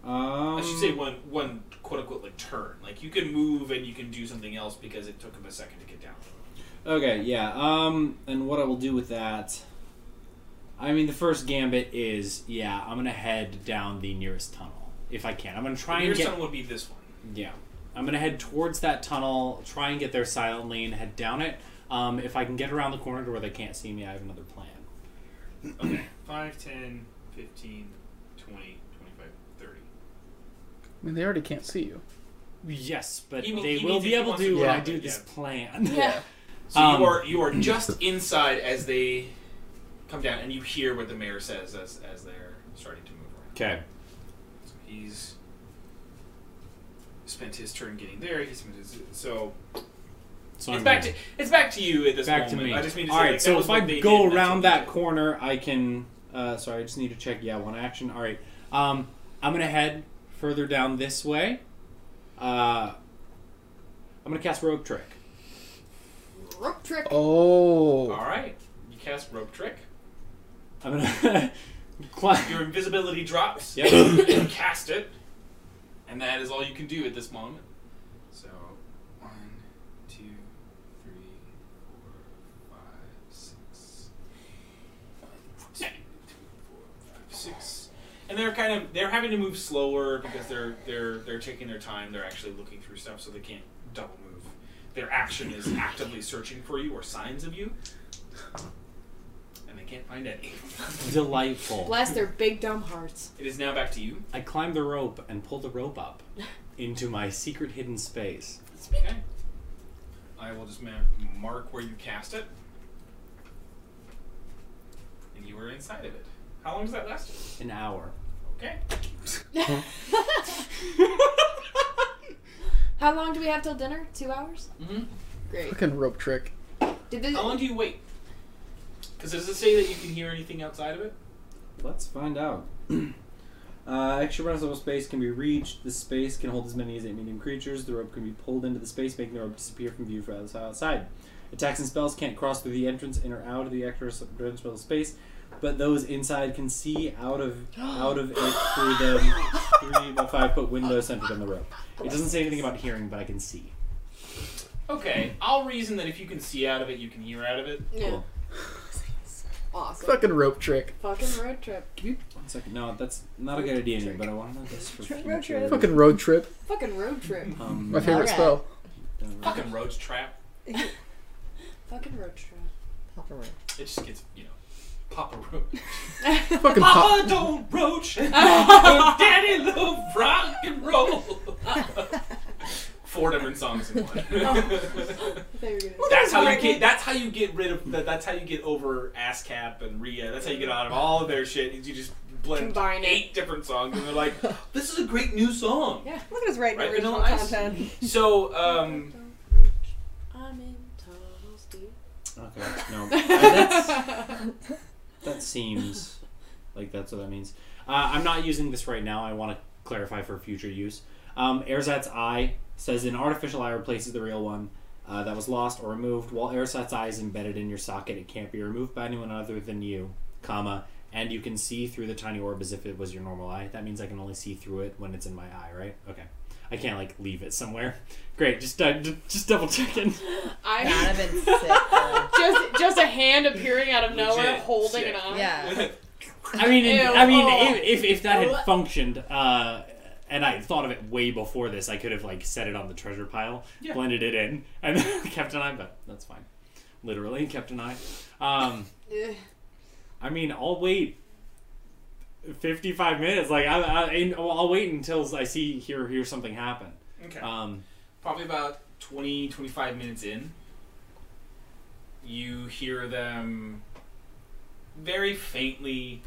Um.
I should say one one quote unquote like turn. Like you can move and you can do something else because it took him a second to get down.
Okay, yeah. Um, and what I will do with that, I mean, the first gambit is yeah, I'm gonna head down the nearest tunnel if I can. I'm gonna try
The
and
nearest
get
tunnel would be this one.
yeah. I'm gonna head towards that tunnel, try and get there silently, and head down it. Um, if I can get around the corner to where they can't see me, I have another plan.
Okay. 5, 10, 15, 20, 25, 30.
I mean, they already can't see you.
Yes, but
He mean-
they
he
will
means
be
if he
able
wants
to
to
when
go
I
out,
do
yeah.
this plan.
Yeah.
So
Um,
you are you are just inside as they come down and you hear what the mayor says as as they're starting to move around.
Okay.
So he's spent his turn getting there. He spent his so
So
it's
I'm
back
gonna-
to it's back to you at this
back to
moment.
me.
I just mean to say,
All right,
like, that
so
was
if
what
I
they
go
did, that's
around
what they
that
did.
corner, I can. Uh, sorry, I just need to check. Yeah, one action. All right, um, I'm gonna head further down this way. Uh, I'm gonna cast Rogue Trick.
Rope trick.
Oh.
All right, you cast rope trick.
I'm gonna
Your invisibility drops. you cast it, and that is all you can do at this moment. So, one, two, three, four, five, six. One, two, four, five, six. And they're kind of they're having to move slower because they're they're they're taking their time. They're actually looking through stuff, so they can't double move. Their action is actively searching for you or signs of you, and they can't find any.
Delightful.
Bless their big dumb hearts.
It is now back to you.
I climb the rope and pull the rope up into my secret hidden space.
Okay. I will just ma- mark where you cast it. And you were inside of it. How long does that last?
An hour.
Okay.
How long do we have till dinner? Two hours?
Mm-hmm.
Great.
Fucking rope trick.
Did this,
How long do you wait? Because does it say that you can hear anything outside of it?
Let's find out. Uh, extra runnable space can be reached. This space can hold as many as eight medium creatures. The rope can be pulled into the space, making the rope disappear from view for others outside. Attacks and spells can't cross through the entrance in or out of the extra dimensional space, but those inside can see out of out of it through the three by five foot window centered on the rope. It doesn't say anything about hearing, but I can see.
Okay. I'll reason that if you can see out of it, you can hear out of it.
Yeah.
Cool.
Awesome.
Fucking rope trick.
Fucking road trip.
One second. No, that's not a good idea, but I want to know this for
Trick, road
future.
Fucking road trip.
Fucking road trip.
Um, uh,
My favorite
Alright.
spell.
Fucking road trap.
Fucking road trip.
Pop a rope.
It just gets you know. Papa road.
Fucking pop.
Papa don't roach. Daddy love rock and roll. Four different songs in one.
I thought you were gonna-
That's how you get. That's how you get rid of. That, that's how you get over ASCAP and RIA. That's how you get out of all of their shit. Is you just blend
Combine it.
eight different songs, and they're like, "This is a great new song."
Yeah.
Look at us writing
Right,
original
Vanilla Ice?
content.
So, um,
I'm in tunnels deep.
Okay, no. Uh, that's, that seems like that's what that means. Uh, I'm not using this right now. I want to clarify for future use. Um, Ersatz Eye says an artificial eye replaces the real one uh, that was lost or removed. While Ersatz Eye is embedded in your socket, it can't be removed by anyone other than you, comma, and you can see through the tiny orb as if it was your normal eye. That means I can only see through it when it's in my eye, right? Okay. I can't like leave it somewhere. Great, just uh, d- just double checking.
That
I
have been sick. though.
just just a hand appearing out of nowhere,
Legit
holding
shit.
an eye.
Yeah.
I mean,
Ew,
I mean,
oh.
if, if, if that had functioned, uh, and I thought of it way before this, I could have like set it on the treasure pile,
Yeah.
blended it in, and then kept an eye. But that's fine. Literally kept an eye. Um,
Ugh.
I mean, I'll wait fifty-five minutes. Like I, I, and I'll wait until I see hear hear something happen.
okay.
Um,
probably about 20, 25 minutes in, you hear them very faintly,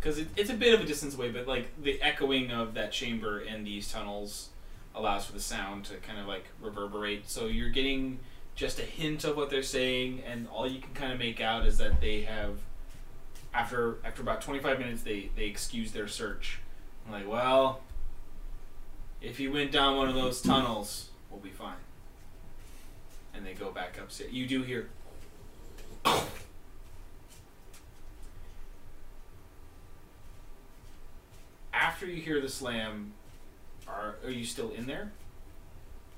because it, it's a bit of a distance away, but like the echoing of that chamber in these tunnels allows for the sound to kind of like reverberate. So you're getting just a hint of what they're saying, and all you can kind of make out is that they have. After after about twenty five minutes, they they excuse their search. I'm like, well, if you went down one of those tunnels, we'll be fine. And they go back upstairs. You do hear. After you hear the slam, are are you still in there?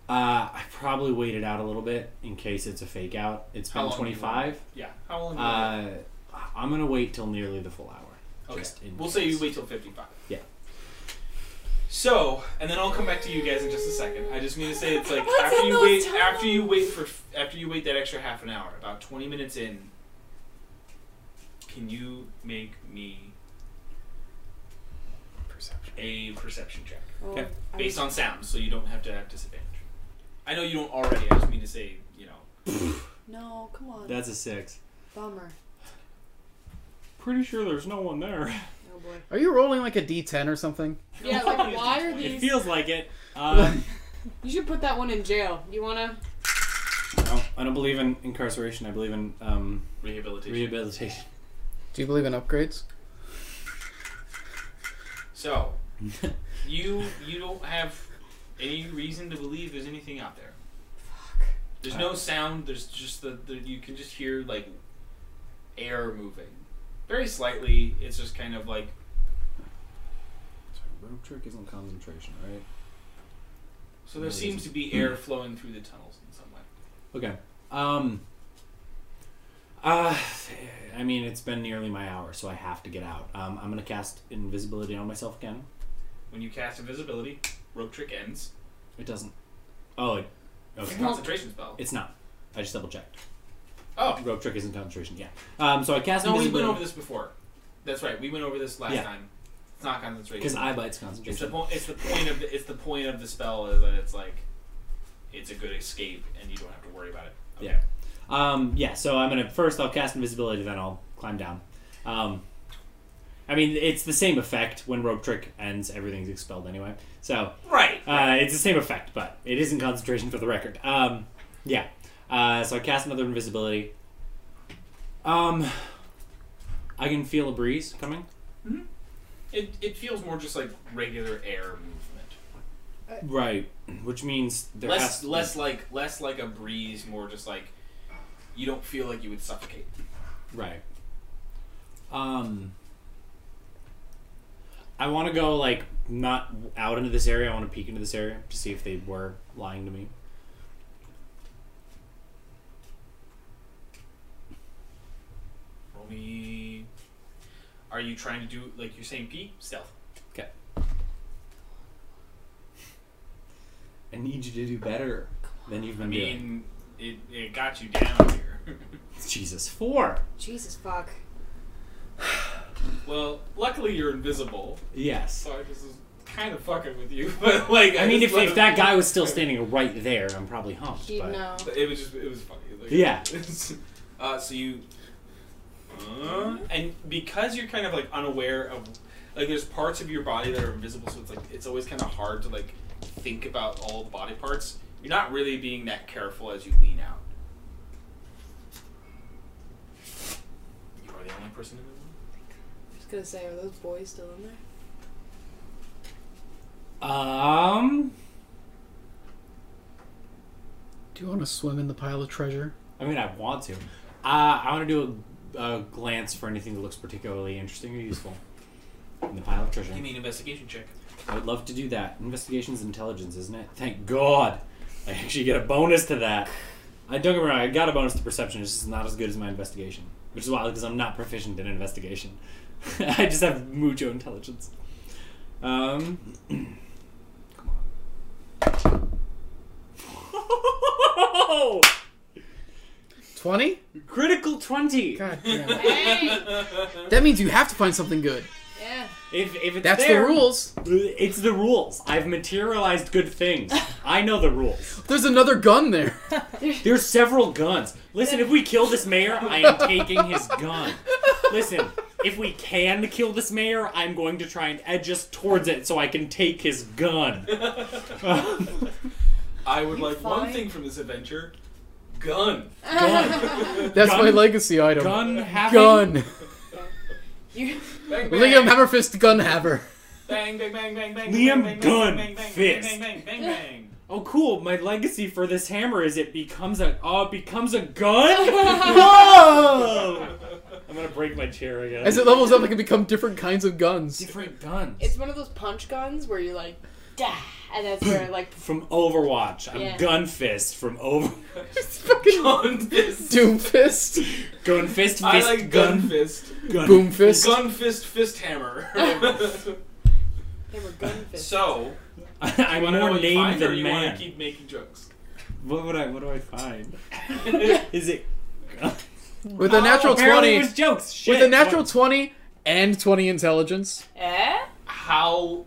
uh, I probably waited out a little bit in case it's a fake out. It's
How
been
long do you
twenty-five.
Yeah. How long? you in
Uh, I'm gonna wait till nearly the full hour.
there? okay.
just in
We'll say you
case.
wait till fifty-five.
Yeah.
So, and then I'll come back to you guys in just a second. I just need to say it's like
What's
after
in
you
those
wait, after you wait for, after you wait that extra half an hour, about twenty minutes in. Can you make me
Perception.
a perception check
Oh,
Okay.
I-
based on sound, so you don't have to have disadvantage? I know you don't already. I just mean to say, you know,
No, come on.
That's a six.
Bummer.
Pretty sure there's no one there.
Oh boy.
Are you rolling like a D10 or something?
Yeah, like why are
It
these?
feels like it. Uh,
You should put that one in jail. You wanna?
no, I don't believe in incarceration. I believe in um,
rehabilitation.
rehabilitation.
Do you believe in upgrades?
So, you you don't have any reason to believe there's anything out there. There's no sound. There's just the, the you can just hear like air moving. very slightly. It's just kind of like
Rope trick isn't concentration, right?
so. There
No, it
seems to
isn't.
be air flowing through the tunnels in some way.
Okay. Um. Uh, I mean, it's been nearly my hour, so I have to get out. Um, I'm gonna cast invisibility on myself again.
When you cast invisibility, rope trick ends.
It doesn't. Oh, it.
It's
Okay.
a concentration spell.
It's not. I just double checked.
Oh.
Rope trick isn't concentration. Yeah. Um. So I cast
no, we went
invisibility.
over this before. That's right. We went over this last
Yeah.
time. It's not concentration.
Because eye bite's
It's the
concentration.
point. It's the point of the. It's the point of the spell is that it's like, it's a good escape, and you don't have to worry about it.
Yeah. Um, yeah. So I'm gonna first I'll cast invisibility, then I'll climb down. Um, I mean, it's the same effect when rope trick ends; everything's expelled anyway. So
Right,
uh, it's the same effect, but it isn't concentration for the record. Um, yeah. Uh, so I cast another invisibility. Um, I can feel a breeze coming.
It, it feels more just like regular air movement.
Right, which means there has
Uh, less
to
less like less like a breeze, more just like you don't feel like you would suffocate.
Right. Um. I want to go like not out into this area. I want to peek into this area to see if they were lying to me.
Roll me. Are you trying to do like you're saying pee stealth?
Okay. I need you to do better than you've
I
been doing.
mean, it, it got you down here.
Jesus, four.
Jesus fuck.
well, luckily you're invisible,
Yes.
so I just was kind of fucking with you. But like,
I mean,
just
if,
let
if
it-
that guy was still standing right there, I'm probably humped.
He'd
but-
know.
it was just it was funny. Like,
Yeah.
uh, so you, uh, and because you're kind of like unaware of, like there's parts of your body that are invisible, so it's like it's always kind of hard to like think about all the body parts. You're not really being that careful as you lean out. You are the only person in the room.
I was gonna say, are those boys still in there?
Um.
Do you want to swim in the pile of treasure?
I mean, I want to. Uh, I want to do a, a glance for anything that looks particularly interesting or useful in the pile of treasure.
Give me an investigation check.
I would love to do that. Investigation's intelligence, isn't it? Thank God. I actually get a bonus to that. I don't get me wrong, I got a bonus to perception, it's just not as good as my investigation. Which is why, because I'm not proficient in investigation. I just have mucho intelligence. Um. Come on.
Twenty?
Critical 20!
God damn. it.
Hey!
that means you have to find something good.
yeah.
If, if it's
That's
there,
the rules.
It's the rules. I've materialized good things. I know the rules.
There's another gun there.
There's several guns. Listen, if we kill this mayor, I am taking his gun. Listen, if we can kill this mayor, I'm going to try and edge us towards it so I can take his gun.
I would like one
fine?
thing from this adventure: gun.
Gun.
That's
Gun?
my legacy item.
Gun having.
Gun.
You,
Bang, bang.
Liam Hammerfist gun haver.
Bang bang bang bang bang. bang,
Liam
bang,
Gunn
bang, bang,
Fist.
Bang bang bang bang.
Oh, cool. My legacy for this hammer is it becomes a. Oh, it becomes a gun? Whoa! I'm going to break my chair again.
As it levels up, it can become different kinds of guns.
Different guns.
it's one of those punch guns where you like, dah, and that's where like,
from Overwatch. I'm
Yeah.
Gunfist from Over
Gun fist.
Doomfist.
Gunfist Fist
I like gun,
Gun
fist.
Gun
Boomfist.
Gun fist fist hammer.
they were gun fists.
so
I'm
you wanna know
more
what you
named
find, or
than
you
man.
want to keep making jokes.
What would I? What do I find? Is it
With a natural
Oh, apparently it
20.
was jokes. Shit.
With a natural
What-
20 and 20 intelligence.
eh?
How
Oh,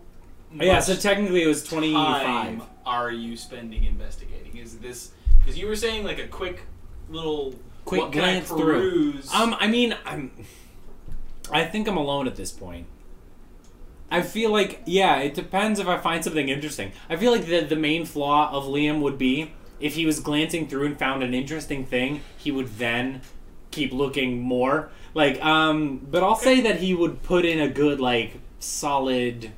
much
yeah, so technically it was
time
twenty-five.
are you spending investigating? Is this because you were saying like a quick little
Quick
what
glance
can I peruse?
through. Um, I mean, I'm. I think I'm alone at this point. I feel like yeah, it depends if I find something interesting. I feel like the the main flaw of Liam would be if he was glancing through and found an interesting thing, he would then keep looking more. Like um, but I'll say that he would put in a good like solid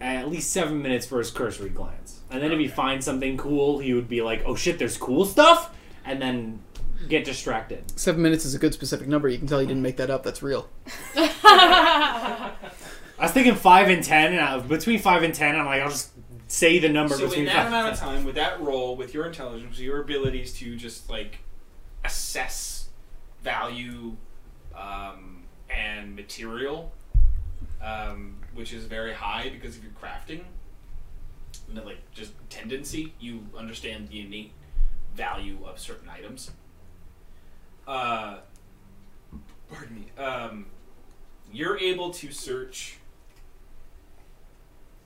at least seven minutes for his cursory glance. And then if he finds something cool, he would be like, "Oh shit, there's cool stuff," and then get distracted.
Seven minutes is a good specific number. You can tell he didn't make that up. That's real.
I was thinking five and ten, and I, between five and ten, I'm like, I'll just say the number
So in
between
that
five.
amount of time, with that roll, with your intelligence, your abilities to just like assess value um, and material, um, which is very high because of your crafting, and then, like just tendency, you understand the innate value of certain items. Uh, pardon me. Um, you're able to search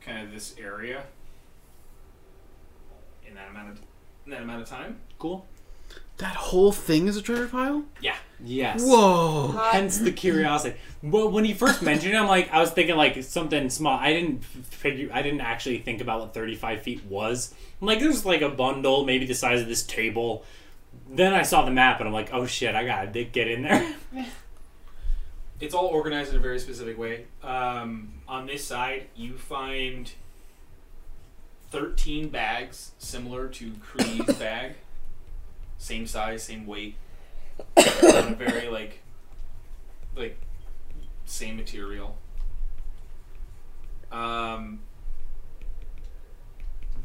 kind of this area in that amount of in that amount of time.
Cool.
That whole thing is a treasure pile.
Yeah.
Yes.
Whoa.
Hence the curiosity. Well, when you first mentioned it, I'm like, I was thinking like something small. I didn't f- figure. I didn't actually think about what 35 feet was. I'm like, there's like a bundle, maybe the size of this table. Then I saw the map, and I'm like, oh shit, I gotta dig- get in there.
It's all organized in a very specific way. Um, on this side, you find thirteen bags similar to Cree's bag, same size, same weight, on a very like like same material. Um,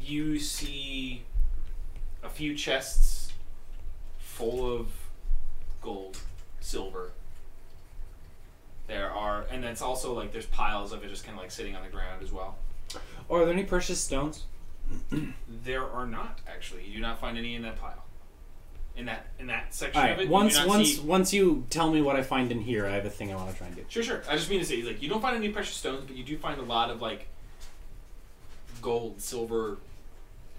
you see a few chests full of gold, silver. There are, and that's also like there's piles of it just kind of like sitting on the ground as well.
Are there any precious stones?
There are not actually. You do not find any in that pile. In that in that section
All
of it.
right.
you do
Once
not
once
see-
once you tell me what I find in here, I have a thing I want to try and get.
Sure, sure. I just mean to say, like, you don't find any precious stones, but you do find a lot of like gold, silver,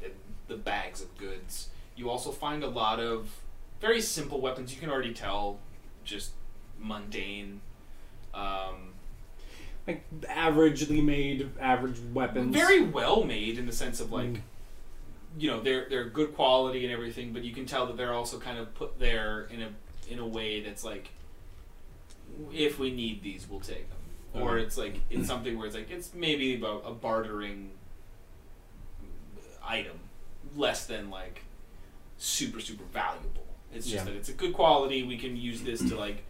and the bags of goods. You also find a lot of very simple weapons. You can already tell, just mundane, um,
Like averagely made, average weapons. Hmm.
very well made in the sense of like, you know, they're they're good quality and everything, but you can tell that they're also kind of put there in a in a way that's like, if we need these, we'll take them. Or
Okay.
it's like it's something where it's like it's maybe about a bartering item, less than like super super valuable. It's just
Yeah.
that it's a good quality. We can use this to like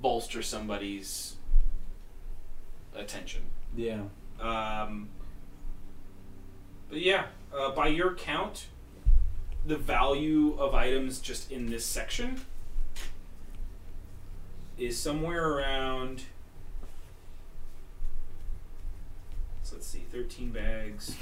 bolster somebody's attention.
Yeah.
Um, but yeah, uh, by your count, the value of items just in this section is somewhere around. So let's see, 13 bags.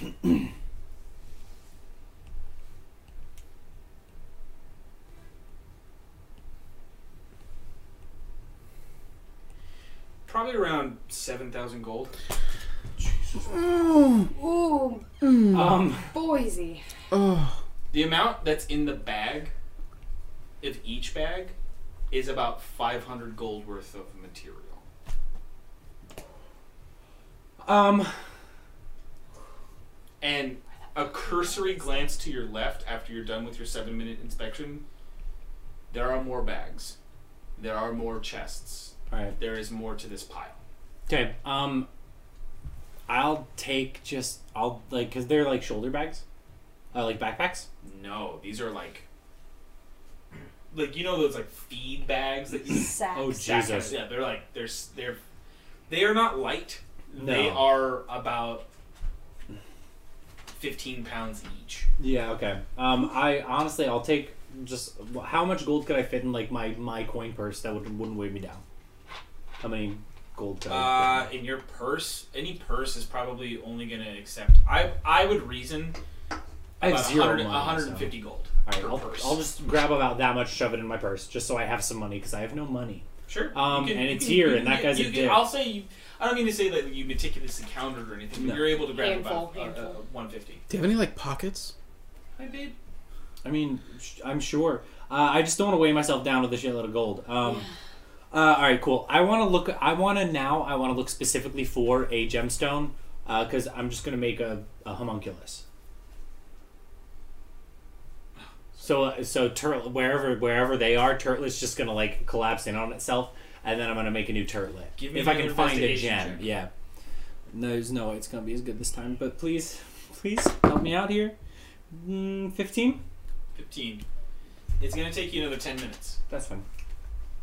Probably around 7,000 gold.
Ooh,
Um.
Boise.
The amount that's in the bag of each bag is about 500 gold worth of material.
Um.
And a cursory glance to your left after you're done with your seven minute inspection, there are more bags. There are more chests.
All right.
There is more to this pile.
Okay. Um, I'll take just I'll like because they're like shoulder bags, uh, like backpacks.
No, these are like. Like you know those like feed bags that you
Sacks.
Oh,
Sack-
Jesus.
Yeah, they're like they're s- they're they are not light.
No.
They are about fifteen pounds each.
Yeah. Okay. Um, I honestly I'll take just how much gold could I fit in like my my coin purse that would wouldn't weigh me down. How many gold? Could I
Uh, in your purse, any purse is probably only going to accept. I I would reason
I have
about
zero
100
money,
150 gold
All right,
per
I'll,
purse.
I'll just grab about that much, shove it in my purse, just so I have some money because I have no money.
Sure.
Um,
You can-
and
you
it's
can-
here,
you
and that
can-
guy's
you
a
can-
dick.
I'll say you. I don't mean to say that you meticulously counted or anything, but
No.
you're able to grab about
Handful,
uh,
handful.
Uh, 150.
Do you have any like pockets?
Hi, babe.
I mean, sh- I'm sure. Uh, I just don't want to weigh myself down with a shitload of gold. Um, uh, all right, cool. I want to look. I want to now. I want to look specifically for a gemstone because I'm just gonna make a, a homunculus. So uh, so turtle wherever wherever they are, turtlet's just gonna like collapse in on itself, and then I'm gonna make a new turtlet
Give me
if I
another
can find a
investigation
gem.
check.
Yeah. No, there's no way it's gonna be as good this time. But Hmm, please, please help me out here. Fifteen.
15. It's going to take you another 10 minutes.
That's fine.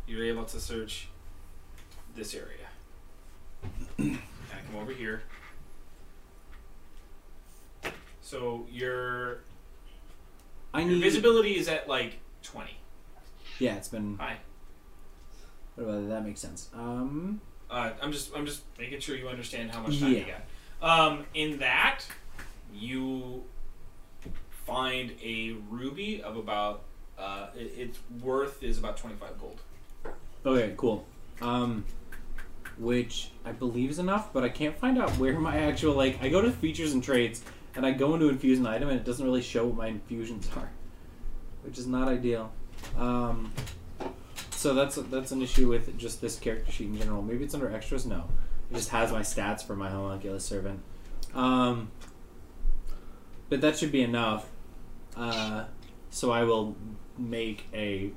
You're able to search this area. I come over here. So your
I
your
need.
visibility is at like 20.
Yeah, it's been.
Hi.
What about that? Makes sense. Um.
Uh, I'm just I'm just making sure you understand how much time you
Yeah.
got. Um, in that, you find a ruby of about uh, i its worth is about 25 gold.
Okay, cool. Um, which I believe is enough, but I can't find out where my actual like. I go to features and traits, and I go into infuse an item, and it doesn't really show what my infusions are, which is not ideal. Um, so that's that's an issue with just this character sheet in general. Maybe it's under extras. No, it just has my stats for my homunculus servant. Um, but that should be enough. Uh, so I will make a.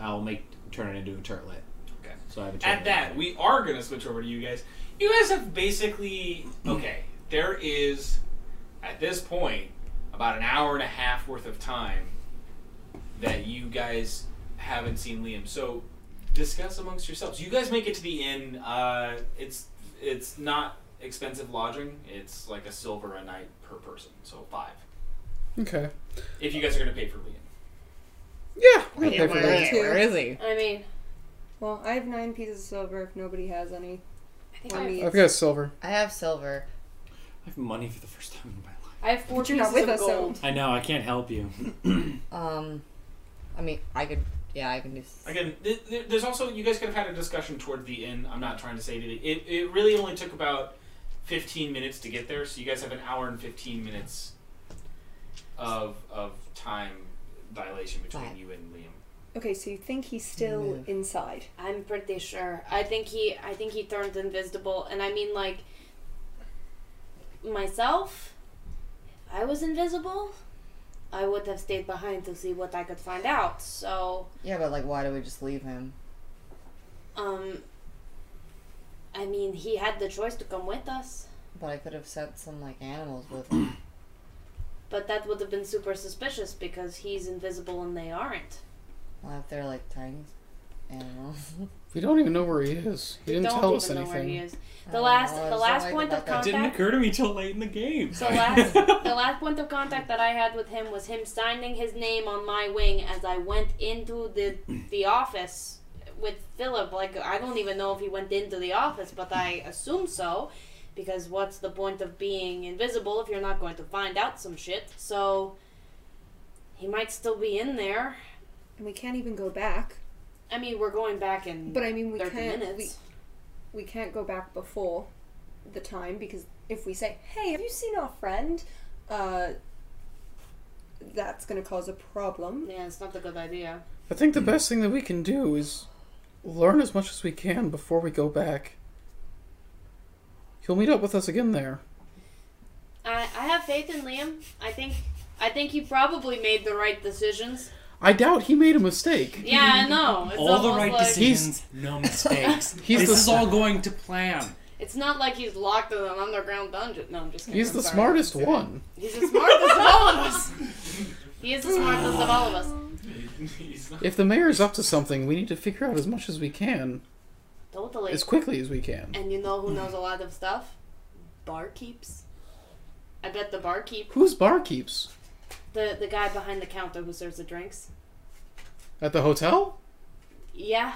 I'll make turn it into a turtlet.
Okay.
So I have a turtlet.
At that, we are gonna switch over to you guys. You guys have basically okay. There is at this point about an hour and a half worth of time that you guys haven't seen Liam. So discuss amongst yourselves. You guys make it to the inn. Uh, it's it's not expensive lodging. It's like a silver a night per person, so five.
Okay.
If you guys are gonna pay for Liam.
Yeah. we're gonna pay for
where-
that.
where is
he?
I mean,
Well, I have nine pieces of silver if nobody has any. I
think
on
I-
me.
I've got silver.
I have silver.
I have money for the first time in my life.
I have four
But you're not
pieces
with
of
us, so-
gold.
I know. I can't help you.
Um, I mean, I could. Yeah, I can do.
Again, th- th- there's also you guys could have had a discussion toward the end. I'm not trying to say that it, it. It really only took about 15 minutes to get there, so you guys have an hour and 15 minutes of of time dilation between
Right.
you and Liam.
Okay, so you think he's still inside?
I'm pretty sure. I think he I think he turned invisible and I mean like myself if I was invisible, I would have stayed behind to see what I could find out. So,
Yeah, but like, why do we just leave him?
um I mean, he had the choice to come with us,
But I could have sent some like animals with him.
but that would have been super suspicious because he's invisible and they aren't.
well, if they're like tiny animals.
We don't even know where he is. He didn't
Don't
tell
even
us
know where he
anything.
is.
I
The
don't
last
know, I
the
just don't
last
like
point
about
of
that.
contact
Didn't occur to me till late in the game.
The last, the last point of contact that I had with him was him signing his name on my wing as I went into the the office with Philip. Like I don't even know if he went into the office, but I assume so, because what's the point of being invisible if you're not going to find out some shit? So he might still be in there.
And we can't even go back.
I mean, we're going back in
But I mean, we
30
can't.
minutes.
We, we can't go back before the time because if we say, "Hey, have you seen our friend?" Uh, that's going to cause a problem.
yeah, it's not a good idea.
I think the best thing that we can do is learn as much as we can before we go back. He'll meet up with us again there.
I I have faith in Liam. I think I think he probably made the right decisions.
I doubt he made a mistake.
Yeah, I know. It's
all the
almost
right
like,
decisions, no mistakes.
He's
this
the-
is all going to plan.
It's not like he's locked in an underground dungeon. No, I'm just kidding.
He's
I'm
the
sorry.
smartest one.
He's the smartest of all of us. He is the smartest of all of us.
He's not-
If the mayor's up to something, we need to figure out as much as we can,
Totally.
as quickly as we can.
And you know who knows a lot of stuff? Barkeeps. I bet the barkeep,
Who's barkeeps?
the the guy behind the counter who serves the drinks.
At the hotel?
Yeah.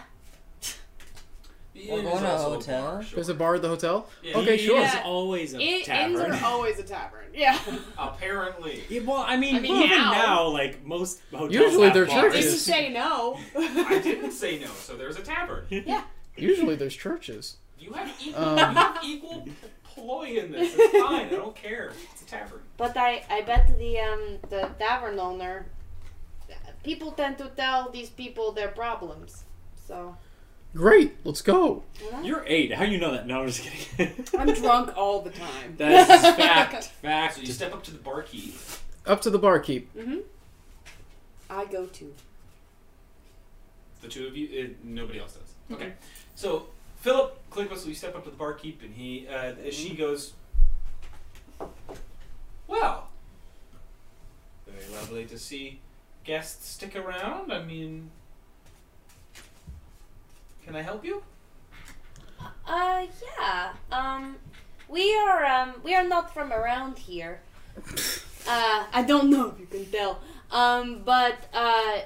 The
We're
inn
going
is
to a
also a
hotel?
bar, sure.
There's a bar at the hotel?
Yeah.
Okay,
He
sure.
is
Yeah.
always a
It, inns
tavern.
are always a tavern. Yeah.
Apparently,
Yeah, well, I mean,
I mean,
even
now-
now, like most hotels
Usually
have
they're
bars.
Did you
churches.
say no?
I didn't say no, so there's a tavern.
Usually there's churches.
You have equal,
Um.
you have equal ploy in this. It's fine. I don't care. It's a tavern.
But I, I bet the um the tavern owner people tend to tell these people their problems. So
Great, let's go.
You're eight. How you know that? No, I'm just kidding.
I'm drunk all the time.
That is fact. Fact.
So you step up to the barkeep.
Up to the barkeep.
hmm I go to.
The two of you, uh, nobody else does. Okay. So Philip Clickwhistle, you step up to the barkeep, and he, uh, she goes, "Well, very lovely to see guests stick around. I mean, can I help you?
Uh, yeah. Um, we are um, we are not from around here. Uh, I don't know if you can tell. Um, but uh,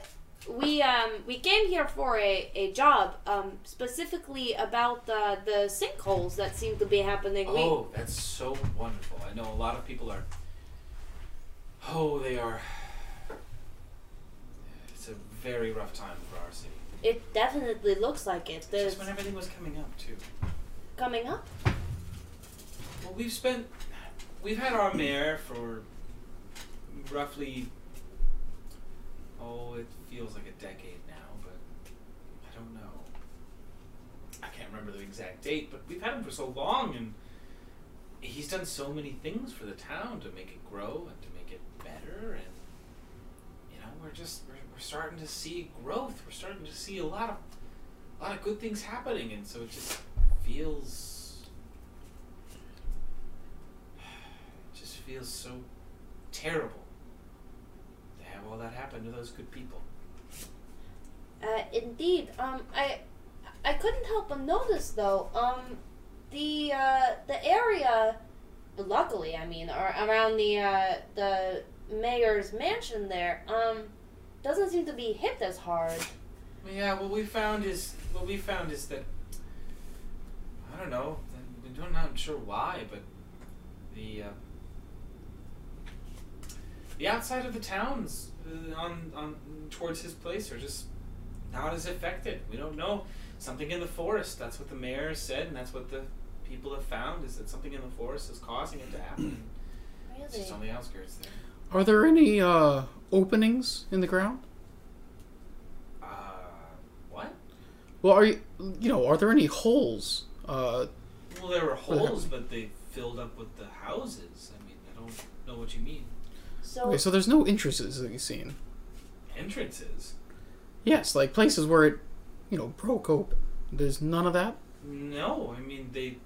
we um we came here for a, a job um specifically about uh, the sinkholes that seem to be happening.
Oh, that's so wonderful. I know a lot of people are. Oh, they are. It's a very rough time for our city.
We, it definitely looks like it. There's
Just when everything was coming up, too.
coming up.
Well, we've spent. We've had our mayor for roughly. Oh, it feels like a decade now, but I don't know. I can't remember the exact date, but we've had him for so long, and he's done so many things for the town to make it grow and to make it better, and you know, we're just we're, we're starting to see growth. We're starting to see a lot of a lot of good things happening, and so it just feels it just feels so terrible to have all that happen to those good people.
Uh, indeed. Um, I, I couldn't help but notice though. Um, the uh, the area, luckily, I mean, or around the uh, the mayor's mansion there, um, doesn't seem to be hit as hard.
Yeah, what we found is what we found is that I don't know. I- I'm not sure why, but the uh, the outside of the towns uh, on on towards his place are just not as affected. We don't know something in the forest. That's what the mayor said, and that's what the people have found is that something in the forest is causing it to happen. It's just on the outskirts there.
Are there any uh, openings in the ground?
Uh, what?
Well, are you, you know, are there any holes? Uh,
Well, there were
What
holes, but they filled up with the houses. I mean, I don't know what you mean.
So,
okay, so there's no entrances that you've seen.
Entrances?
Yes, like places where it, you know, broke open. There's none of that.
No, I mean they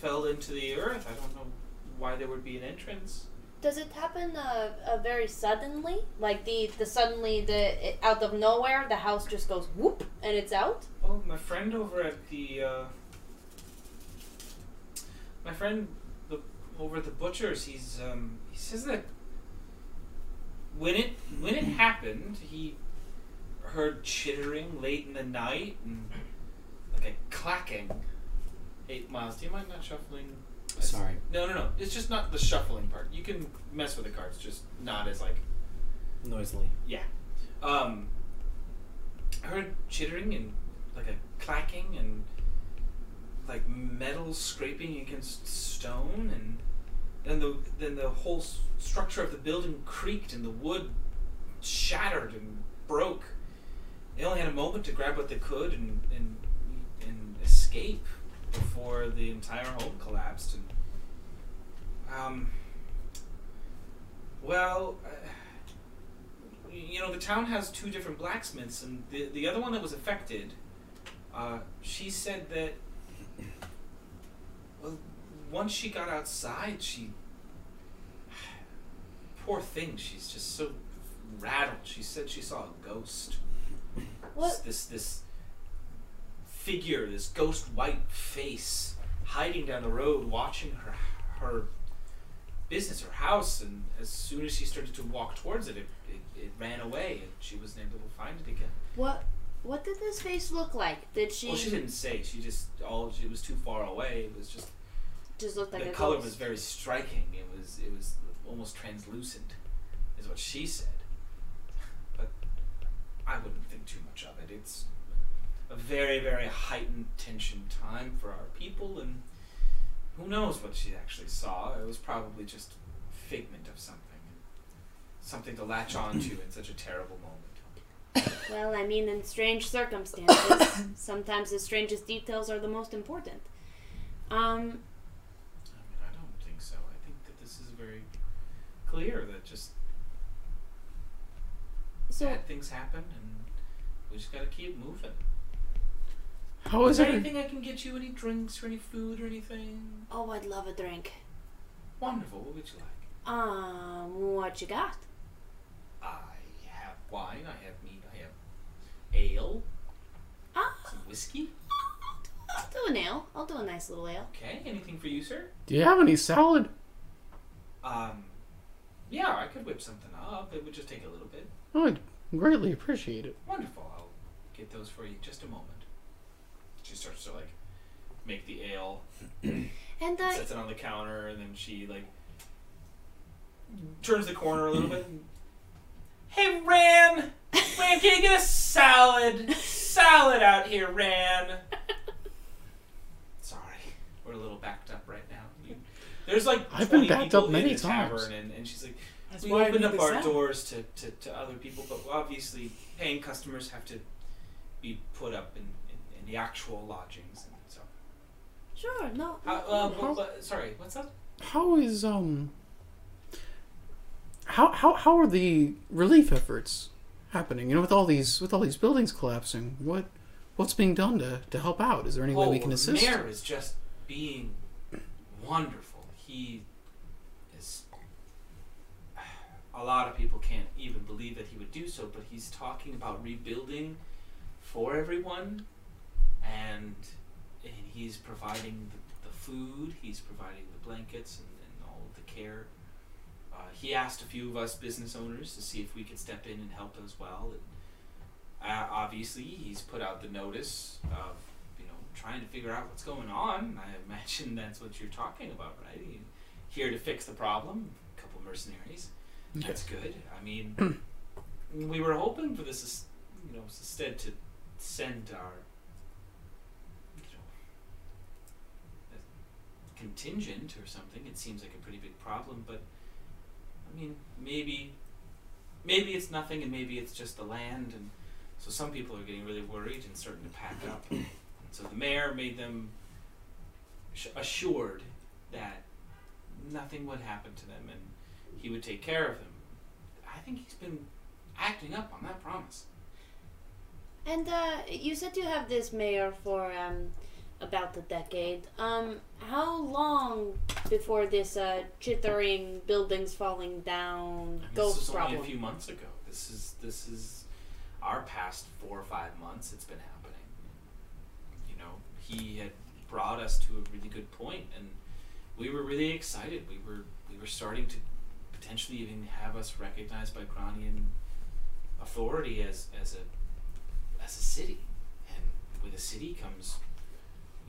fell into the earth. I don't know why there would be an entrance.
does it happen uh, uh, very suddenly? Like the the suddenly the it, out of nowhere, the house just goes whoop and it's out.
Oh, my friend over at the uh, my friend the, over at the butcher's. He's um, he says that when it when it happened, he heard chittering late in the night and like a clacking. Eight miles. Do you mind not shuffling?
Sorry.
No, no, no. It's just not the shuffling part. You can mess with the cards, just not as like
Noisily.
yeah. Um, I heard chittering and like a clacking and like metal scraping against stone, and then the then the whole s- structure of the building creaked and the wood shattered and broke. They only had a moment to grab what they could and and and escape before the entire home collapsed. And um, well. Uh, you know, the town has two different blacksmiths, and the the other one that was affected, uh, she said that. Well, once she got outside, she. Poor thing, she's just so rattled. She said she saw a ghost.
What?
This this figure, this ghost white face, hiding down the road, watching her her business, her house, and as soon as she started to walk towards it, it, it, it ran away, and she wasn't able to find it again.
What what did this face look like? Did she,
well, she didn't say. She just all she was too far away. It was just
just look like
the
a
color
ghost?
was very striking. It was it was almost translucent, is what she said. But I wouldn't think too much of it. It's a very very heightened tension time for our people, and who knows what she actually saw? It was probably just figment of something, something to latch onto in such a terrible moment.
Well, I mean, in strange circumstances, sometimes the strangest details are the most important. Um,
I mean, I don't think so. I think that this is very clear that just
so
bad things happen, and we just gotta keep moving.
How is
there
it?
anything I can get you? Any drinks or any food or anything?
oh, I'd love a drink.
Wonderful. What would you like?
Um, what you got?
I wine. I have meat. I have ale.
Ah.
Some whiskey.
I'll do an ale. I'll do a nice little ale.
Okay. Anything for you, sir?
Do you have any salad?
Um. Yeah, I could whip something up. It would just take a little bit.
Oh, I'd greatly appreciate it.
Wonderful. I'll get those for you. in Just a moment. She starts to like make the ale,
And uh, I.
sets it on the counter, and then she like turns the corner a little bit. and, hey, Ran! Ran, can you get a salad? Salad out here, Ran. Sorry, we're a little backed up right now. You- there's like
I've been
20
backed
people
up many
in the
times.
tavern, and, and she's like,
That's
we
why I
open
need
up
the
our
salad."
doors to, to, to other people, but obviously paying customers have to be put up in, in, in the actual lodgings. And so,
Sure, no.
uh, uh, but- but- sorry, what's up?
How is um how how how are the relief efforts happening? You know, with all these with all these buildings collapsing, what what's being done to to help out? Is there any way we
Oh,
can
the
assist?
mayor is just being wonderful. He is. A lot of people can't even believe that he would do so, but he's talking about rebuilding for everyone, and and he's providing the, the food, he's providing the blankets, and, and all of the care. Uh, he asked a few of us business owners to see if we could step in and help as well, and uh, obviously he's put out the notice of you know trying to figure out what's going on. I imagine that's what you're talking about, right? You- Here to fix the problem. A couple mercenaries. That's good. I mean, we were hoping for this, is- you know, instead to send our you know, a contingent or something. It seems like a pretty big problem, but I mean, maybe maybe it's nothing and maybe it's just the land and so some people are getting really worried and starting to pack up and so the mayor made them sh- assured that nothing would happen to them and he would take care of them i think he's been acting up on that promise
And uh, you said you have this mayor for um, about a decade. Um, how long before this uh, chittering, buildings falling down,
I mean, this was
ghost
only
problem?
a few months ago this is this is our past four or five months it's been happening you know he had brought us to a really good point and we were really excited we were we were starting to potentially even have us recognized by Granian authority as as a as a city and with a city comes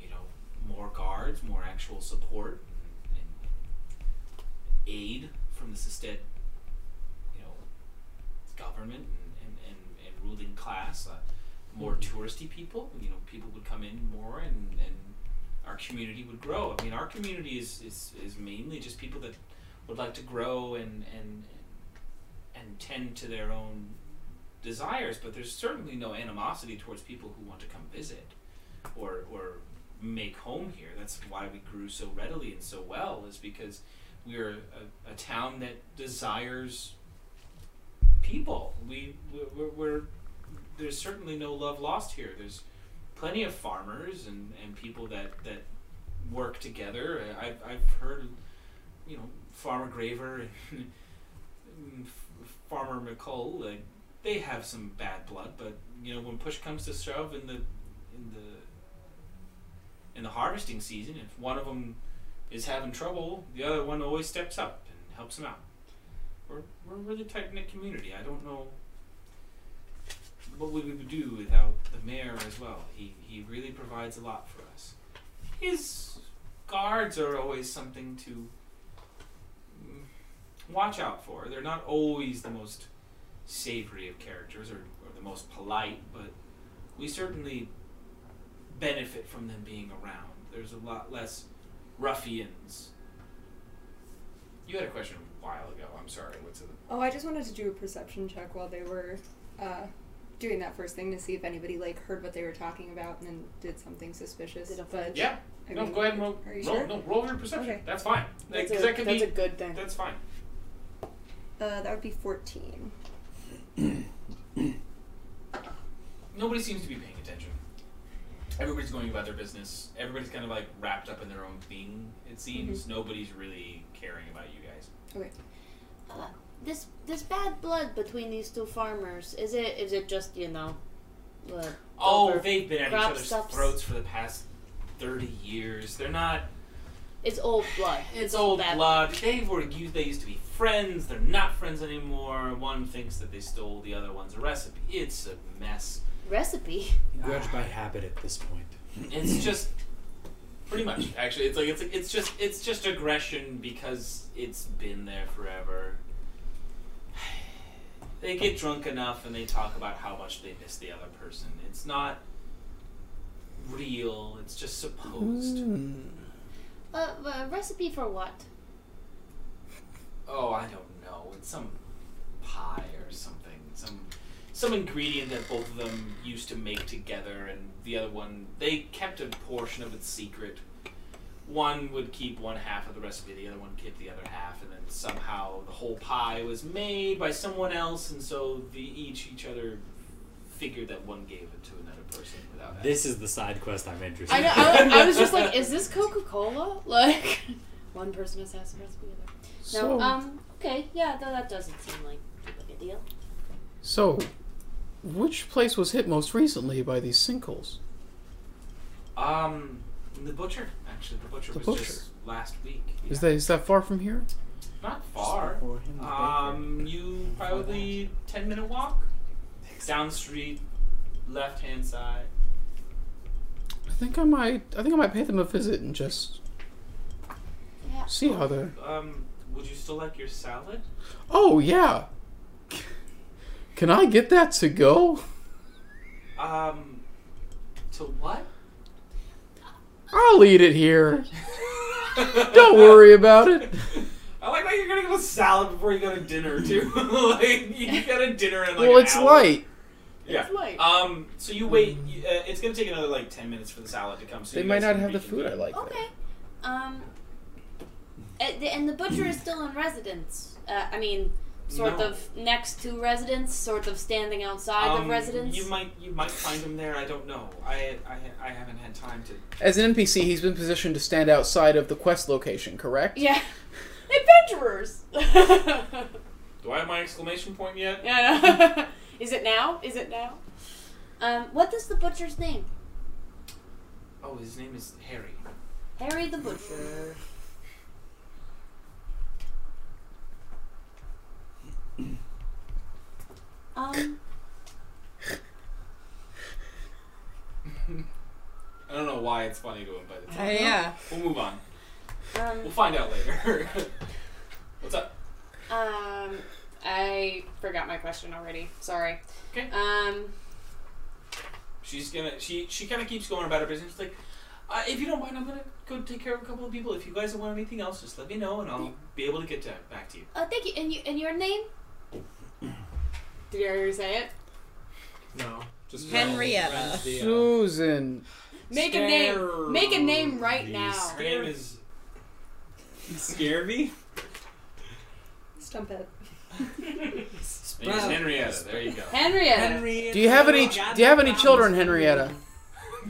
you know more guards more actual support and, and aid from the Sisted you know government and, and, and, and ruling class, uh, more touristy people. You know, people would come in more and, and our community would grow. I mean, our community is, is, is mainly just people that would like to grow and, and, and tend to their own desires, but there's certainly no animosity towards people who want to come visit or, or make home here. That's why we grew so readily and so well, is because we're a, a town that desires people. We we're, we're, we're there's certainly no love lost here. There's plenty of farmers and, and people that, that work together. I, I've I've heard, you know, Farmer Graver and F- Farmer McColl. Like they have some bad blood, but you know when push comes to shove in the in the in the harvesting season, if one of them is having trouble, the other one always steps up and helps him out we're, we're a really tight knit community. I don't know what we would do without the mayor as well. He he really provides a lot for us. His guards are always something to mm, watch out for. They're not always the most savory of characters or, or the most polite, but we certainly benefit from them being around. There's a lot less ruffians. You had a question a while ago. I'm sorry. What's it?
Oh, I just wanted to do a perception check while they were uh, doing that first thing to see if anybody like heard what they were talking about and then did something suspicious.
Did a
but
Yeah.
I
no,
mean,
go ahead and roll.
Are you
roll
sure?
No, roll your perception.
Okay.
That's fine. Like,
That's,
'cause
a,
that could
that's
be.
a good thing.
That's fine.
Uh, that would be fourteen.
Nobody seems to be paying attention. Everybody's going about their business. Everybody's kind of like wrapped up in their
Mm-hmm.
own thing. It seems nobody's really caring about you guys.
Okay.
Uh, this this bad blood between these two farmers is it is it just you know the
Oh,
over-
they've been at each
crop
other's
stuffs?
throats for the past thirty years. They're not.
it's old blood
It's old
bad
blood. They were used. They used to be friends. They're not friends anymore. One thinks that they stole the other one's recipe. It's a mess.
recipe
Grudge by habit at this point.
It's just pretty much actually. It's like it's it's just it's just aggression because it's been there forever. They get drunk enough and they talk about how much they miss the other person. It's not real. It's just supposed.
uh, uh, recipe for what
Oh, I don't know. It's some pie or something. Some some ingredient that both of them used to make together and the other one they kept a portion of it secret. One would keep one half of the recipe, the other one kept the other half, and then somehow the whole pie was made by someone else and so the each each other figured that one gave it to another person without
This is the side quest I'm interested
I know. I, wa- I was just like, is this Coca Cola? Like, one person has has the recipe. Other.
So,
no um okay yeah th- that doesn't seem like too big a deal
so, which place was hit most recently by these sinkholes?
Um the butcher, actually. The butcher
The
was just last week.
Is
Yeah.
that is that far from here?
Not far. Um, you probably ten minute walk down street, left hand side.
I think I might. I think I might pay them a visit and just
Yeah.
see how they're.
Um, would you still like your salad?
Oh yeah. Can I get that to go?
Um, to what?
I'll eat it here. Don't worry about it.
I like how you're gonna go salad before you go to dinner too. like you got a dinner in like
well,
an
it's
hour.
light.
Yeah.
It's light.
Um, so you wait. you- Uh, it's gonna take another like ten minutes for the salad to come. So
They
you
might
guys
not
can
have the
reconvene.
food I like. there.
okay um and the, and the butcher is still in residence uh, I mean sort
No.
of next to residence sort of standing outside
Um,
of residence
You might you might find him there. I don't know. I I, I haven't had time to
As an NPC, he's been positioned to stand outside of the quest location, correct?
Yeah. Adventurers! yeah,
Do I have my exclamation point yet?
I know. is it now? Is it now?
um what is the butcher's name
Oh, his name is Harry.
Harry the butcher um
I don't know why it's funny to him, but it's
Hey, Uh, yeah.
we'll move on.
um
We'll find out later. What's up?
Um, I forgot my question already. Sorry.
Okay.
Um,
She's gonna. She she kind of keeps going about her business. She's like, uh, if you don't mind, I'm gonna go take care of a couple of people. If you guys want anything else, just let me know, and I'll be able to get to, back to you.
oh thank you and you and your name
did you already say it?
No. Just
Henrietta.
friends, the, uh,
Susan.
Make a name. Make a name right now.
Her name is
Scary?
Stump it.
his name is
Wow.
Henrietta. There you go.
Henrietta.
Do you have any? Do you have any children, Henrietta?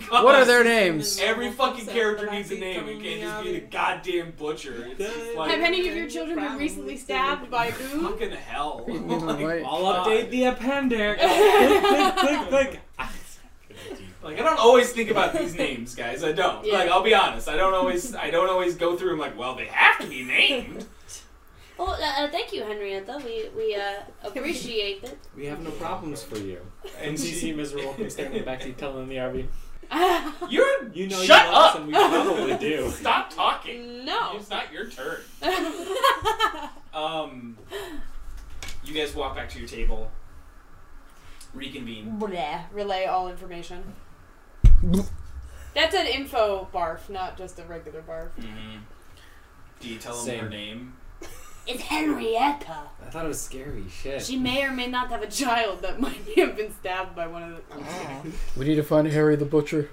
What are their names?
Every fucking character needs a name. You can't just be the goddamn butcher. It's just
Have
like
any of your children been recently stabbed by boo?
fucking hell.
You know,
Like,
like-
I'll update the appendix. click, click, click, click.
Like I don't always think about these names, guys. I don't.
Yeah.
Like I'll be honest, I don't always. I don't always go through. and like, well, they have to be named.
oh uh, uh, thank you Henrietta we we uh, appreciate it
We have no problems for you.
And
NCC miserable from standing back to telling the RV.
You're
You know
Shut
you
up!
love us and we probably do.
stop talking.
no.
It's not your turn. Um, you guys walk back to your table. Reconvene.
Bleh. Relay all information. That's an info barf, not just a regular barf.
Mm-hmm. Do you tell them
Same.
her name?
it's Henrietta
I thought it was scary. Shit.
she may or may not have a
A child that might have been stabbed by one of the.
Oh.
We need to find Harry the Butcher.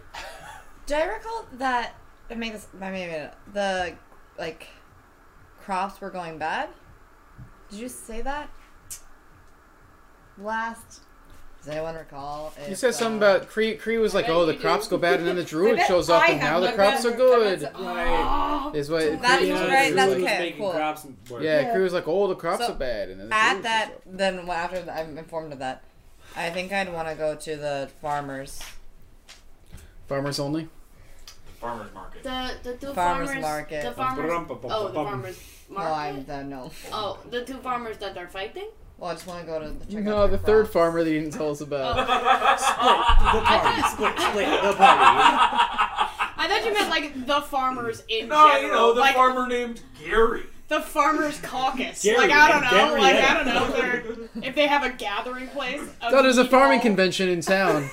Do I recall that? I mean, this, I mean, the like crops were going bad. Did you say that last Does anyone recall?
You
if,
said something
uh,
about Cree. Cree was like, "Oh, the crops go bad," and then the druid
bet
shows up,
I
and
have
now the
my
crops are
best
good.
Right.
Is what
That
Cree
is
was-
right, that's
was-
okay, cool.
Yeah, Cree was like, "Oh, the crops
So,
are bad," and then the
At
druid-
that, then well, after that, I'm informed of that, I think I'd want to go to the farmers,
farmers only.
Farmer's market.
The the two
farmers,
farmers
market.
The farmers. Oh, the farmers market.
No, I'm the, no.
Oh, the two farmers that are fighting.
Well, I just want to go to the check
No,
out
the
their
third
crops.
farmer that you didn't tell us about.
Oh. I thought,
Split, split the party.
I thought you meant like the farmers in
No,
general,
you know the
like
farmer named Gary.
the farmers caucus.
Gary
like I don't know,
and
like
Gabrielle.
I don't know if, they're- if they have a gathering place. of
Thought there's a farming
people.
convention in town.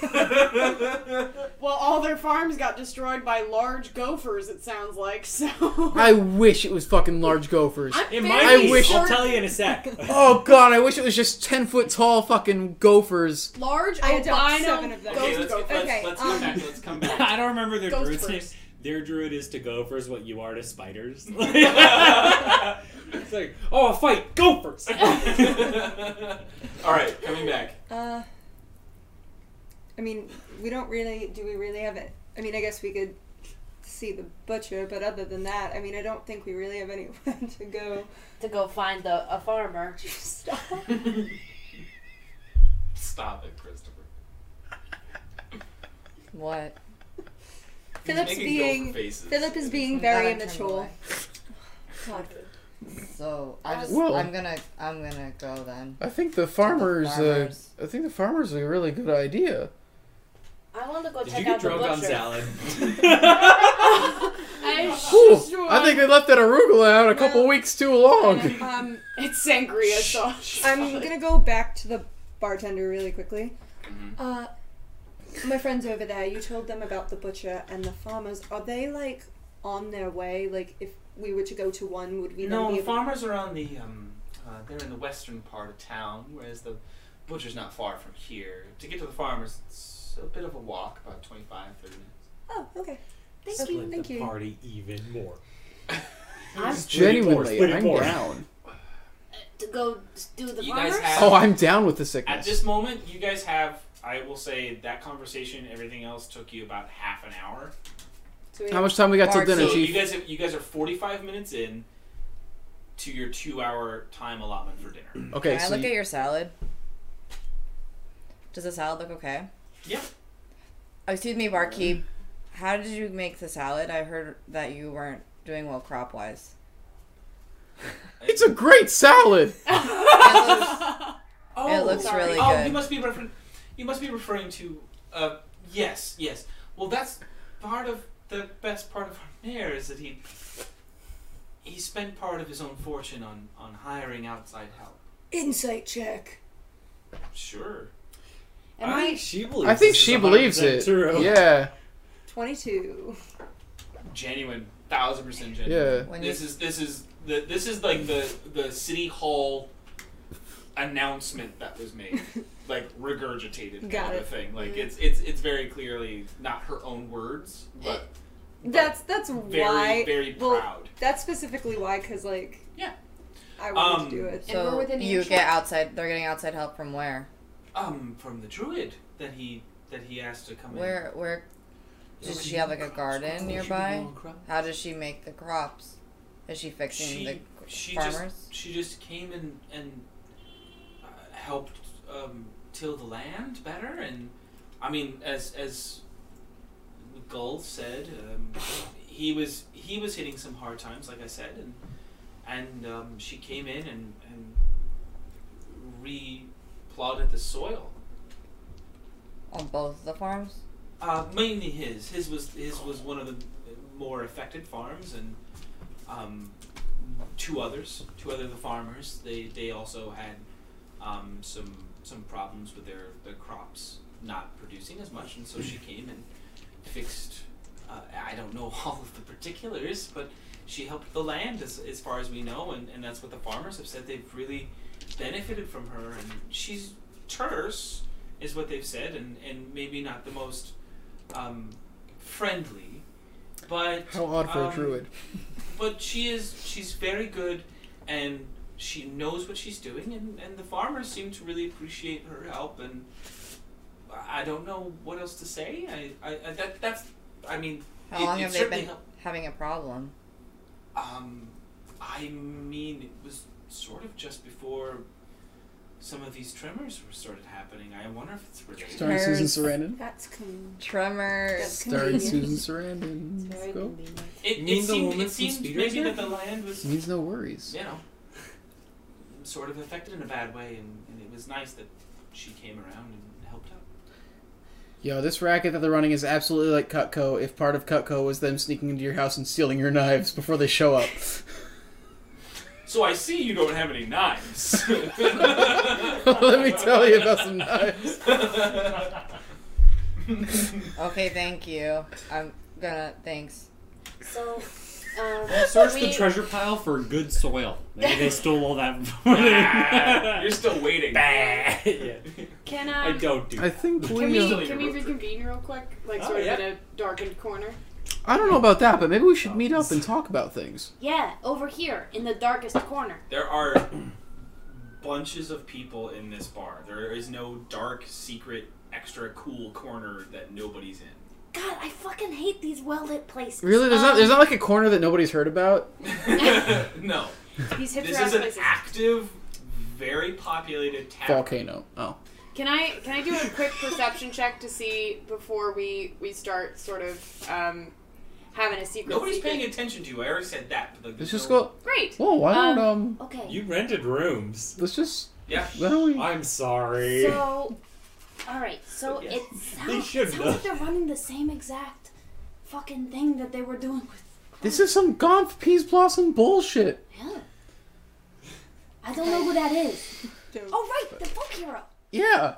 Well, all their farms got destroyed by large gophers. It sounds like so.
I wish it was fucking large gophers.
I'm
It
very
might be.
I wish-
I'll
certain-
tell you in a sec.
Oh god, I wish it was just ten foot tall fucking gophers.
large
I adopt
albino
seven of them.
Okay,
ghost
let's,
gophers.
let's,
Okay,
let's
um,
come back. Let's come back.
I don't remember their
Ghost
druid's name.
first.
Their druid is to gophers what you are to spiders. it's like, oh, I'll fight gophers.
All right, coming back.
Uh, I mean, we don't really. Do we really have it? I mean, I guess we could see the butcher, but other than that, I mean, I don't think we really have anyone to go.
to go find the, a farmer.
Stop.
Stop it, Christopher.
What?
He's
Philip's
making
being-
gopher faces.
Philip is being
I'm
very
glad I turned
immature.
away.
God.
So I just,
Well-
I'm gonna, I'm gonna go then.
I think the farmers. Uh,
farmers.
I think the farmers are a really good idea.
I want to go
Did
check
you
out
get
the
drunk on
butcher.
salad?
I'm
Ooh,
sure.
I think they left that arugula out a couple weeks too long.
Um,
It's sangria sauce.
I'm gonna go back to the bartender really quickly.
Mm-hmm.
Uh, my friends over there, you told them about the butcher and the farmers. Are they like on their way? Like, if we were to go to one, would we
No,
then be
the
able?
farmers are on the um, uh, they're in the western part of town, whereas the butcher's not far from here. To get to the farmers, it's a bit of a walk, about 25, 30 minutes.
oh, okay. Thank
Split
you. Thank
the
you.
party even more. Split it more,
Genuinely,
split it
I'm
more.
down.
to go do the
You guys
farmers.
have-
Oh, I'm down with the
At
sickness.
this moment, you guys have, I will say, that conversation, everything else took you about half an hour.
How much time we got till dinner,
so you
Chief?
guys, have, you guys are 45 minutes in to your two-hour time allotment for dinner.
Okay,
Can I
so
look
you-
at your salad? Does the salad look okay?
Yeah.
Oh, excuse me, barkeep. How did you make the salad? I heard that you weren't doing well crop wise.
it's a great salad.
Oh,
It looks
sorry.
really
oh,
good.
you must be referring. You must be referring to. Uh, yes, yes. Well, that's part of the best part of our mayor is that he he spent part of his own fortune on on hiring outside help.
Insight check.
Sure.
Am
I think
I?
she believes
I think
this is
she believes
100%
it.
True.
Yeah,
Twenty-two.
Genuine, thousand percent genuine.
yeah.
When
This is this is the this is like the the city hall announcement that was made, like regurgitated kind
Got
of
it. Mm-hmm.
thing. Like it's it's it's very clearly not her own words, but
That's that's
very
why.
very
well,
proud.
that's specifically why, cause like.
Yeah.
I wanted
Um,
to do it.
And we're
so
within
you
earshot?
get outside. They're getting outside help from where?
Um, from the druid that he that he asked to come in.
Where? Where? Does she have like a garden nearby? How does she make the crops? Is she fixing
She
the
she
farmers?
just she just came and and uh, helped um, till the land better, and I mean as as Gull said, um, he was he was hitting some hard times, like I said, and and um, she came in and and re-plotted the soil.
on both the farms?
Uh, mainly his. His was his was one of the more affected farms, and um, two others, two other of the farmers. They they also had um, some some problems with their their crops not producing as much, and so she came and fixed. Uh, I don't know all of the particulars, but she helped the land as, as far as we know, and, and that's what the farmers have said. They've really benefited from her, and she's terse, is what they've said, and, and maybe not the most um, friendly, but
How odd for
um,
a druid.
But she is she's very good, and she knows what she's doing, and, and the farmers seem to really appreciate her help, and I don't know what else to say. I, I, I that, that's, I mean,
How
it-
long
it
have they
certainly
been
helped.
having a problem?
Um, I mean, it was sort of just before some of these tremors were started happening. I wonder if it's related.
Starring Susan Sarandon.
That's cool.
Tremors.
Starring
Convenient.
Susan Sarandon. Let's go.
It,
mean
it
the
seemed,
woman
it
from
seemed
Speed
maybe
Racer?
that the land was,
He needs no worries.
you know, sort of affected in a bad way, and, and it was nice that she came around and helped out.
Yo, this racket that they're running is absolutely like Cutco. If part of Cutco was them sneaking into your house and stealing your knives before they show up.
So I see you don't have any knives.
Let me tell you about some knives.
Okay, thank you. I'm gonna thanks.
So,
Uh,
um,
Search
we-
the treasure pile for good soil. Maybe they stole all that.
Ah, You're still waiting.
Bah. yeah.
Can
I
um,
don't do
I
that.
think
Can
we.
we,
uh,
Usually
can we
you're real
reconvene real quick? Like,
Oh,
sort of
yeah.
in a darkened corner?
I don't know about that, but maybe we should meet up and talk about things.
Yeah, over here in the darkest corner.
There are bunches of people in this bar. There is no dark, secret, extra cool corner that nobody's in.
God, I fucking hate these well lit places.
Really, there's not
Um,
there's not like a corner that nobody's heard about.
no.
These hipster
This
ass
is an
places.
active, very populated town.
Volcano. Oh,
Can I can I do a quick perception check to see before we we start sort of um, having a secret?
Nobody's
secret?
paying attention to you. I already said that. But like,
let's
there's
just
no-
go.
Great.
Well, why don't
Um,
um?
Okay.
You rented rooms.
Let's just.
Yeah.
Why don't we?
I'm sorry.
So, all right. So
Yes.
it sounds,
should
sounds
know.
like they're running the same exact fucking thing that they were doing with.
This is some Gonf Peas Blossom bullshit.
Yeah. I don't know who that is.
Don't.
Oh right, the folk hero.
Yeah,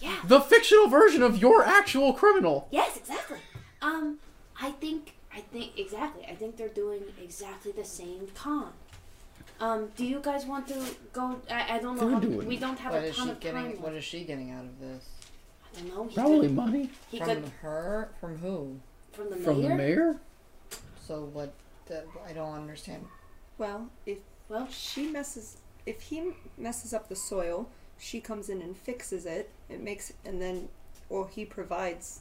Yeah.
the fictional version of your actual criminal.
Yes, exactly. Um, I think I think exactly. I think they're doing exactly the same con. Um, do you guys want to go? I, I don't know.
They're
How,
doing-
we don't have
What
a
is
ton
she
of time.
getting?
left.
What is she getting out of this?
I don't know. He
Probably
could,
money
he
from
could
her? From who?
from the
from
mayor.
the mayor.
So what? The, I don't understand.
Well, if
Well,
she messes, if he messes up the soil, she comes in and fixes it. It makes and then, or he provides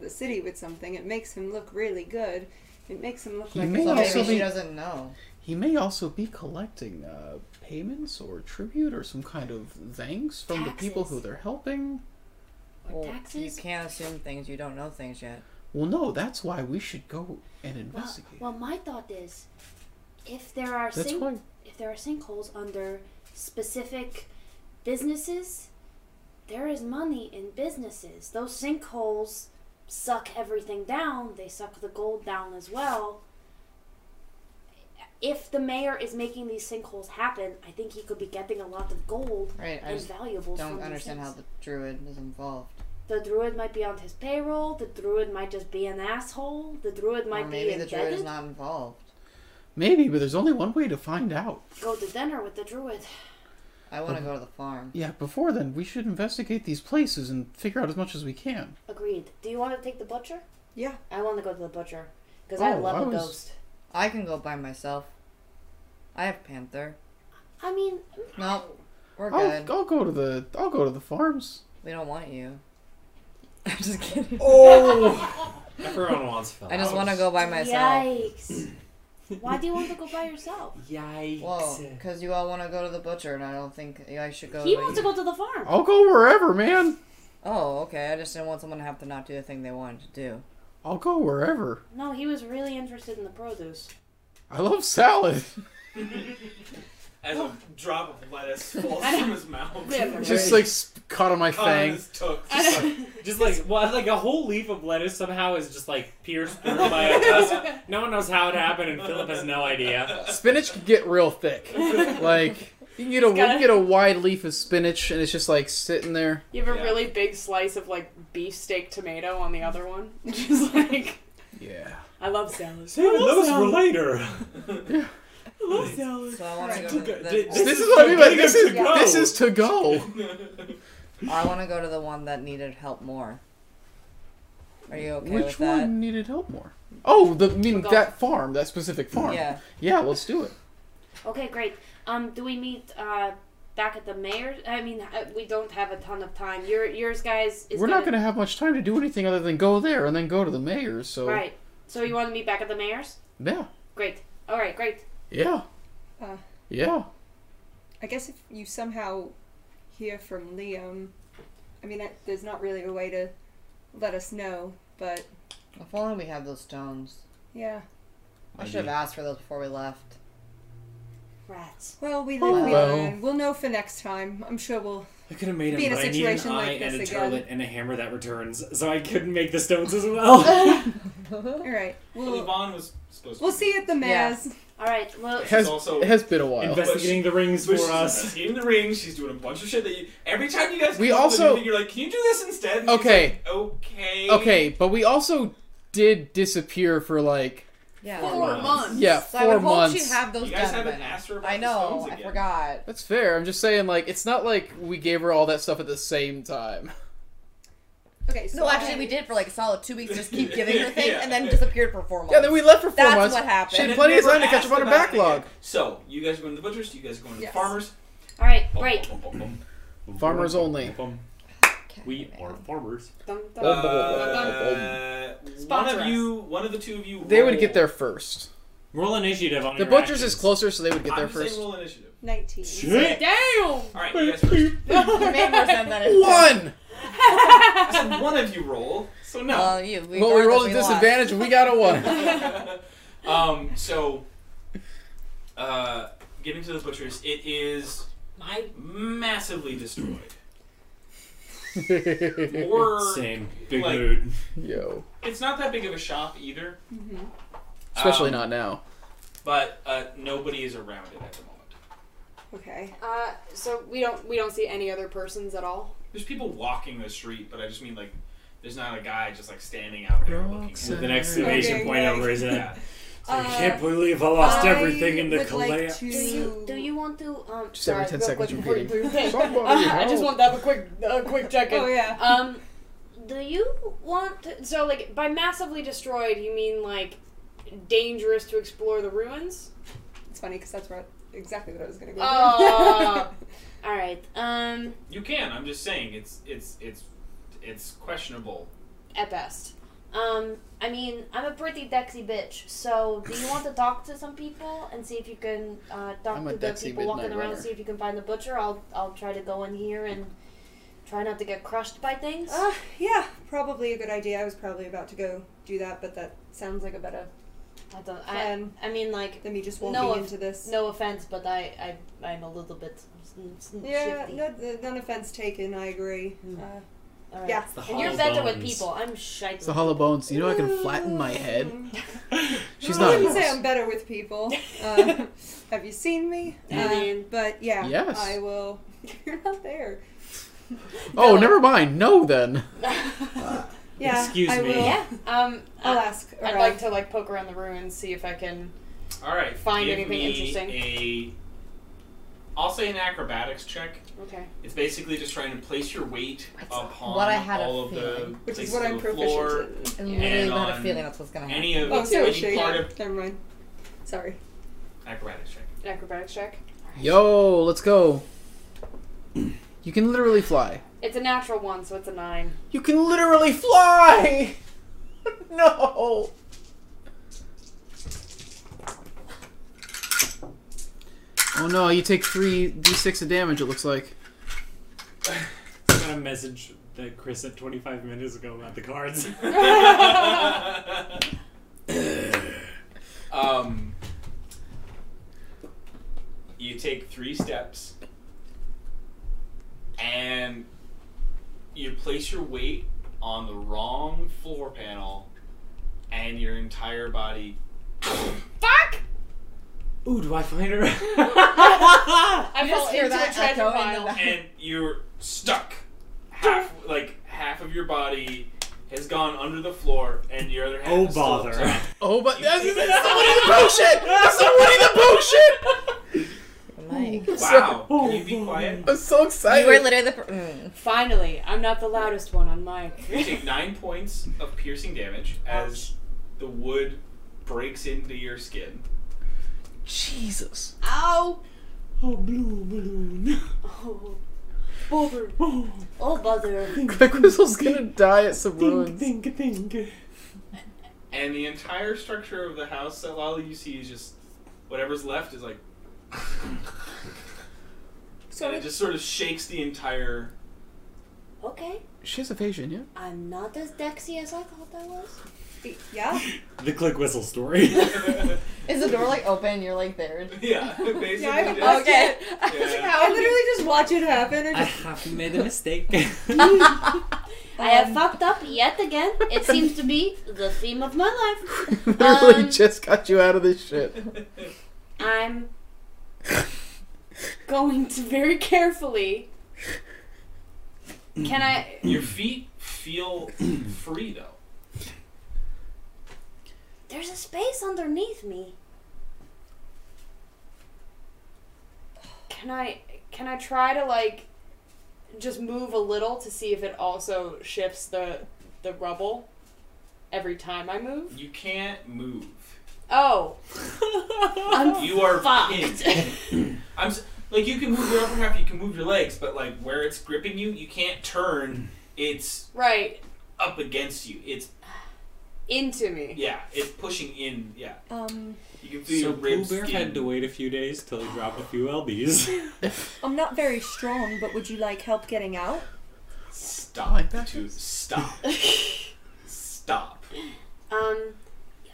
the city with something. It makes him look really good. It makes him look
He
like
may
a
So
also
maybe
lawyer.
she
be-
doesn't know.
He may also be collecting uh, payments or tribute or some kind of thanks from the people who
Taxes.
they're helping.
Well, you
taxes?
can't assume things. You don't know things yet.
Well, no, that's why we should go and
well,
investigate.
well, my thought is, if there are
That's
sink,
why.
if there are sinkholes under specific businesses, there is money in businesses. Those sinkholes suck everything down. They suck the gold down as well. If the mayor is making these sinkholes happen, I think he could be getting a lot of gold
Right. I
and
just
valuables. from
don't
these
understand
things.
how the druid is involved.
The druid might be on his payroll. The druid might just be an asshole. The druid might
or maybe
be
the
indebted.
druid is not involved.
Maybe, but there's only one way to find out.
Go to dinner with the druid.
I want to go to the farm.
Yeah, before then, we should investigate these places and figure out as much as we can.
Agreed. Do you want to take the butcher?
Yeah.
I want to go to the butcher because
Oh,
I love
I
a
was-
ghost.
I can go by myself. I have panther.
I mean,
No, we're
I'll,
good.
I'll go to the I'll go to the farms.
We don't want you. I'm just kidding.
Oh. Everyone wants Phil.
I just want to go by myself.
yikes! Why do you want to go by yourself?
Yikes.
Whoa, because you all want to go to the butcher, and I don't think I should go.
He
with
wants to
you.
go to the farm.
I'll go wherever, man.
Oh, okay. I just didn't want someone to have to not do the thing they wanted to do.
I'll go wherever.
No, he was really interested in the produce.
I love salad.
As a drop of lettuce falls from his mouth.
Just like sp- caught on my
Caught on
fang.
his tuck.
Just like well, like a whole leaf of lettuce somehow is just like pierced through by a tusk. No one knows how it happened, and Philip has no idea.
Spinach can get real thick. Like you can get a you can get a wide leaf of spinach, and it's just like sitting there.
You have a
Yeah.
really big slice of like beefsteak tomato on the other one. Just like
Yeah.
I love salad.
Saving those for later.
So I want to go to
Good.
the.
This is what I mean by
getting
this
it
is
to go.
this is to go.
I want to go to the one that needed help more. Are you okay
Which
with
one
that?
needed help more? Oh, the I mean
Golf.
that farm, that specific farm.
Yeah.
Yeah, let's do it.
Okay, great. Um, do we meet uh back at the mayor. I mean, uh, we don't have a ton of time. Your yours guys is
We're not going
gonna
to have much time to do anything other than go there and then go to the mayor's. So
right. So you want to meet back at the mayor's?
yeah,
Great. All right, great.
yeah,
Uh,
yeah.
I guess if you somehow hear from Liam, I mean, that, there's not really a way to let us know, but
If only we had those stones.
yeah.
I should have asked for those before we left.
Rats.
Well, we live, we
well.
learn. We'll know for next time. I'm sure we'll.
I could have made him,
Be in a
but I need an
situation
eye
like
and a
this again.
turlet and a hammer that returns, so I couldn't make the stones as well.
All right,
Well,
we'll
Yvonne was supposed to
we'll see you at the
Yeah.
mayor's.
All right. Well,
She's
Has
also-
it has been a while.
Investigating the rings for
But she's
us.
in the ring. She's doing a bunch of shit that you. Every time you guys
We
come up with
also-
anything, you're like, "Can you do this instead?" And she's
Okay.
like, okay.
okay, but we also did disappear for like
Yeah.
Four months.
yeah
So I
four
would hope
months.
she'd have
You
those
guys
done by
haven't
now.
asked her about
I
the
know.
stones
I
again.
forgot.
That's fair. I'm just saying, like, it's not like we gave her all that stuff at the same time.
Okay, so
No, actually, we did for like a solid two weeks. Just keep giving her things,
Yeah.
and then disappeared for four months.
Yeah, then we left for four
That's
months.
what happened.
She had
And
plenty of
never
time to catch
asked
up on her
about it again.
backlog.
So you guys are going to the butchers. You guys are going to
Yes.
the farmers.
all right.
Oh.
Great.
Bum, bum, bum, bum,
Farmers only.
We are farmers.
Dum,
bum.
dum.
Uh, one
Sponsor
of
us.
you, one of the two of you.
They would
roll-
get there first.
Roll initiative on
The
your
butchers
actions.
is closer, so they would get
I'm
there
just saying
first.
Roll initiative.
19.
Shit.
Damn!
All right, you guys first.
It made more sense than it.
One.
I said one of you roll. So no.
Well, you. We
Well, we
regardless,
rolled a
lost.
disadvantage, and we got a one.
um, so, uh, getting to the butchers, it is
My
massively destroyed. Or
Same. Big
Like-
mood.
Yo,
it's not that big of a shop either,
especially
Um,
not now.
but uh, nobody is around it at the moment.
Okay.
Uh, so we don't we don't see any other persons at all.
There's people walking the street, but I just mean like there's not a guy just like standing out there looking.
Roxanne.
With an exclamation
Okay,
point
guys.
over his head.
Yeah.
I can't believe I lost
Uh, I
everything in the
would like
collapse.
to-
Do you do you want to um?
Just every
Sorry,
ten
real
seconds
quick before you
repeating.
do your thing.
Somebody
Uh, I just
help.
wanted to have a quick a quick check in.
Oh, yeah.
Um, do you want to, so like by massively destroyed you mean like dangerous to explore the ruins?
It's funny because that's what, exactly what I was going to go
Oh.
with.
All right. Um,
You can. I'm just saying it's it's it's it's questionable.
At best.
um. I mean, I'm a pretty dexy bitch. So, do you want to talk to some people and see if you can uh, talk
I'm a
to the
dexy
people walking
midnight
around?
runner.
See if you can find the butcher. I'll I'll try to go in here and try not to get crushed by things.
Uh, yeah, probably a good idea. I was probably about to go do that, but that sounds like a better
I don't. I,
plan
I mean, like,
than me just
No
walking
off-
into this.
no offense, but I I I'm a little bit sn- sn-
yeah,
shifty.
no, th- none offense taken. I agree. Uh,
All right.
yeah.
The
And you're
hollow
better with
bones.
people. I'm shite.
It's
with
the hollow bones. You know I can flatten my head. She's not.
Mm. I wouldn't say I'm better with people. Uh, have you seen me? Uh, but yeah,
Yes.
I will. You're not there.
Oh, never mind. No, then.
Yeah,
Excuse
I
me.
Will.
Yeah.
Um,
I'll
I,
ask.
I'd
around.
like to like poke around the ruins, see if I can.
All right.
Find
give
anything
me
interesting.
A, I'll say an acrobatics check.
Okay.
It's basically just trying to place your weight upon
what I had a
all of the
feeling.
which is
places
what
on
I'm
the
proficient
floor,
in.
I literally
And
had
on
a feeling that's what's gonna happen.
any of
Oh, so
any
is she.
part
Yeah,
of
Never mind. Sorry.
acrobatics check.
Acrobatics check.
Yo, let's go. You can literally fly.
It's a natural one, so it's a nine.
You can literally fly. no. Oh no, you take 3 d6 of damage it looks like.
I got a message that Chris sent 25 minutes ago about the cards.
um, you take three steps and you place your weight on the wrong floor panel and your entire body
Fuck!
Ooh, do I find her?
I
just
fell
hear
into a
that
treasure
echo in the
pile.
back.
and you're stuck half like half of your body has gone under the floor and your other half
oh
is still up
bother!
top.
Oh, but that's, that's the Winnie the Pooh shit. That's the Winnie the Pooh shit.
Mike.
wow can you be quiet
I'm so
You were
excited.
literally the. Per- mm.
Finally, I'm not the loudest one on mic.
You take nine points of piercing damage as the wood breaks into your skin.
Jesus.
Ow!
Oh, blue balloon.
Oh, bother. Oh, bother.
Quick Whistle's gonna die at some ruins.
think, think.
And the entire structure of the house that Lolly you see is just whatever's left is like
So
and it
it-
just sort of shakes the entire
okay,
She has evasion, yeah?
I'm not as dexy as I thought I was.
Yeah.
The click whistle story.
Is the door like open? and You're like there.
Yeah. Basically
Yeah, I have a
just-
bucket.
Okay.
yeah.
I literally just watch it happen and
I
just
have made a mistake.
I have fucked up yet again. It seems to be the theme of my life.
literally
Um,
just got you out of this shit.
I'm going to very carefully. Can I?
Your feet feel free though.
There's a space underneath me.
Can I can I try to like just move a little to see if it also shifts the the rubble every time I move?
You can't move.
Oh,
I'm
You are
fucked.
pinned. I'm s- like you can move your upper half, you can move your legs, but like where it's gripping you, you can't turn. It's
right
up against you. It's
into me.
yeah, it's pushing in. Yeah,
um
you can feel
so
your
Pooh
ribs.
Bear
skin.
had to wait a few days till he dropped a few lbs.
I'm not very strong, but would you like help getting out?
Stop.
I like that.
to stop. stop.
Um,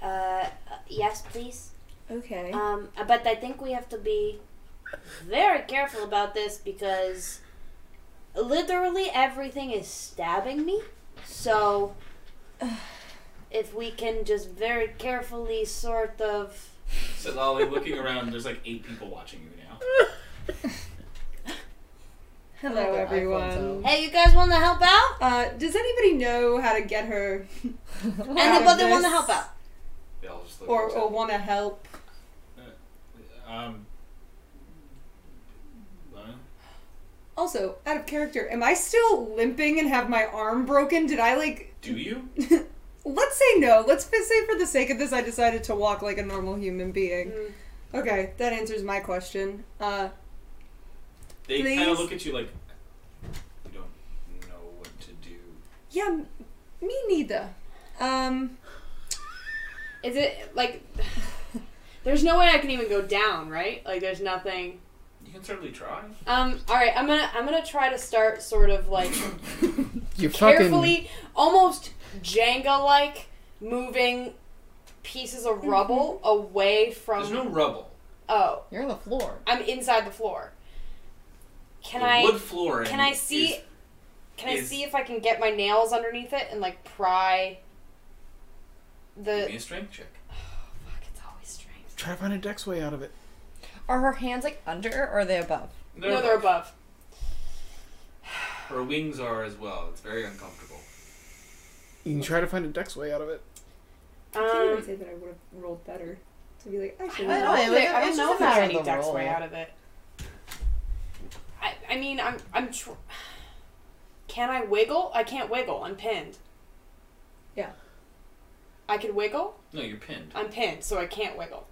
uh, yes, please.
Okay.
Um, but I think we have to be very careful about this because literally everything is stabbing me. So if we can just very carefully sort of
So Lolly looking around, there's like eight people watching you now.
Hello everyone.
Hey, you guys want to help out?
Uh does anybody know how to get her
Anybody
this-
want to help out?
They all just look.
or,
at each
or wanna help?
other. um. Lana?
Also, out of character, am I still limping and have my arm broken? Did I like
Do you?
let's say no. Let's f- say for the sake of this I decided to walk like a normal human being.
Mm.
Okay, that answers my question. Uh
They kind of
Please?
look at you like, we don't know what to do.
yeah, m- me neither. Um
Is it like there's no way I can even go down, right? Like there's nothing.
You can certainly try.
Um, all right, I'm gonna I'm gonna try to start sort of like
You fucking.
carefully, almost Jenga like moving pieces of rubble away
Mm-hmm. There's
from.
no rubble.
oh,
You're on the floor.
I'm inside the floor. Can
the
I
wood flooring.
can I see-
is-
can I
is-
see if I can get my nails underneath it and like pry
Give
the?
me a strength check.
Fuck, it's always strange.
Try to find a dex way out of it.
Are her hands like under or are they above?
No, they're above.
Her wings are as well. It's very uncomfortable.
You can try to find a dex way out of it.
I can't even
Um,
say that I would have rolled better. To be like,
I
actually,
don't
I
know.
don't know,
if- I
it's
don't know
just a
if there's
matter of
any
the
dex way
roll.
out of it. I, I mean, I'm, I'm. Tr- Can I wiggle? I can't wiggle. I'm pinned.
Yeah.
I could wiggle.
No, you're pinned.
I'm pinned, so I can't wiggle.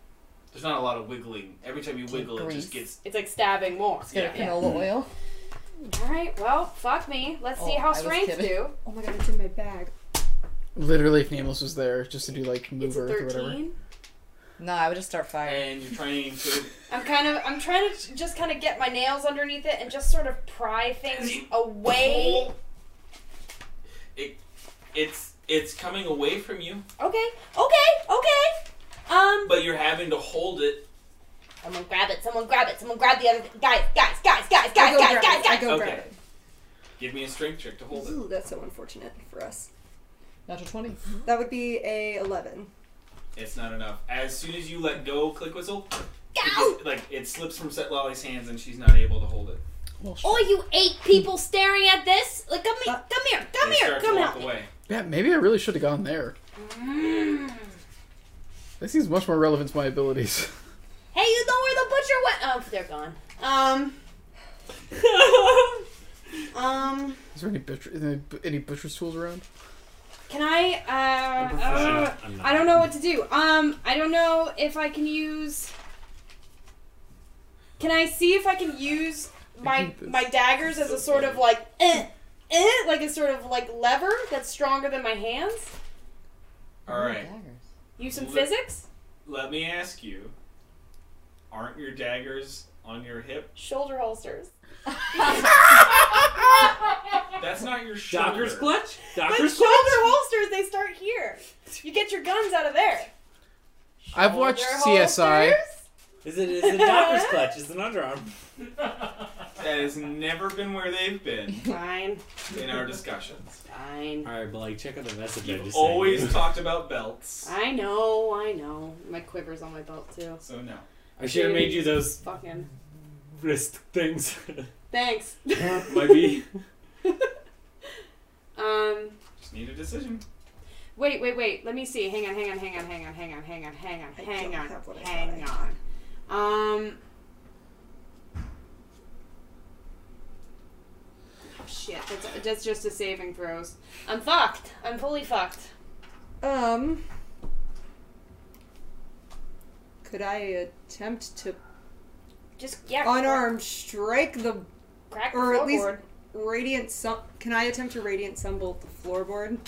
There's not a lot of wiggling. Every time you wiggle, it just
Grease.
gets.
It's like stabbing more.
Let's get
Yeah.
a canola oil.
All right. Well, fuck me. Let's see
Oh, I
how
was
strength
kidding.
do.
oh my god, it's in my bag.
Literally, if Nameless was there, just to do like move
It's a
earth or whatever.
thirteen.
No, I would just start fire.
And you're trying to.
I'm kind of. I'm trying to just kind of get my nails underneath it and just sort of pry things away.
pull. It, it's it's coming away from you,
Okay. Okay. Okay. Um.
but you're having to hold it.
Someone grab it. Someone grab it. Someone grab the other guys. Guys. Guys. Guys.
I
Guys.
go
Guys. Guys.
grab it. I
Guys.
go
Okay.
grab it.
Give me a strength check to hold it.
Ooh, that's so unfortunate for us.
Natural twenty.
That would be a eleven.
It's not enough. As soon as you let go, click whistle. It just, like it slips from Set Lolly's hands, and she's not able to hold it.
Oh,
All you eight people staring at this. Like, come
Uh,
here. Come here. Come
it
here.
starts
Come
to walk
help me.
away.
Yeah, maybe I really should have gone there.
Mm.
This seems much more relevant to my abilities.
Hey, you know where the butcher went? Oh, they're gone. Um. um.
Is there any butcher, any butcher's tools around?
Can I? Uh, uh,
I'm not.
I don't know what to do. Um, I don't know if I can use. Can I see if I can use my my daggers as a sort of like eh, eh, like a sort of like lever that's stronger than my hands?
All right.
Use some
Le-
physics?
Let me ask you. Aren't your daggers on your hip?
Shoulder holsters.
That's not your shoulder.
Doctor's clutch?
But
Doctor's
shoulder
clutch?
holsters, they start here. You get your guns out of there.
I've watched
Shoulder
CSI.
holsters?
Is it is it a doctor's clutch? Is it an underarm?
That has never been where they've been
Fine,
in our discussions.
fine.
Alright, but like check out the message I
You've
just
always
sent you.
talked about belts,
I know, I know. My quiver's on my belt too.
so no.
I should have made you those
Fucking
wrist things.
thanks.
Might be.
um.
Just need a decision.
Wait, wait, wait. Let me see. Hang on, hang on, hang on, hang on, hang on, hang on, hang on,
I
hang
don't
on,
have what I
hang
thought
on. Um. Shit, that's, that's just a saving throws. I'm fucked. I'm fully fucked.
Um. Could I attempt to
Just yeah.
unarmed strike the
crack, crack
or
the
at least-
floorboard.
radiant? Sum- Can I attempt to radiant symbol the floorboard?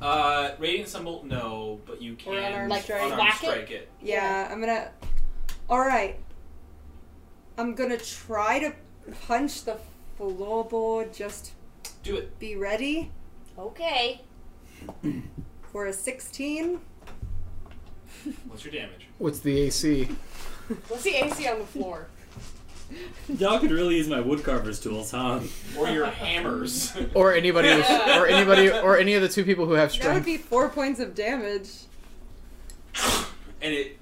Uh, radiant symbol, no, but you
Or
can
unarmed Like, strike.
unarmed
whack it?
strike it.
Yeah, I'm gonna. All right. I'm gonna try to punch the floorboard. Just
Do it.
be ready
Okay.
for a 16.
What's your damage?
What's the AC?
What's the AC on the floor?
Y'all could really use my woodcarver's tools, huh?
Or your hammers?
Or anybody,
Yeah.
or anybody, or any of the two people who have
That would
strength.
be four points of damage.
and it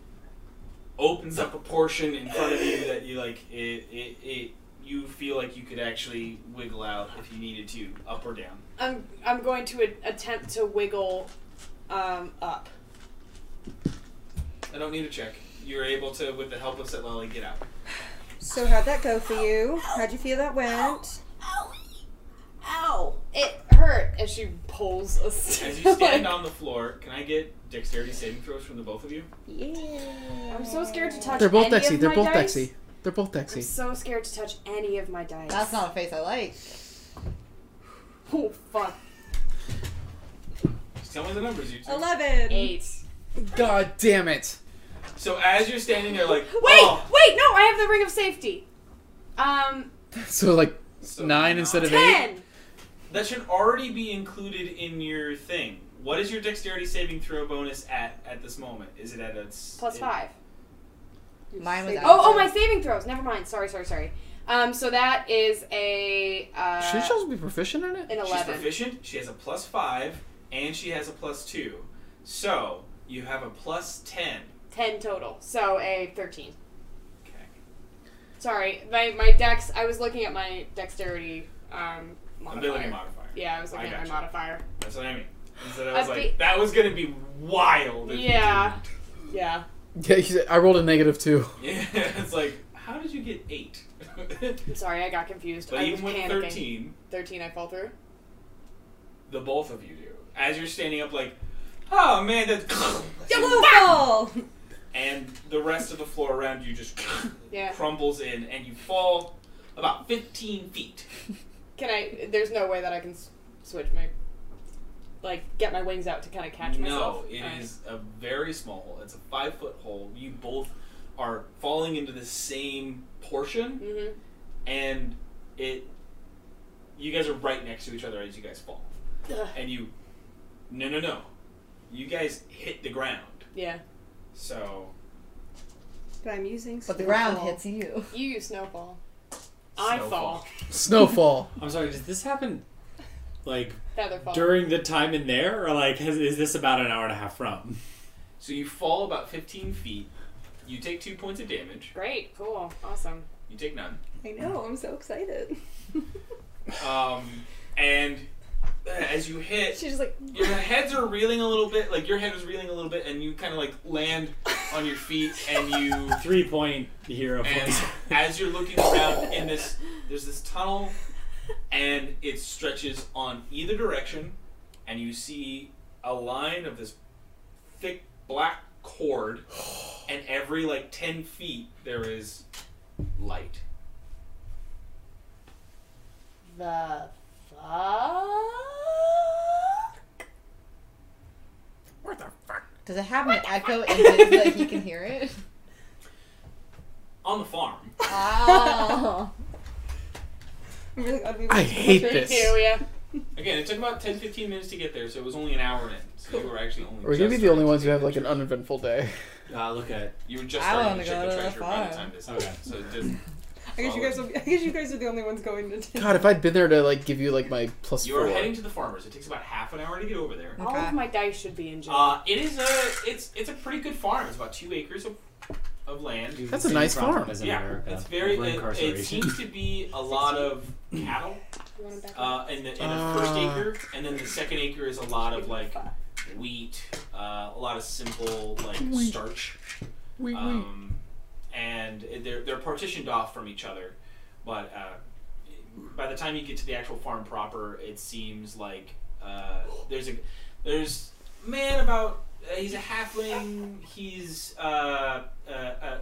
opens up a portion in front of you that you like it, it, it you feel like you could actually wiggle out if you needed to up or down
I'm I'm going to a- attempt to wiggle, um, up.
i don't need a check you're able to with the help of Setlali get out
So how'd that go for you? How'd you feel that went?
Ow.
It hurt as she pulls a.
as you stand on the floor can i get dexterity saving throws from the both of you
I'm so scared to touch.
They're both
any of
Dexy. They're
my
both
dice.
Dexy. They're both
I'm
Dexy.
so scared to touch any of my dice.
That's not a face I like.
Oh fuck.
just tell me the numbers you two.
11.
Eight.
God damn it!
so as you're standing there like
Wait,
oh,
wait, no, I have the ring of safety. Um,
So like
so
nine instead of eight.
ten.
that should already be included in your thing what is your dexterity saving throw bonus at at this moment is it at a s-
Plus
it-
five.
Mine was
Oh, oh, my saving throws. Never mind. Sorry, sorry, sorry. Um, so that is a uh,
Should Charles be proficient in it?
an
She's
eleven.
proficient. She has a plus five, and she has a plus two. So you have a plus ten.
Ten total. So a thirteen.
Okay.
Sorry, my my dex. I was looking at my dexterity um
Ability
modifier.
modifier.
Yeah, I was looking
I
at my
gotcha.
modifier.
That's what I mean. And so that
I
was
was
like
be-
that was gonna be wild. if you
Yeah. Yeah.
Yeah, he's, I rolled a negative two.
didn't. Yeah. It's like how did you get eight?
I'm sorry, I got confused.
but
I
even
was
with
panicking.
thirteen,
Thirteen, I fall through.
the both of you do. As you're standing up, like, oh man, that's
Yellow ball!
and the rest of the floor around you just
Yeah.
crumbles in, and you fall about fifteen feet.
Can I? There's no way that I can s- switch my, like, get my wings out to kind of catch myself.
No, it is
Alright.
a very small hole. It's a five foot hole. You both are falling into the same portion,
Mhm.
and it. You guys are right next to each other as you guys fall,
Ugh.
and you. No, no, no. You guys hit the ground,
Yeah.
so
But I'm using
But the ground
snowball.
hits you.
You use snowball. I fall.
Snowfall.
Snowfall.
I'm sorry, does this happen like
Feather fall.
during the time in there or like has, is this about an hour and a half from?
so you fall about fifteen feet. You take two points of damage.
Great. Cool. Awesome.
You take none.
I know, I'm so excited.
Um, and as you hit,
She's just like,
Your heads are reeling a little bit, like your head was reeling a little bit, and you kind of like land on your feet, and you
Three point hero
and
points.
as you're looking around in this, there's this tunnel, and it stretches on either direction, and you see a line of this thick black cord, and every like ten feet there is light.
The fuck?
Where the fuck?
Does it have an echo in it so that he can hear it?
On the farm.
Oh.
I'm really glad we
I
went to
hate
Culture.
this.
Ew, yeah.
Again, it took about 10 15 minutes to get there, so it was only an hour in. So you were actually only.
Are we gonna be
just
the
starting
only
to
ones who
take
have
the
like an
tre-
uneventful day?
Uh, look at
You were just
I
starting
wanna
to check
go to
the
the
treasure by the
farm.
time this
Okay.
So it didn't.
I guess you guys. Will be, I guess you guys are the only ones going to. dinner.
God, if I'd been there to like give you like my plus
You are
four.
heading to the farmers. It takes about half an hour to get over there.
All
Okay.
of my dice should be in jail.
Uh, it is a it's it's a pretty good farm. It's about two acres of, of land.
it.
That's a
Same
nice
problem
farm.
as in
Yeah,
America.
it's very.
Over
It, it
incarceration.
seems to be a lot of cattle
you want to back up?
uh, in the in the first
Ah.
acre, and then the second acre is a lot of like wheat, uh, a lot of simple like starch,
Wait, wait.
um, and they're they're partitioned off from each other. But uh, by the time you get to the actual farm proper, it seems like uh, there's a there's a man about uh, he's a halfling. He's uh, uh, uh,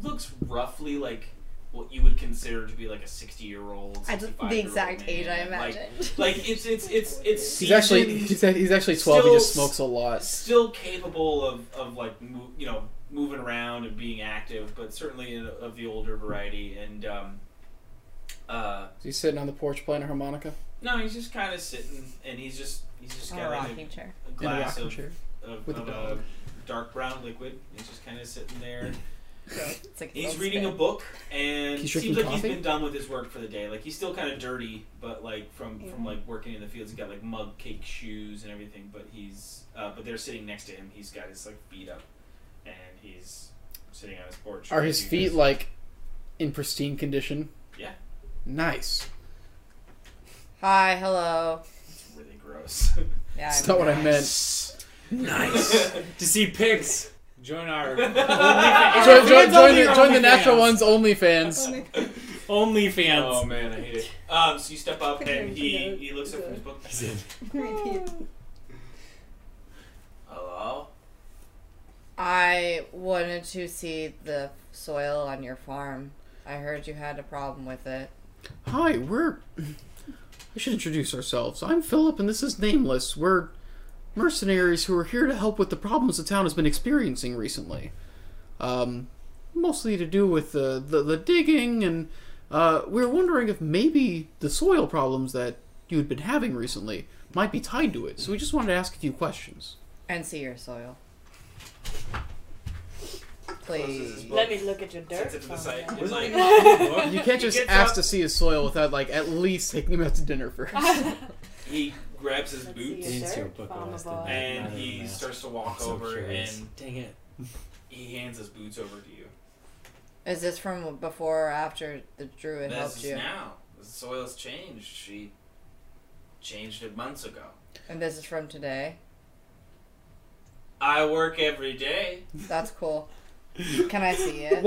looks roughly like what you would consider to be like a sixty year old.
I just the exact age I
imagine.
imagined.
Like, like it's it's it's it's
He's actually
seasoned,
he's, act- he's actually twelve. he
Still-
just smokes a lot.
still capable of of like mo- you know moving around and being active, but certainly in, of the older variety. And um, uh,
He's sitting on the porch playing a harmonica
no, he's just kind of sitting, and he's just he's just
On a
gathering
rocking chair.
a, a
in a
glass
rocking
of,
chair.
of,
with a
of a
dog.
dark brown liquid. He's just kind of sitting there.
It's like
He's reading a book, and
He's
seems
drinking
like he's
coffee?
been done with his work for the day. Like he's still kind of dirty, but like from from like working in the fields, he's got like mug cake shoes and everything. But he's uh, but they're sitting next to him. He's got his like feet up, and he's sitting on his porch.
Are his
reading
feet
his-
like in pristine condition?
Yeah.
Nice.
Hi, hello.
really gross?
Yeah,
That's
I'm-
not what I meant.
Nice to see pigs join our
Ah,
Join, join,
Everyone's
join
only
the,
our
join the
OnlyFans.
Natural Ones OnlyFans.
Only-
OnlyFans.
oh man, I hate it. Um, so you step up,
Okay,
and he
okay.
he looks up from his book.
repeat.
Hello.
I wanted to see the soil on your farm. I heard you had a problem with it.
Hi, we're. We should introduce ourselves. I'm Philip, and this is Nameless. We're mercenaries who are here to help with the problems the town has been experiencing recently. Um, mostly to do with the the, the digging, and uh, we are wondering if maybe the soil problems that you had been having recently might be tied to it. So we just wanted to ask a few questions.
And see your soil.
Closes his
Please.
book.
Let me look at your dirt.
Sits it to the
farm
side.
now.
It's like
You can't just
gets
ask
up-
to see his soil without like at least taking him out to dinner first.
he grabs his
Let's
boots.
see
Didn't see your
your dirt
book
farm
last,
above.
didn't I?
And
uh,
Rather
he
than that.
starts to walk
So
over
curious.
and
dang it.
he hands his boots over to you.
Is this from before or after the druid
This
helped
is
you?
now. The soil's changed. She changed it months ago.
And this is from today?
I work every day.
That's cool. Can I see it?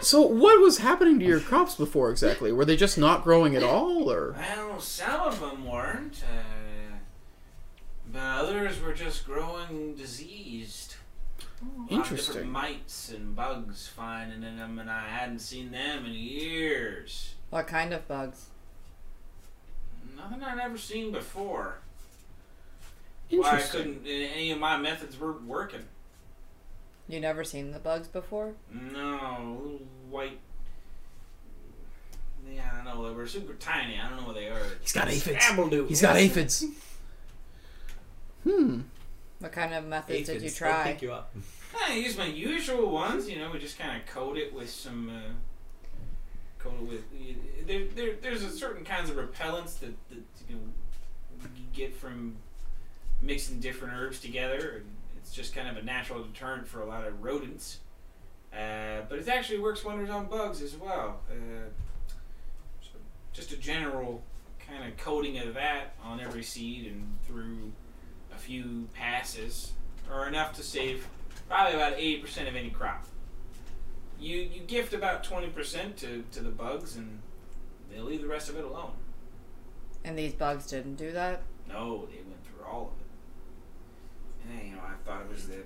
So what was happening to your crops before exactly? Were they just not growing at all, or
Well, some of them weren't, uh, but others were just growing diseased. A lot of different
Interesting.
mites and bugs finding in them, and I hadn't seen them in years.
What kind of bugs?
Nothing I'd ever seen before. Why I
interesting?
couldn't? uh, Any of my methods weren't working.
You never seen the bugs before?
No, little white. Yeah, I don't know. They were super tiny. I don't know what they are.
He's got aphids.
Abeldo.
He's got aphids. Hmm.
What kind of methods did you
Aphids, they'll
try?
pick you up.
I use my usual ones. You know, we just kind of coat it with some. Uh, coat it with. There, there, there's a certain kinds of repellents that, that you know you get from mixing different herbs together, and it's just kind of a natural deterrent for a lot of rodents. Uh, but it actually works wonders on bugs as well. Uh, so just a general kind of coating of that on every seed and through a few passes are enough to save probably about 80% of any crop. You you gift about 20% to, to the bugs and they leave the rest of it alone.
And these bugs didn't do that?
No, they went through all of it. And then, you know, I thought it was the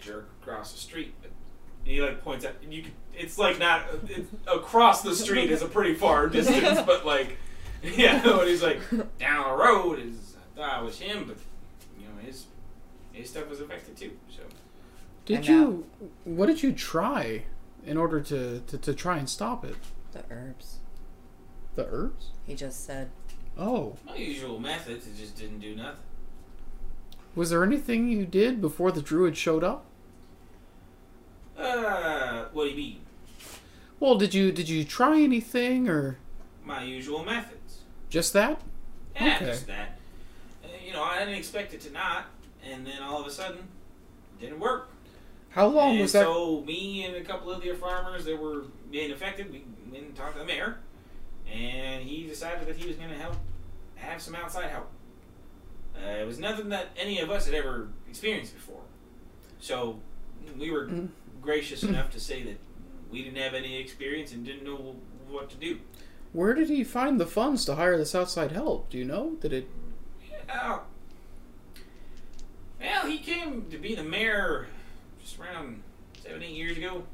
jerk across the street, but And he like points at and you. Can, it's like not it, across the street is a pretty far distance, but like yeah. And he's like down the road is I thought it was him, but you know his his stuff was affected too. So
Did
And
you? What did you try in order to, to, to try and stop it?
The herbs.
The herbs?
He just said.
Oh,
my usual methods, it just didn't do nothing.
was there anything you did before the druid showed up?
Uh, what do you mean?
Well, did you did you try anything or
My usual methods.
just that?
Yeah,
Okay.
just that. Uh, you know, I didn't expect it to not, and then all of a sudden, it didn't work.
How long
and
was that?
So me and a couple of the other farmers that were being affected, we went and talked to the mayor, and he decided that he was going to help have some outside help. Uh, it was nothing that any of us had ever experienced before, so we were
Mm.
gracious enough to say that we didn't have any experience and didn't know what to do.
Where did he find the funds to hire this outside help? Do you know? Did it?
Oh. Well, he came to be the mayor just around seven, eight years ago.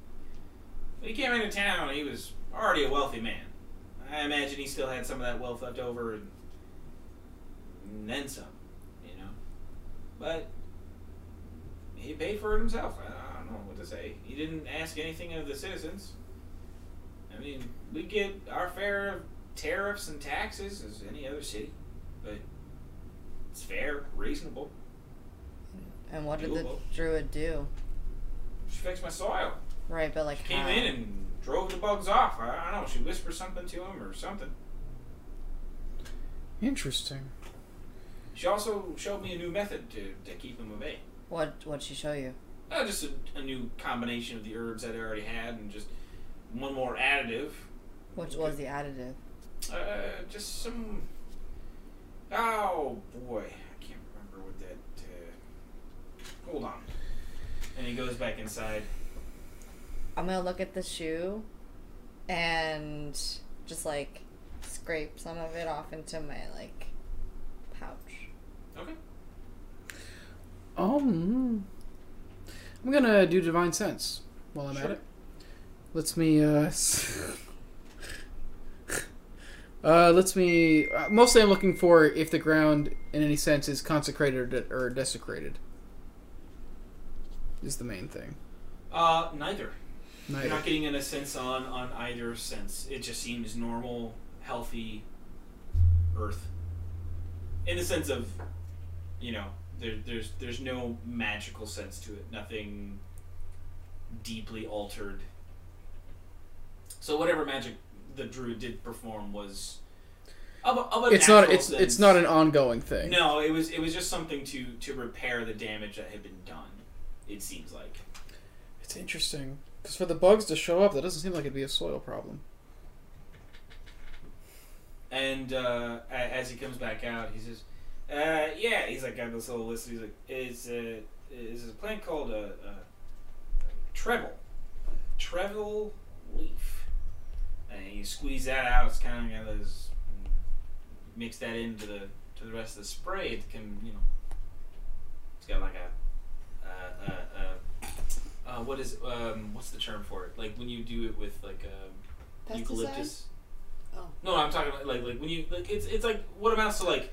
When he came into town, he was already a wealthy man. I imagine he still had some of that wealth left over and, and then some, you know. But he paid for it himself. I, I don't know what to say. He didn't ask anything of the citizens. I mean, we get our fair of tariffs and taxes as any other city, but it's fair, reasonable.
And what did the
Doable.
druid do?
She fixed my soil.
Right, but like
She came
how?
in and drove the bugs off. I, I don't know. She whispered something to him or something.
Interesting.
She also showed me a new method to, to keep them away.
What what'd she show you?
Uh, just a, a new combination of the herbs that I already had and just one more additive.
Which was the additive?
Uh, just some. Oh boy, I can't remember what that. Uh... Hold on. And he goes back inside.
I'm gonna look at the shoe and just like scrape some of it off into my like pouch.
Okay.
Um, I'm gonna do divine sense while I'm at it. Lets me uh, s- uh, lets me. Uh, mostly, I'm looking for if the ground, in any sense, is consecrated or- or desecrated. Is the main thing.
Uh, neither.
Neither.
You're not getting in a sense on on either sense. It just seems normal, healthy Earth. In the sense of, you know, there, there's there's no magical sense to it. Nothing deeply altered. So whatever magic the druid did perform was of a, of a
it's not.
natural
It's
sense.
it's not an ongoing thing.
No, it was it was just something to to repair the damage that had been done. It seems like.
It's interesting because for the bugs to show up, that doesn't seem like it'd be a soil problem.
And uh, a- as he comes back out, he says, uh, "Yeah." He's like got this little list. He's like, "Is uh, is a plant called a, a treble, treble leaf?" And you squeeze that out. It's kind of got those. mm, Mix that into the to the rest of the spray. It can you know. It's got like a. Uh, uh, uh, uh, what is um, what's the term for it? Like when you do it with like um,
Pesticide?
eucalyptus.
Oh.
No, I'm talking about like like when you like it's it's like what amounts to like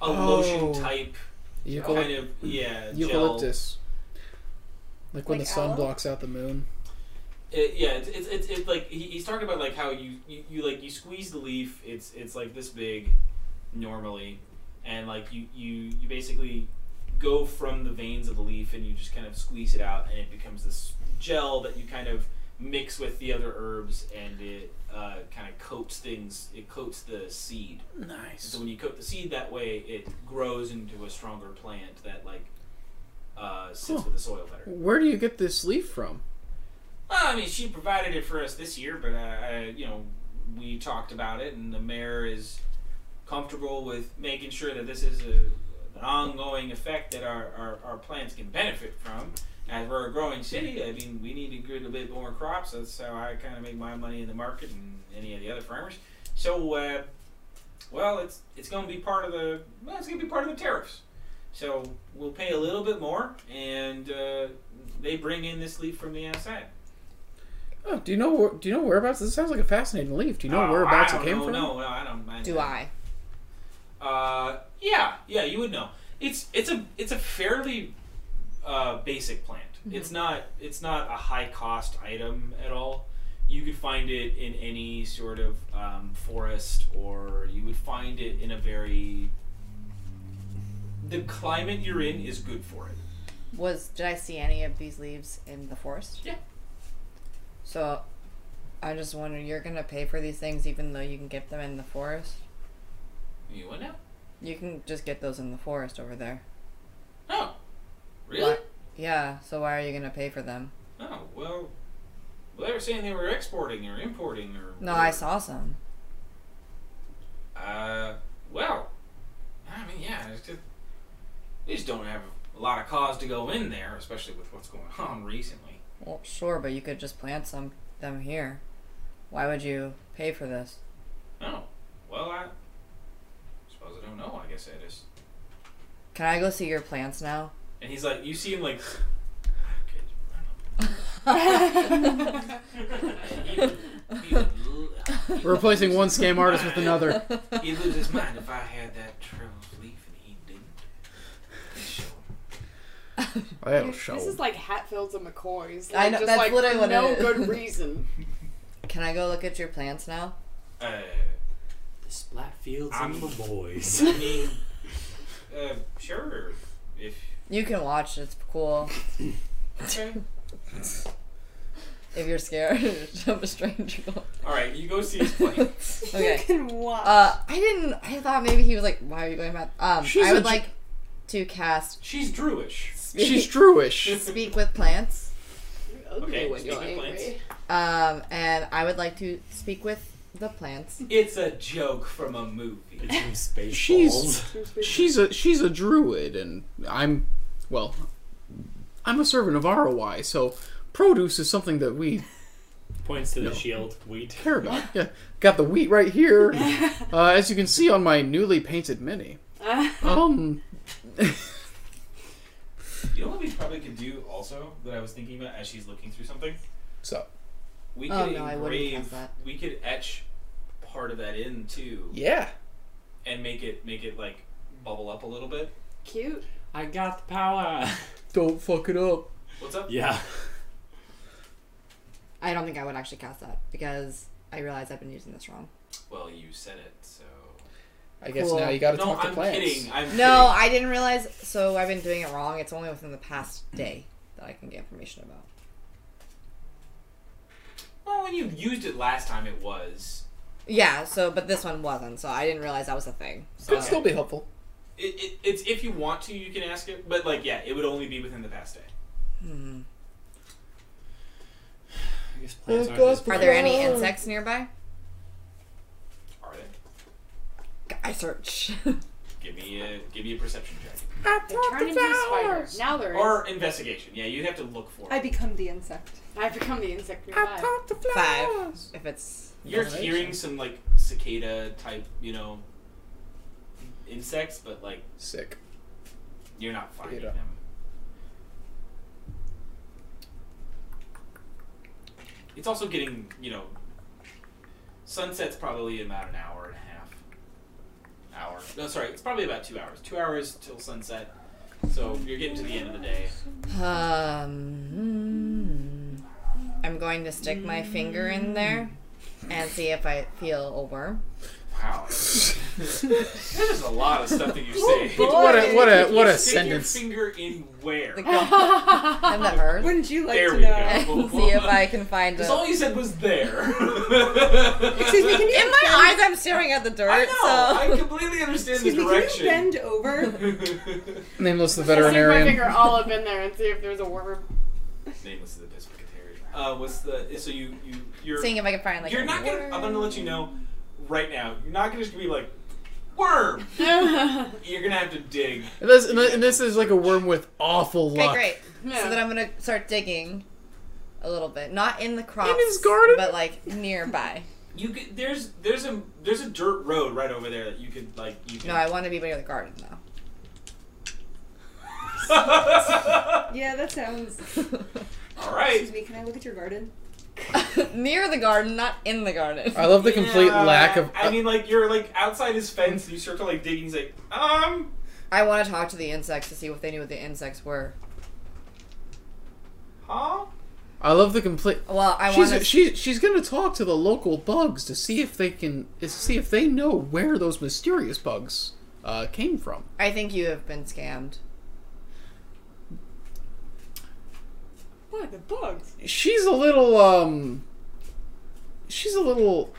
a
Oh.
lotion type
Eucalypt-
kind of yeah Gel.
eucalyptus. Like when
Like
the sun
aloe?
blocks out the moon.
It, yeah, it's it's, it's, it's like he, he's talking about like how you, you you like you squeeze the leaf. It's it's like this big, normally, and like you you you basically go from the veins of the leaf and you just kind of squeeze it out, and it becomes this gel that you kind of mix with the other herbs, and it uh, kind of coats things. It coats the seed.
Nice.
So when you coat the seed that way, it grows into a stronger plant that like uh, sits
Huh.
with the soil better.
Where do you get this leaf from?
Well, I mean, she provided it for us this year, but uh, I, you know, we talked about it, and the mayor is comfortable with making sure that this is a, an ongoing effect that our, our, our plants can benefit from. As we're a growing city, I mean, we need to get a bit more crops. That's how I kind of make my money in the market and any of the other farmers. So, uh, well, it's it's going to be part of the well, it's going to be part of the tariffs. So we'll pay a little bit more, and uh, they bring in this leaf from the outside.
Oh, do you know where, do you know whereabouts? This sounds like a fascinating leaf. Do you know whereabouts
Oh, I
it
don't
came
know,
from?
No, no, I don't mind.
Do
that.
I?
Uh, yeah, yeah, you would know. It's it's a it's a fairly uh, basic plant.
Mm-hmm.
It's not it's not a high cost item at all. You could find it in any sort of um, forest, or you would find it in a very. The climate you're in is good for it.
Was did I see any of these leaves in the forest?
Yeah.
So, I just wonder, you're gonna pay for these things even though you can get them in the forest?
You would know.
You can just get those in the forest over there.
Oh, really?
Yeah. So why are you gonna pay for them?
Oh well. Well, they were saying they were exporting or importing or.
No,
or-
I saw some.
Uh, well, I mean, yeah, it's just, we just don't have a lot of cause to go in there, especially with what's going on recently.
Well, sure, but you could just plant some them here. Why would you pay for this?
No, well, I suppose I don't know. I guess I just.
Can I go see your plants now?
And he's like, you see him like. he, would, he, would, l-
We're replacing one scam artist with another.
he'd lose his mind if I had that Trevor's leaf and he didn't. Sure.
That'll
This
show.
is like Hatfields and McCoys.
I
Like,
know,
just
that's
like
literally what it
no
is.
good reason.
Can I go look at your plants now?
Uh,
The Splatfields
I'm-
and the boys.
I mean, uh, sure. If
You can watch. It's cool.
okay.
If you're scared of a stranger.
All right, you go see his plane.
Okay.
You can watch.
Uh, I didn't. I thought maybe he was like, "Why are you going about?" Um,
She's
I would
a-
like to cast
She's Druish.
speak,
She's Druish.
speak with plants.
Okay,
when you're
speaking of plants.
angry.
Um, and I would like to speak with the plants.
It's a joke from a movie.
It's from Spaceballs.
She's- She's a she's a druid, and I'm well, I'm a servant of ROI, so produce is something that we
Points to the
No.
shield. Wheat.
care about. Yeah, got the wheat right here, uh, as you can see on my newly painted mini. Um,
You know what we probably could do also that I was thinking about as she's looking through something?
so
We could
Oh, no, I wouldn't
engrave.
cast that.
We could etch part of that in too,
yeah,
and make it make it like bubble up a little bit.
Cute.
I got the power.
don't fuck it up.
What's up?
Yeah.
I don't think I would actually cast that because I realize I've been using this wrong.
Well, you said it, so.
I guess
Cool.
now you got to
No,
talk to
I'm
plants.
kidding. I'm
No, I didn't realize. So I've been doing it wrong. It's only within the past day that I can get information about.
kidding. Well, when you used it last time, it was.
Yeah. So, but this one wasn't. So I didn't realize that was a thing. So
Could still be helpful.
It, it, it's if you want to, you can ask it, but like, yeah, it would only be within the past day.
I guess plants
Oh,
aren't
God.
as
are there any insects nearby?
Are they?
I search.
Give me a give me a perception check.
They turn into a spider. Now there is.
Or investigation. Yeah, you'd have to look for it.
I become the insect.
I become the insect nearby.
Five. If it's
You're
Ventilation.
hearing some like cicada type, you know, insects, but like
Sick.
you're not finding
Cicada.
them. It's also getting, you know, sunset's probably in about an hour and a half. Hour. No, sorry, it's probably about two hours. Two hours till sunset. So you're getting to the end of the day.
Um, I'm going to stick my finger in there and see if I feel a worm.
Wow. There's a lot of stuff that you say.
What a what a what
You
a
stick
sentence.
Your finger in where?
The gum and the earth.
Wouldn't you like
There
to
we
know?
go.
And see if I can find
Because
a.
all you said was there.
Excuse me, can you
In my eyes, I'm staring at the dirt.
I know. I
So
completely understand the
Excuse me, can you
direction.
bend over?
Nameless the
I stick my
veterinarian.
finger all up in there and see if there's a worm.
Nameless of the Presbyterian. Uh, what's the? So you you you're
seeing if I can find like.
you're
a
not gonna.
worm.
I'm gonna let you know right now. You're not gonna just be like worm.
yeah.
You're gonna have to dig.
And this, and this- and this is like a worm with awful luck.
Okay, great. So then I'm gonna start digging a little bit, not in the crops,
his garden?
but like nearby.
You could, there's there's a there's a dirt road right over there that you could like you can.
No, I want to be near the garden though.
Yeah, that sounds.
All right.
Excuse me, can I look at your garden?
Near the garden, not in the garden.
I love the complete
Yeah,
lack of.
I mean, like you're like outside his fence, and you start to like digging. He's like, um,
I want to talk to the insects to see what they knew what the insects were.
huh?
I love the complete.
Well, I
She's
want to.
she, she's gonna talk to the local bugs to see if they can to see if they know where those mysterious bugs uh, came from.
I think you have been scammed.
Why the bugs?
She's a little um. She's a little.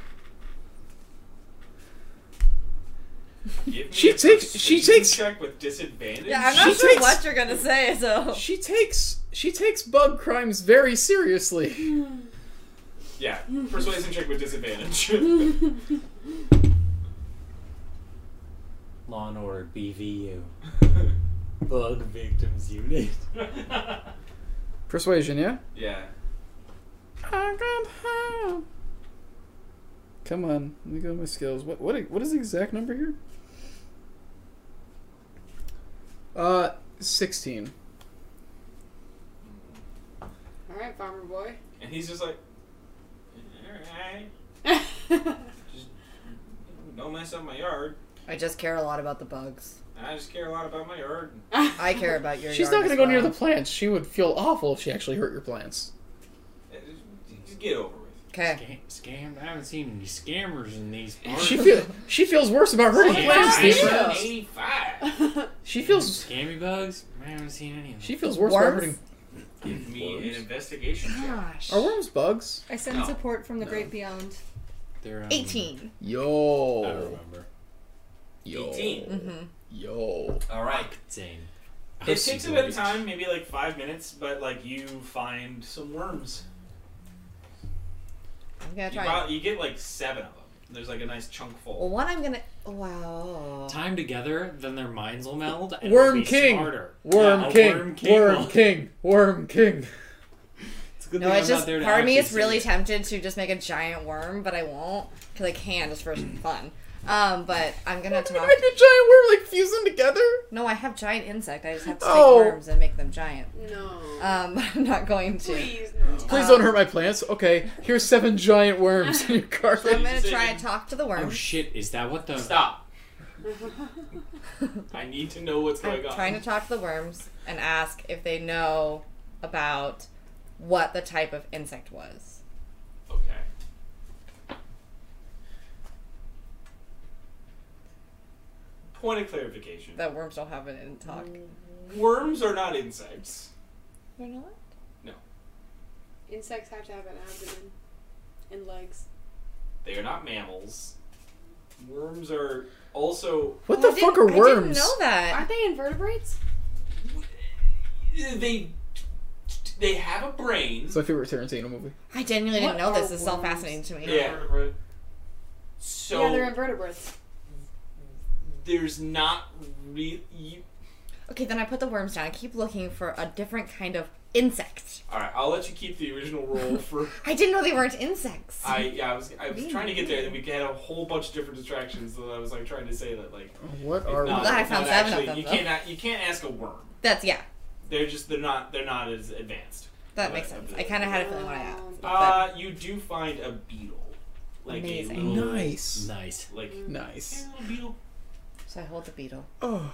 Give me
She
a
takes- she
persuasion
takes-
check with disadvantage.
Yeah, I'm not
She
sure
takes-
what you're gonna say. So
She takes she takes bug crimes very seriously.
Yeah, persuasion check with disadvantage.
Law and Order BVU. Bug Victims Unit.
Persuasion, yeah.
yeah.
I got home. Come on, let me go to my skills. What what what is the exact number here? Uh, sixteen.
All right, farmer boy.
And he's just like, alright, don't mess up my yard.
I just care a lot about the bugs.
I just care a lot about my yard.
I care about your.
She's
yard
not gonna
as
go near the
well.
plants. She would feel awful if she actually hurt your plants.
Uh, Just, just get over with.
Okay.
Scam, scammed. I haven't seen any scammers in these parts.
She feel she feels worse about hurting
Yeah.
plants.
Yeah.
than-
Yeah.
Eighty-five.
She feels
scammy bugs. I haven't seen any of them.
she feels worse, about
Worms?
hurting.
Give me an investigation check.
Gosh.
Are worms bugs?
I send
No.
support from the great beyond.
They're, um,
Eighteen.
I
Yo.
don't
Oh,
remember.
Yo.
18.
Mm-hmm.
Yo.
All right.
Zane.
It takes a bit of time, maybe like five minutes, but like you find some worms.
I'm gonna
You,
try.
prob- you get like seven of them. There's like a nice chunk
well,
full.
one I'm gonna. Wow.
Time together, then their minds will meld. And it'll
Worm
be
King.
Smarter.
Worm,
Yeah, a
king,
Worm king.
worm king.
will-
Worm king. Worm king.
It's a good
No,
thing
I
I'm not
just
there to
part of me
actually
is really
see it.
tempted to just make a giant worm, but I won't because I can just for fun. Um, but I'm gonna
You
talk.
make a giant worm like fuse them together.
No, I have giant insect. I just have to take
Oh.
worms and make them giant.
No.
Um, but I'm not going to.
Please no.
Please
Um,
don't hurt my plants. Okay, here's seven giant worms in your
So I'm
garden.
you
gonna
say
try
you-
and talk to the worm.
Oh shit! Is that what the?
Stop. I need to know what's
I'm
going on.
trying to talk to the worms and ask if they know about what the type of insect was.
Okay. Point of clarification.
That worms don't have it in talk.
Worms are not insects.
They're not.
Insects have to have an abdomen and legs.
They are not mammals. Worms are also
What the
Oh, I
fuck are
didn't- I didn't
worms?
know that.
Aren't they invertebrates?
they they have a brain.
It's my favorite Tarantino movie.
I genuinely
What
didn't know this.
are
This is all
worms?
fascinating to me.
yeah. So
yeah, they're invertebrates.
there's not re- you,
Okay, then I put the worms down. I keep looking for a different kind of insect.
All right, I'll let you keep the original role for.
I didn't know they weren't insects.
I yeah, I was I was trying to get there, then we had a whole bunch of different distractions that I was like trying to say that like
What
it's
are
not,
glad I
it's
found
not
seven of
actually,
them,
You
though.
can't you can't ask a worm.
That's yeah.
They're just they're not they're not as advanced.
That makes sense. I kind of had a feeling when I asked.
Uh, you do find a beetle, like a
Amazing. Mm.
little
nice?
Nice.
like
Nice.
a little beetle.
So I hold the beetle.
Oh,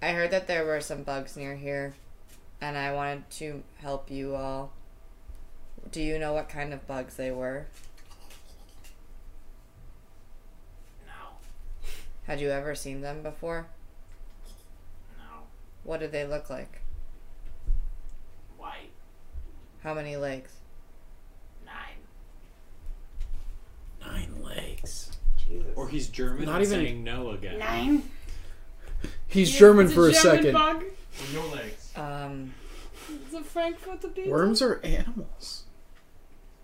I heard that there were some bugs near here, and I wanted to help you all. Do you know what kind of bugs they were?
No,
Had you ever seen them before?
no,
What did they look like?
white
How many legs?
nine.
Nine legs.
Jesus.
Or he's German.
Not
and
even-
saying no again.
Nine.
he's German
It's
for a,
German
second.
Bug.
With no legs.
Um,
It's a Frankfurter beetle.
Worms are animals.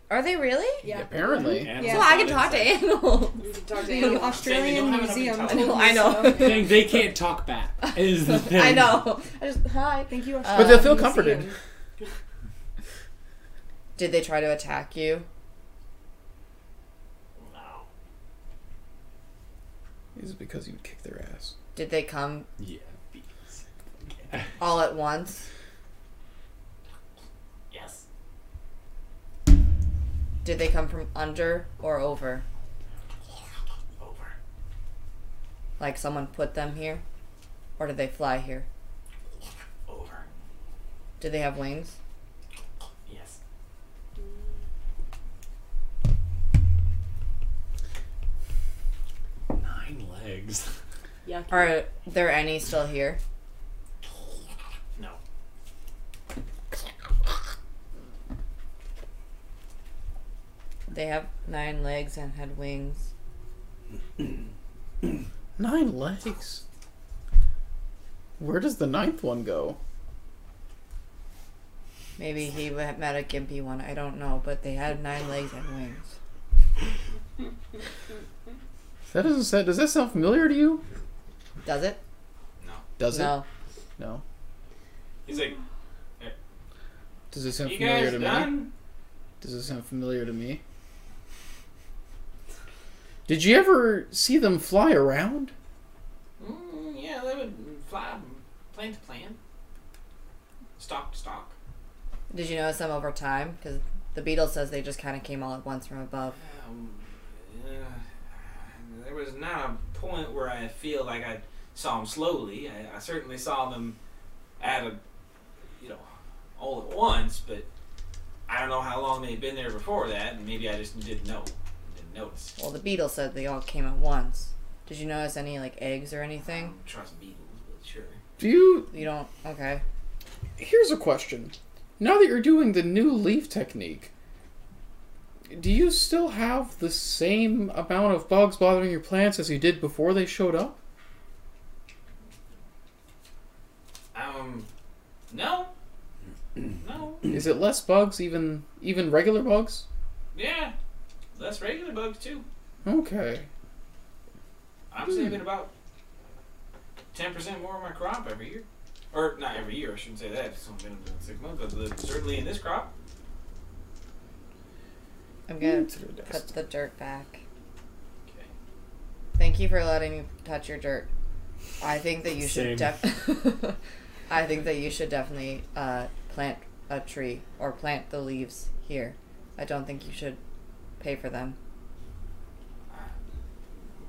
are they really?
Yeah.
Apparently,
Animals
Yeah.
Well, I
not
can talk to
insects.
animals.
You can talk to
The
They
animals.
Australian
don't have enough
Museum.
intelligence.
told me
I know.
so.
Saying they can't talk back is the thing.
I know. I just hi.
Thank you,
But they'll
feel
Australian
comforted.
Museum.
Did they try to attack you?
No,
is it because you would kick their ass?
Did they come
Yeah.
all at once?
yes.
Did they come from under or over?
Over.
Like someone put them here? Or did they fly here?
Over.
Do they have wings?
Yes.
Nine legs.
Yucky.
Are there any still here?
No.
They have nine legs and had wings.
Nine legs. Where does the ninth one go?
Maybe he wa- met a gimpy one. I don't know, but they had nine legs and wings.
That doesn't sound, does that sound familiar to you?
Does it?
Does
no.
it? No.
He's like,
Does it sound
you
familiar
guys
to me?
done?
Does it sound familiar to me? Did you ever see them fly around?
Mm, yeah, they would fly from plan to plan. Stock to stock.
Did you notice them over time? Because the beetle says they just kind of came all at once from above.
Um, uh, there was not a point where I feel like I saw them slowly. I, I certainly saw them at a, you know, all at once, but I don't know how long they had been there before that, and maybe I just didn't know, didn't notice.
Well, the beetle said they all came at once. Did you notice any like eggs or anything?
Um, trust beetles, but sure.
Do you.
You don't. Okay.
Here's a question. Now that you're doing the new leaf technique, do you still have the same amount of bugs bothering your plants as you did before they showed up?
Um, no, no,
Is it less bugs, even even regular bugs?
yeah, less regular bugs too.
Okay.
Hmm.
I'm saving about ten percent more of my crop every year, or not every year. I shouldn't say that. It's only been about six months, but the, certainly in this crop,
I'm gonna
Into the
put
dust.
the dirt back.
okay.
Thank you for letting me touch your dirt. I think that you should
Same.
def- I think that you should definitely uh, plant a tree or plant the leaves here. I don't think you should pay for them.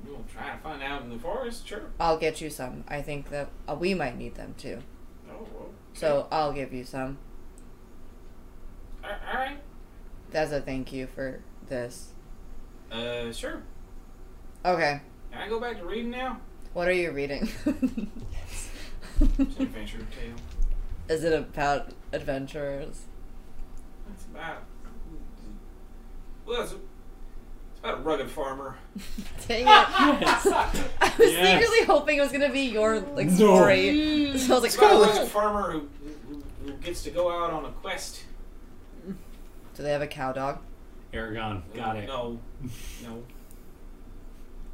we'll try to find out in the forest. Sure.
I'll get you some. I think that uh, we might need them too.
Oh, well.
So I'll give you some.
all all right.
That's a thank you for this.
Uh, sure.
Okay.
Can I go back to reading now?
What are you reading?
It's an adventure tale.
Is it about adventurers?
It's about well, it's, it's about a rugged farmer.
Dang it.
Yes.
I was
Yes.
secretly hoping it was gonna be your like
No.
story.
Mm.
So I was
It's
like,
about a
oh.
rugged farmer who, who, who gets to go out on a quest.
Do they have a cow dog?
Aragon, got it.
No, no,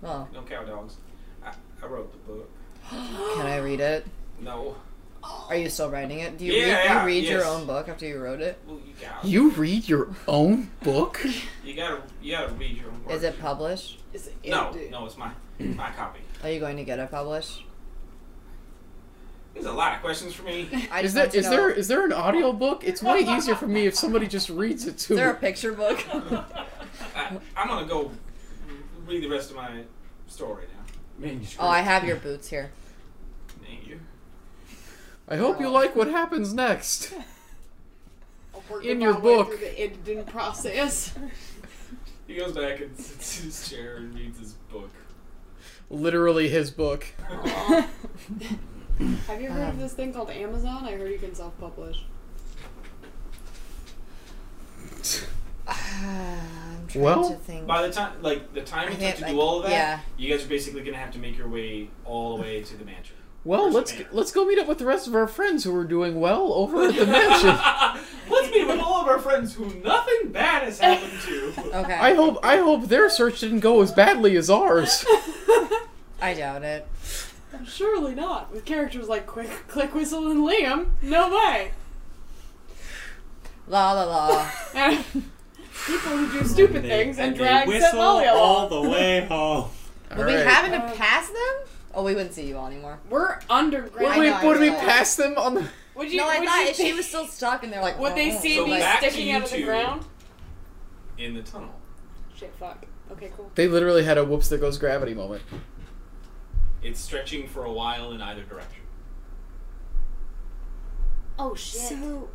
Well,
no cow dogs. I, I wrote the book.
can I read it?
No.
Are you still writing it? Do you
Yeah,
read,
yeah,
you read your
yes.
own book after you wrote it?
Well, you got
You read your own book?
you gotta you gotta read your own work.
Is it published?
Is it
No, no, it's my my copy.
Are you going to get it published?
There's a lot of questions for me.
I
Is
just
there
want to
is
know,
there is there an audio book? It's way easier for me if somebody just reads it to
is there a
me.
picture book?
I, I'm gonna go read the rest of my story now.
Manuscript.
oh, I have your boots here.
Thank you.
I hope you like what happens next. In your book.
the editing process.
He goes back and sits in his chair and reads his book.
Literally his book.
Have you
Um.
heard of this thing called Amazon? I heard you can self-publish.
I'm trying
Well,
to think.
By the time, like the time
I
it took
can't,
to
like,
do all of that,
yeah.
you guys are basically gonna have to make your way all the way to the mansion.
Well,
Where's
let's
the
g-
mayor?
let's go meet up with the rest of our friends who are doing well over at the mansion.
Let's meet with all of our friends who nothing bad has happened to.
Okay.
I
I,
hope I hope their search didn't go as badly as ours.
doubt it.
Surely not. With characters like Quick, Click Whistle, and Liam, no way.
La la la.
And people who do stupid
they-
things and,
they
drag Seth
whistle
Molly along.
all the way home.
All
Would we
right.
happen to pass them? Oh, we wouldn't see you all anymore.
We're
Would
underground.
I
we,
know, I
would we
know.
pass them on the?
Would you,
No, I
would
thought
you
if she
think-
was still stuck and they're like,
Would they
"Oh."
see
So
me
back to
sticking out of the
you two.
ground?
in the tunnel.
Shit, fuck. Okay, cool.
They literally had a whoops that goes gravity moment.
It's stretching for a while in either direction.
Oh shit.
So,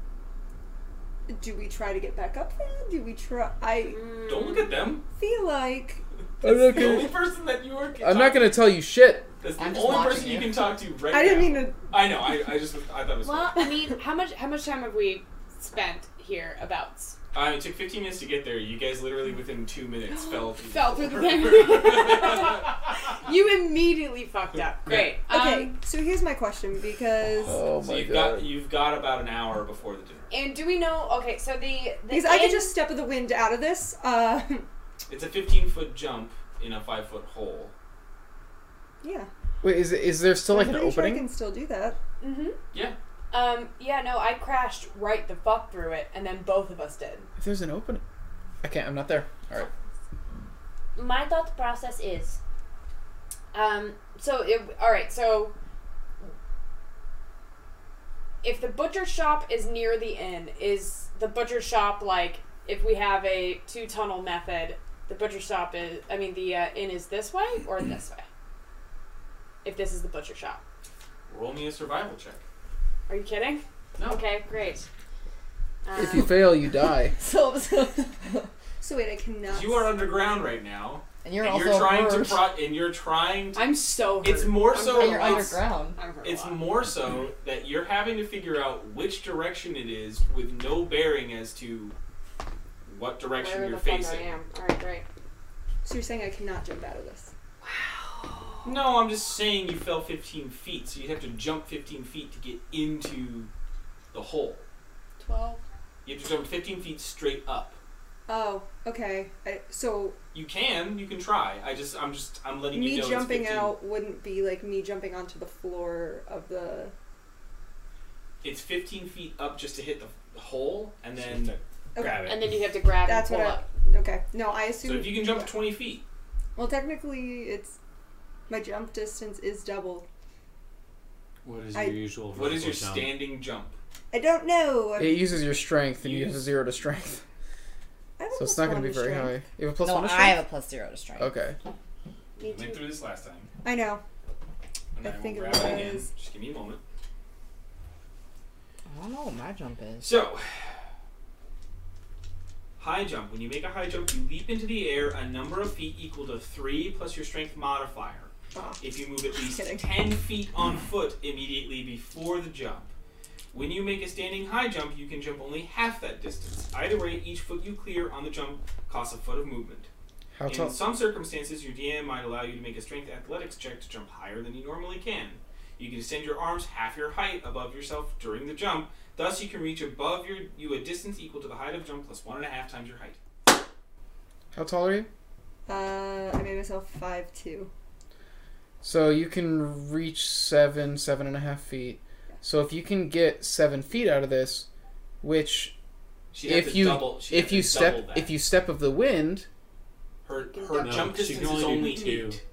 do we try to get back up there? Do we try? I
Mm.
Don't look at them.
feel like
I'm not
The only
gonna,
person that you are. can
I'm
talk
not gonna tell you
to-
shit.
That's the
I'm just
only
watching
person you
you.
can talk to right
I didn't
now.
mean to.
I know. I, I just I thought it was.
Well,
funny.
I mean, how much how much time have we spent here about?
Uh, it took 15 minutes to get there. You guys literally within two minutes fell through
Fell through the
floor.
thing. You immediately fucked up. Great.
Okay,
Um,
so here's my question because
Oh
so
my
you've
god.
got you've got about an hour before the dinner.
and do we know? Okay, so the, the
because I could
end-
just step of the wind out of this. Uh,
It's a 15 foot jump in a five foot hole.
yeah.
Wait, is is there still like
I'm
an
pretty sure I
opening?
can still do that.
Mhm.
Yeah.
Um. Yeah. No, I crashed right the fuck through it, and then both of us did.
If there's an opening, I can't. I'm not there. All right.
My thought process is
Um. So it. All right. So. If the butcher shop is near the inn, is the butcher shop like if we have a two tunnel method? The butcher shop is. I mean, the uh, inn is this way or this way. If this is the butcher shop,
Roll me a survival check.
are you kidding?
No.
Okay. Great. Um,
If you fail, you die.
So, so
So wait, I cannot.
You are underground right now,
and you're
and
also
you're trying
hurt,
to pro- and you're trying to.
I'm so. Hurt.
It's more
I'm
so.
and
hurt
you're
a lot.
it's,
underground.
I'm hurt a
it's
lot.
more so that you're having to figure out which direction it is with no bearing as to what direction
Where
you're
the fuck
facing.
I am. All right. Great.
So you're saying I cannot jump out of this?
No, I'm just saying you fell 15 feet, so you'd have to jump 15 feet to get into the hole.
Twelve.
You have to jump 15 feet straight up.
Oh, okay. I, so
You can, you can try. I just, I'm just, I'm letting you
me
know. it's
jumping
15
out wouldn't be like me jumping onto the floor of the.
It's 15 feet up just to hit the hole, and then
Okay.
grab it.
And then you have to grab
That's
and
what
pull
I.
up.
Okay. No, I
so
assume.
if you can jump 20 feet,
well, technically, it's my jump distance is double.
What is
I-
your usual?
what is your
vertical jump?
standing jump?
I don't know.
It uses your strength, and you
Use-
have zero to strength,
I have a
so it's
plus
not going
one
to be very
strength.
high. You have a plus
no,
one to
I
strength.
have a plus zero to strength.
Okay.
We went through this last time,
I know.
and
I
I, will
think it
grab it again.
was-
Just give me a moment.
I don't know what my jump is.
So, high jump. When you make a high jump, you leap into the air a number of feet equal to three plus your strength modifier.
Oh.
If you move at least
Kidding.
ten feet on foot immediately before the jump. When you make a standing high jump, you can jump only half that distance. Either way, each foot you clear on the jump costs a foot of movement.
How
In
tall?
some circumstances, your DM might allow you to make a strength athletics check to jump higher than you normally can. You can extend your arms half your height above yourself during the jump. Thus, you can reach above your you a distance equal to the height of jump plus one and a half times your height.
How tall are you?
Uh, I made myself five two.
So you can reach seven, seven and a half feet. So if you can get seven feet out of this, which
She'd have
If
to
you-
double, she'd have
if you
to double
step
that.
if you step of the wind,
her her
No,
jump
she
distance
can
is
only
only
do two.
eight.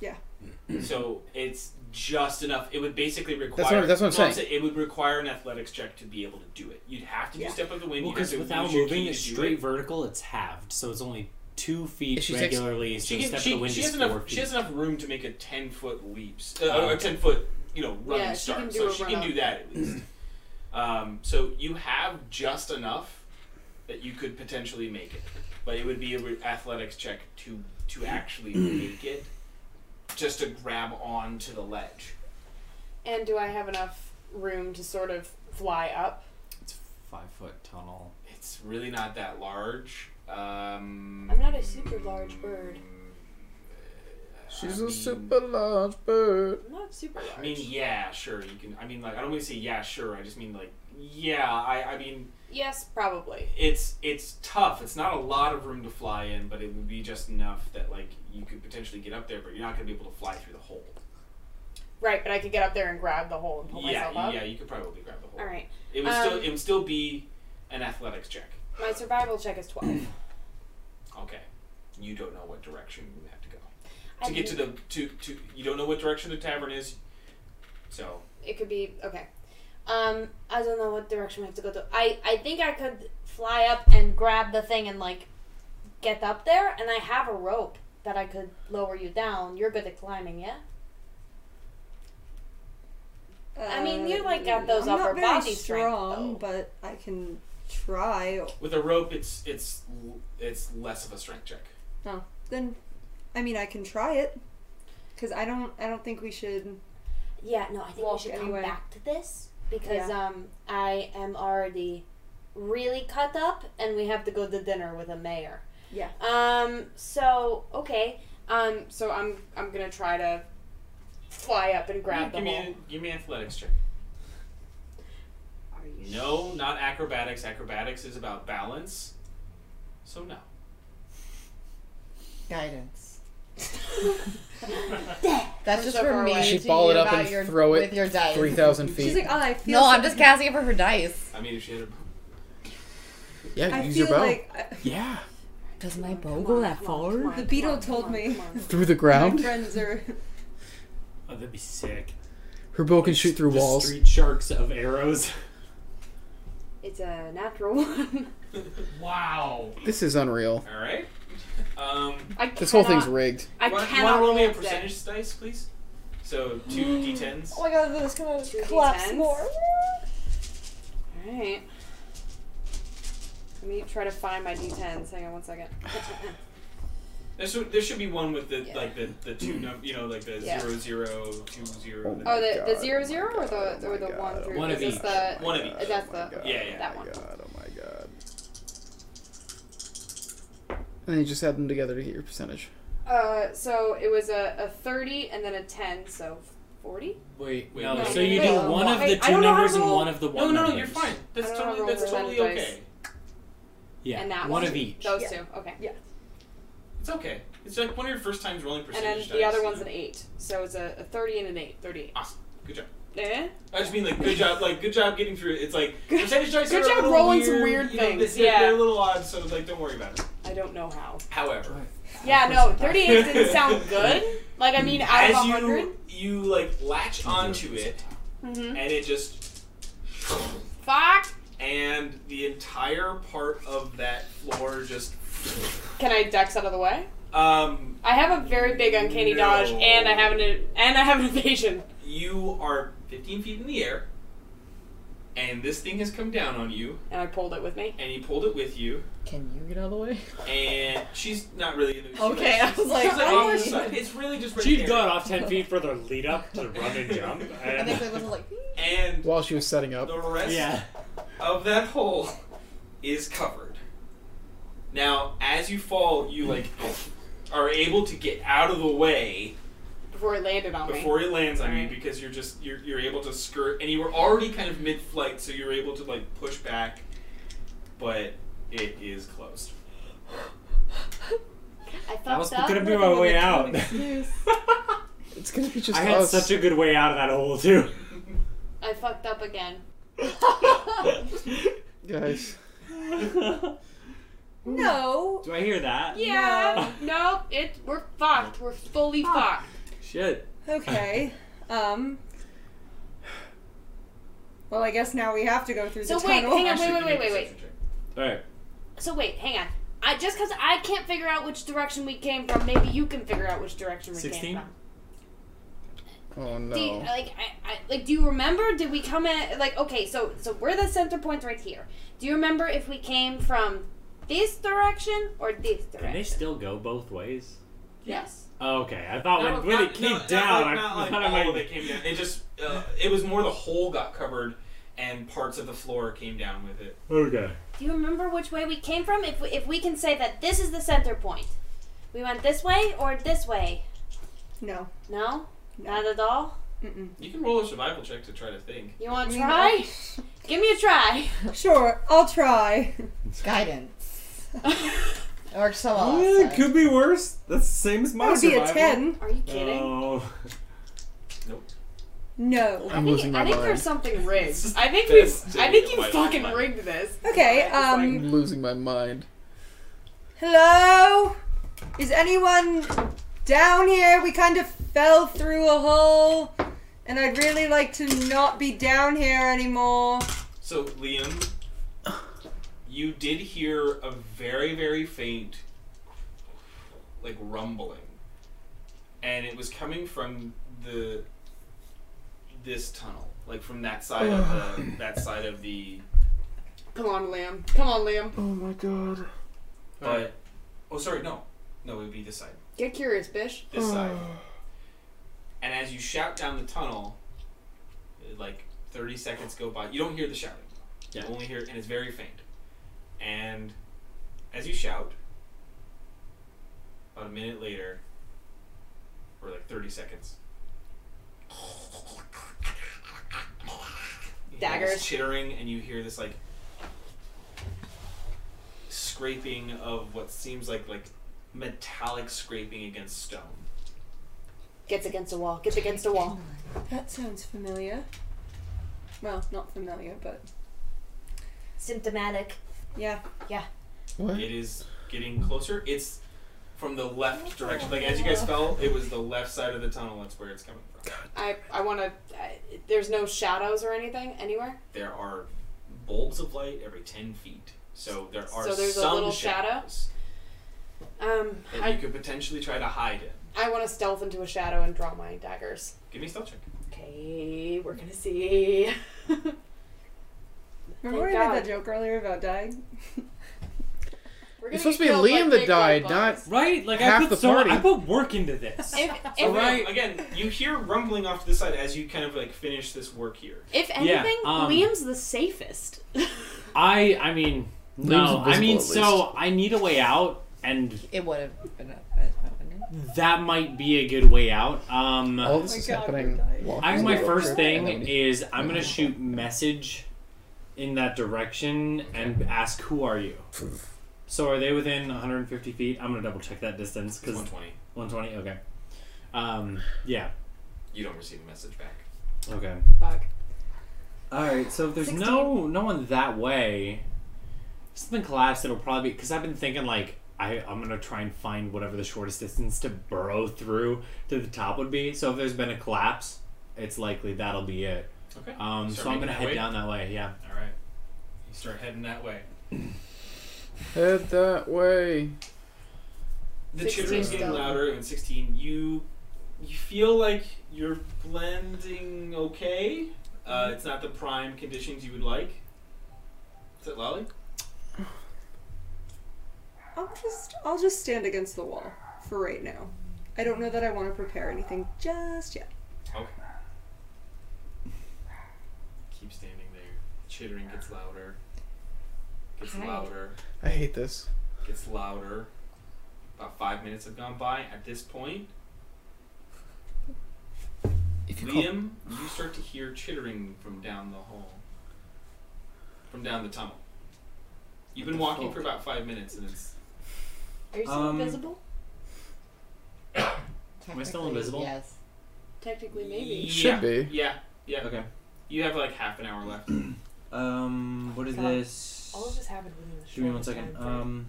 Yeah.
So it's just enough. It would basically require.
what- that's what I'm
no,
saying.
It would require an athletics check to be able to do it. You'd have to do
Yeah.
step of the wind.
Well,
you'd have
because
to
without
use your
moving
key
it
to do
straight vertical, it's halved, so it's only two feet
If she takes-
regularly. so
She,
the
can,
step
she,
of the wind
she
is
has enough.
four feet.
She has enough room to make a ten foot leaps, uh,
Oh,
or a
okay.
ten foot, you know, running
Yeah, she
start.
can do
so
a
she
run
can do
up.
that at least. um, so you have just enough that you could potentially make it, but it would be an athletics check to to actually make it, just to grab on to the ledge.
And do I have enough room to sort of fly up?
It's five foot tunnel.
It's really not that large. Um,
I'm not a super large bird.
she's
uh, I
a
mean-
super large bird.
I'm not super large.
I mean, yeah, sure, you can. I mean, like, I don't really say yeah, sure. I just mean like, yeah. I, I mean,
yes, probably.
it's it's tough. It's not a lot of room to fly in, but it would be just enough that like you could potentially get up there, but you're not gonna be able to fly through the hole.
Right, but I could get up there and grab the hole and pull
yeah,
myself up.
yeah, you could probably grab the hole.
All right.
It would still
Um,
it would still be an athletics check.
My survival check is 12.
Okay, you don't know what direction you have to go
I
to get to the to to. You don't know what direction the tavern is, so
It could be okay.
um I don't know what direction we have to go to. I I think I could fly up and grab the thing and like get up there, and I have a rope that I could lower you down. You're good at climbing, yeah? I mean, you, like, got those
Uh, I'm
upper
not very
body strength, though.
strong, but I can try.
With a rope, it's it's it's less of a strength check.
No, then, I mean, I can try it. Cause I don't, I don't think we should.
Yeah, no, I think
Walk
we should
anyway.
come back to this because um I am already really cut up and we have to go to dinner with a mayor.
Yeah.
Um so okay. Um
So I'm I'm gonna try to fly up and grab
give
them
me
all.
give me athletics check.
are you
No, not acrobatics. Acrobatics is about balance. So no.
Guidance.
That's
That's just
so
for
far
me.
away.
She
to
ball
you
it up
about
and
your,
throw it
with your dice.
Three thousand feet.
She's like, oh, I feel.
No, I'm
something."
just casting it for her dice.
I mean, if she had a
yeah,
I
use
feel
your bow
like I-
Yeah.
Does my bow go that far?
the beetle told me
through the
my
ground.
friends are.
Oh, that'd be sick.
Her bow can shoot through
The
walls.
Street sharks of arrows.
It's a natural one.
Wow.
This is unreal.
all right. Um,
I
This whole
cannot-
thing's rigged.
I
why,
cannot Mm.
why don't roll me a
lift it.
percentage dice, please? So two d10s.
Oh.
my god, this is gonna
Two D10s. Alright. Let me try to find my D10s. Hang on one second.
There should there should be one with the
Yeah.
like the the two num you know like the
Yeah.
zero zero two zero.
Oh,
Oh, the,
God,
the
oh
zero
my
zero or
God,
the
oh
or
my
the
God,
one
oh
through?
One
is
of
this
each.
The,
One of each.
Uh, that's the-
Yeah, yeah.
that one.
god, oh my god. And then you just add them together to get your percentage.
Uh, so it was a, a thirty and then a ten, so forty.
Wait,
wait,
no.
wait,
so
wait,
you
wait.
do one of the
Wait, I
two
don't know how to
numbers and
roll.
one of the one.
no, no, no,
numbers.
you're fine.
I
That's
don't know
totally
how to
that's
roll
totally
percentage dice.
okay.
Yeah.
And that
one
one.
of each.
Those
Yeah.
two. Okay.
It's okay. It's like one of your first times rolling
And
percentage.
then the
dice,
other
you
one's
know?
an eight. So it's a, a thirty and an eight. Thirty-eight.
Awesome. Good job.
Eh?
I just mean like good job, like good job getting through it. It's like
Good-
percentage dice.
good
are a
job
little
rolling
weird,
some weird
you know,
things,
They're, they're
yeah.
a little odd, so like don't worry about it.
I don't know how.
However,
Yeah, no, 38 didn't sound good. Like, I mean, out of
as
100.
you you like latch onto it,
Mhm.
and it just
Fuck!
and the entire part of that floor just
Can I dex out of the way?
um
I have a very big uncanny dodge,
No.
and I have an and I have an evasion.
you are 15 feet in the air, and this thing has come down on you,
And I pulled it with me.
and you pulled it with you,
Can you get out of the way?
and she's not really in the. she's
Okay,
like-
I was like,
she's like
I
off the
was-
side. It's really just right
She'd
there.
gone off ten feet for the lead up to run and jump.
I think
And,
it was like.
And
While she was setting up.
the rest
yeah.
of that hole is covered. Now, as you fall, you like are able to get out of the way
Before it landed on me.
before it lands on you
Alright.
because you're just you're, you're able to skirt and you were already kind of mid-flight, so you're able to like push back, but it is closed.
I fucked
That was
up.
gonna be
like,
my
I'm
way
gonna-
out.
It's gonna be just
I had
us.
such a good way out of that hole too.
I fucked up again.
Guys.
No.
Do I hear that?
Yeah. Nope. It. We're fucked. We're fully fucked.
Shit.
Okay. Um. Well, I guess now we have to go through
So
the
wait,
tunnel.
hang on,
Actually,
wait,
give
wait,
me a
wait, wait.
perception check.
All right.
So wait, hang on. I just because I can't figure out which direction we came from, maybe you can figure out which direction we
16?
came from.
Oh
Do you,
uh,
no.
like I, I like do you remember did we come at like okay so so we're the center point right here do you remember if we came from this direction or this
Can they
direction
still go both ways?
yes
Oh, okay. I thought
Not-
when, when
not-
it came
not- not
down,
like-
I
not like
thought
all
I
of
might.
it came down. It just uh, it was more the hole got covered and parts of the floor came down with it.
Okay.
do you remember which way we came from if we, if we can say that this is the center point we went this way or this way
No.
no, not at all
Mm-mm.
You can roll a survival check to try to think.
you want to
mean,
try give me a try
Sure, I'll try.
Guidance. or so
it
awesome.
could be worse. That's the same as my
That would be a
survival.
ten.
are you kidding
Oh.
No.
I'm
I
losing
think,
my
I think there's
mind.
something rigged.
It's
I think
just
we.
best
I think
day
you
of my
fucking
life.
rigged this.
Okay. Um.
I'm losing my mind.
Hello. Is anyone down here? We kind of fell through a hole, and I'd really like to not be down here anymore.
So Liam, you did hear a very very faint like rumbling, and it was coming from the this tunnel, like from that side of the that side of the
Come on, Liam. Come on, Liam.
Oh my god.
But oh, sorry, no, no, it would be this side,
Get curious, bitch.
this
Oh.
side. And as you shout down the tunnel, uh, like thirty seconds go by. You don't hear the shouting.
Yeah.
You only hear, and it's very faint. And as you shout, about a minute later, or like thirty seconds. you hear this
Daggers.
chittering, and you hear this like scraping of what seems like like metallic scraping against stone.
Gets against a wall. Gets against a wall.
That sounds familiar. Well, not familiar, but
Symptomatic.
yeah.
What?
It is getting closer. It's from the left direction. Like as you guys fell, it was the left side of the tunnel. That's where it's coming from.
I I want to. There's no shadows or anything anywhere.
There are bulbs of light every ten feet, so there are
So there's a
some
little shadow?
shadows
Um,
that you
I
could potentially try to hide in.
I want to stealth into a shadow and draw my daggers.
Give me a stealth check.
Okay, we're gonna see.
Remember
Thank
when I
God.
made that joke earlier about dying?
We're gonna
It's supposed
get
to be
killed
Liam
like
that
big
died,
bugs.
not.
Right? Like I
Half
put
the
so
party.
I put work into this.
If,
So
if,
Alright.
again, you hear rumbling off to the side as you kind of like finish this work here.
if anything,
Yeah, um,
Liam's the safest.
I I mean
Liam's
no, I
invisible,
mean
at
so I need a way out and
It would have been a, a,
that might be a good way out. Um
All this is
God,
happening.
we're dying.
while
I
he's
my
alive.
first
And
thing
then-
is I'm gonna shoot message in that direction and ask who are you. So are they within 150 feet? I'm gonna double check that distance
It's
because
120.
120. Okay. Um. Yeah.
You don't receive a message back.
Okay.
Fuck.
All right. So if there's no no one that way, if something collapsed. It'll probably because I've been thinking like I I'm gonna try and find whatever the shortest distance to burrow through to the top would be. So if there's been a collapse, it's likely that'll be it.
Okay.
Um.
Start
so I'm
making
gonna
that
head
way?
down that way. Yeah.
All right. You start heading that way.
Head that way.
The
16
chittering's getting
still.
louder, and 16, you you feel like you're blending okay. Uh, it's not the prime conditions you would like. Is it Lolly?
I'll just I'll just stand against the wall for right now. I don't know that I want to prepare anything just yet.
Okay. Keep standing there. Chittering gets louder. Gets
Hi.
louder.
I hate this.
Gets louder. About five minutes have gone by. At this point,
If
Liam, you start to hear chittering from down the hall, from down the tunnel. You've been walking for about five minutes, and it's
Are you still
Um,
invisible?
Am I still
technically,
invisible?
Yes.
Technically, maybe.
Yeah,
Should be.
Yeah, yeah.
Okay.
You have like half an hour left.
Um. What is
God.
this?
All of this happened within the
Give me one second. Um.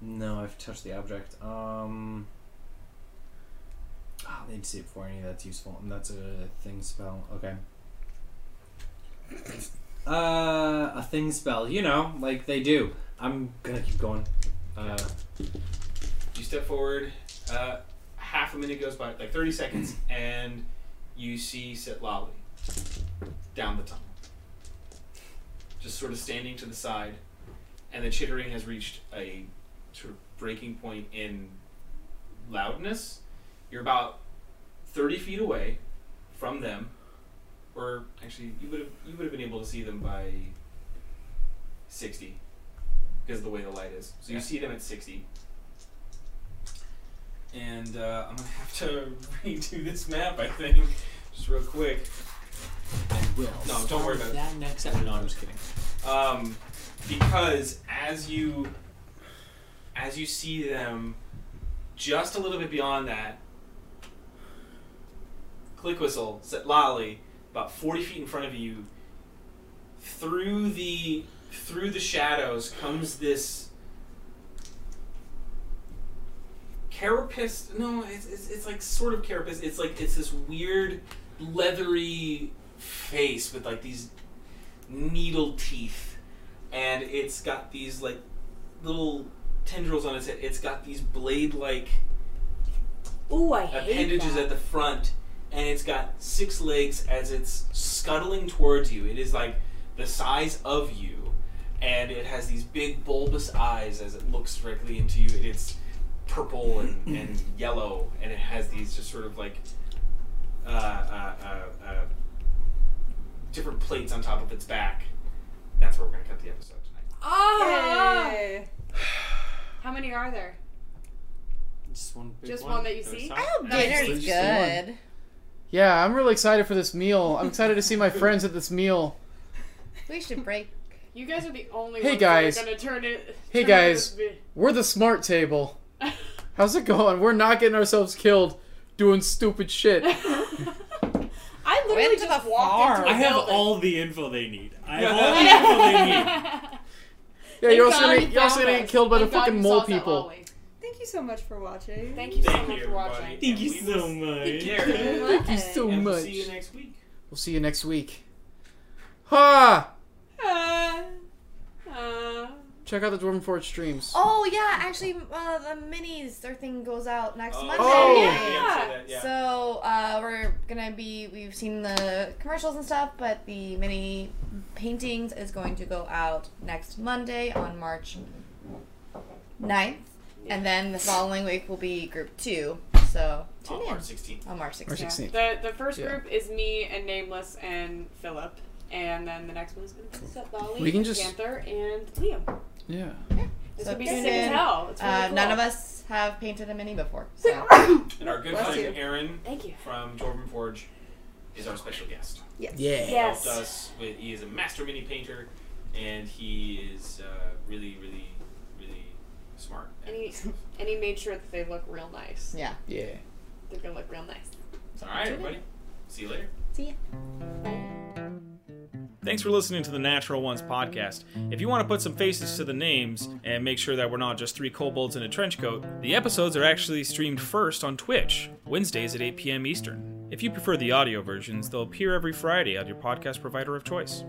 No, I've touched the object. Um. Ah, I need to see it before any of that's useful, and that's a thing spell. Okay. Uh, a thing spell. You know, like they do. I'm gonna keep going. Uh,
You step forward. Uh, half a minute goes by, like thirty seconds, and you see Sitlali down the tunnel, just sort of standing to the side, and the chittering has reached a sort of breaking point in loudness. You're about thirty feet away from them, or actually, you would have you would have been able to see them by sixty because of the way the light is. So you see them at sixty. And uh, I'm gonna have to redo this map, I think, just real quick.
will.
No, don't worry about it.
that next. Time. No, I'm just kidding.
Um, because as you as you see them, just a little bit beyond that, click whistle, set lolly, about forty feet in front of you. Through the through the shadows comes this carapace. No, it's, it's, it's like sort of carapace. It's like it's this weird leathery face with like these needle teeth, and it's got these like little tendrils on its head. It's got these blade-like
Ooh, I hate
appendages
that.
at the front, and it's got six legs as it's scuttling towards you. It is like the size of you, and it has these big bulbous eyes as it looks directly into you. It's purple and, and yellow, and it has these just sort of like uh, uh, uh, uh, different plates on top of its back. That's where we're going to cut the episode tonight.
Oh!
Yay.
How many are there?
Just one. Big
Just
one.
one that you
There was
see?
some.
I hope
Nice.
dinner's
Just the one.
good.
Yeah, I'm really excited for this meal. I'm excited to see my friends at this meal.
We should break.
You guys are the only
Hey,
ones that are
guys.
gonna turn it.
Hey,
turn it
guys.
this
We're the smart table.
big.
How's it going? We're not getting ourselves killed doing stupid shit.
I literally
Went to
just
the
walked into
farm.
I
a
have
building.
all the info they need. I have all the info they need.
Yeah,
Thank
you're also
God
gonna,
you
you're also
found
gonna get
us.
killed by the
Thank God
fucking
you
mole
solved that
people.
lolly.
Thank you so much for watching.
Thank you so
Thank
much
you,
for
everybody.
watching.
Thank you
We
so
will-
much.
Garrett.
Thank you so
and we'll
much.
see you next week.
We'll see you next week. Ha!
Uh, uh,
Check out the Dwarven Forge streams.
Oh yeah, actually, uh, the minis their thing goes out next Monday.
Oh.
yeah, yeah, say that, yeah.
So uh, we're gonna be. We've seen the commercials and stuff, but the mini paintings is going to go out next Monday on March 9th. and then the following week will be group two. So
on
tune in
Oh, March 16th.
on March
March 16th.
16th.
Uh, the the first
Yeah.
group is me and Nameless and Philip, and then the next one's gonna be Seth Lolly,
We can just-
Panther, and Liam.
Yeah.
It's
So
gonna be
tune
sick as
in.
hell. It's really
Uh,
cool.
None of us have painted a mini before, so
And our good
Bless
friend
you.
Aaron
Thank you.
from Dwarven Forge is our special guest.
Yeah.
He
Yes.
helped us with. He is a master mini painter, and he is uh, really, really, really smart.
And he, and he made sure that they look real nice.
yeah.
Yeah.
They're gonna look real nice.
All right, everybody. See you later.
See ya.
Thanks for listening to the Natural Ones podcast. If you want to put some faces to the names and make sure that we're not just three kobolds in a trench coat, the episodes are actually streamed first on Twitch, Wednesdays at 8 p.m. Eastern. If you prefer the audio versions, they'll appear every Friday on your podcast provider of choice.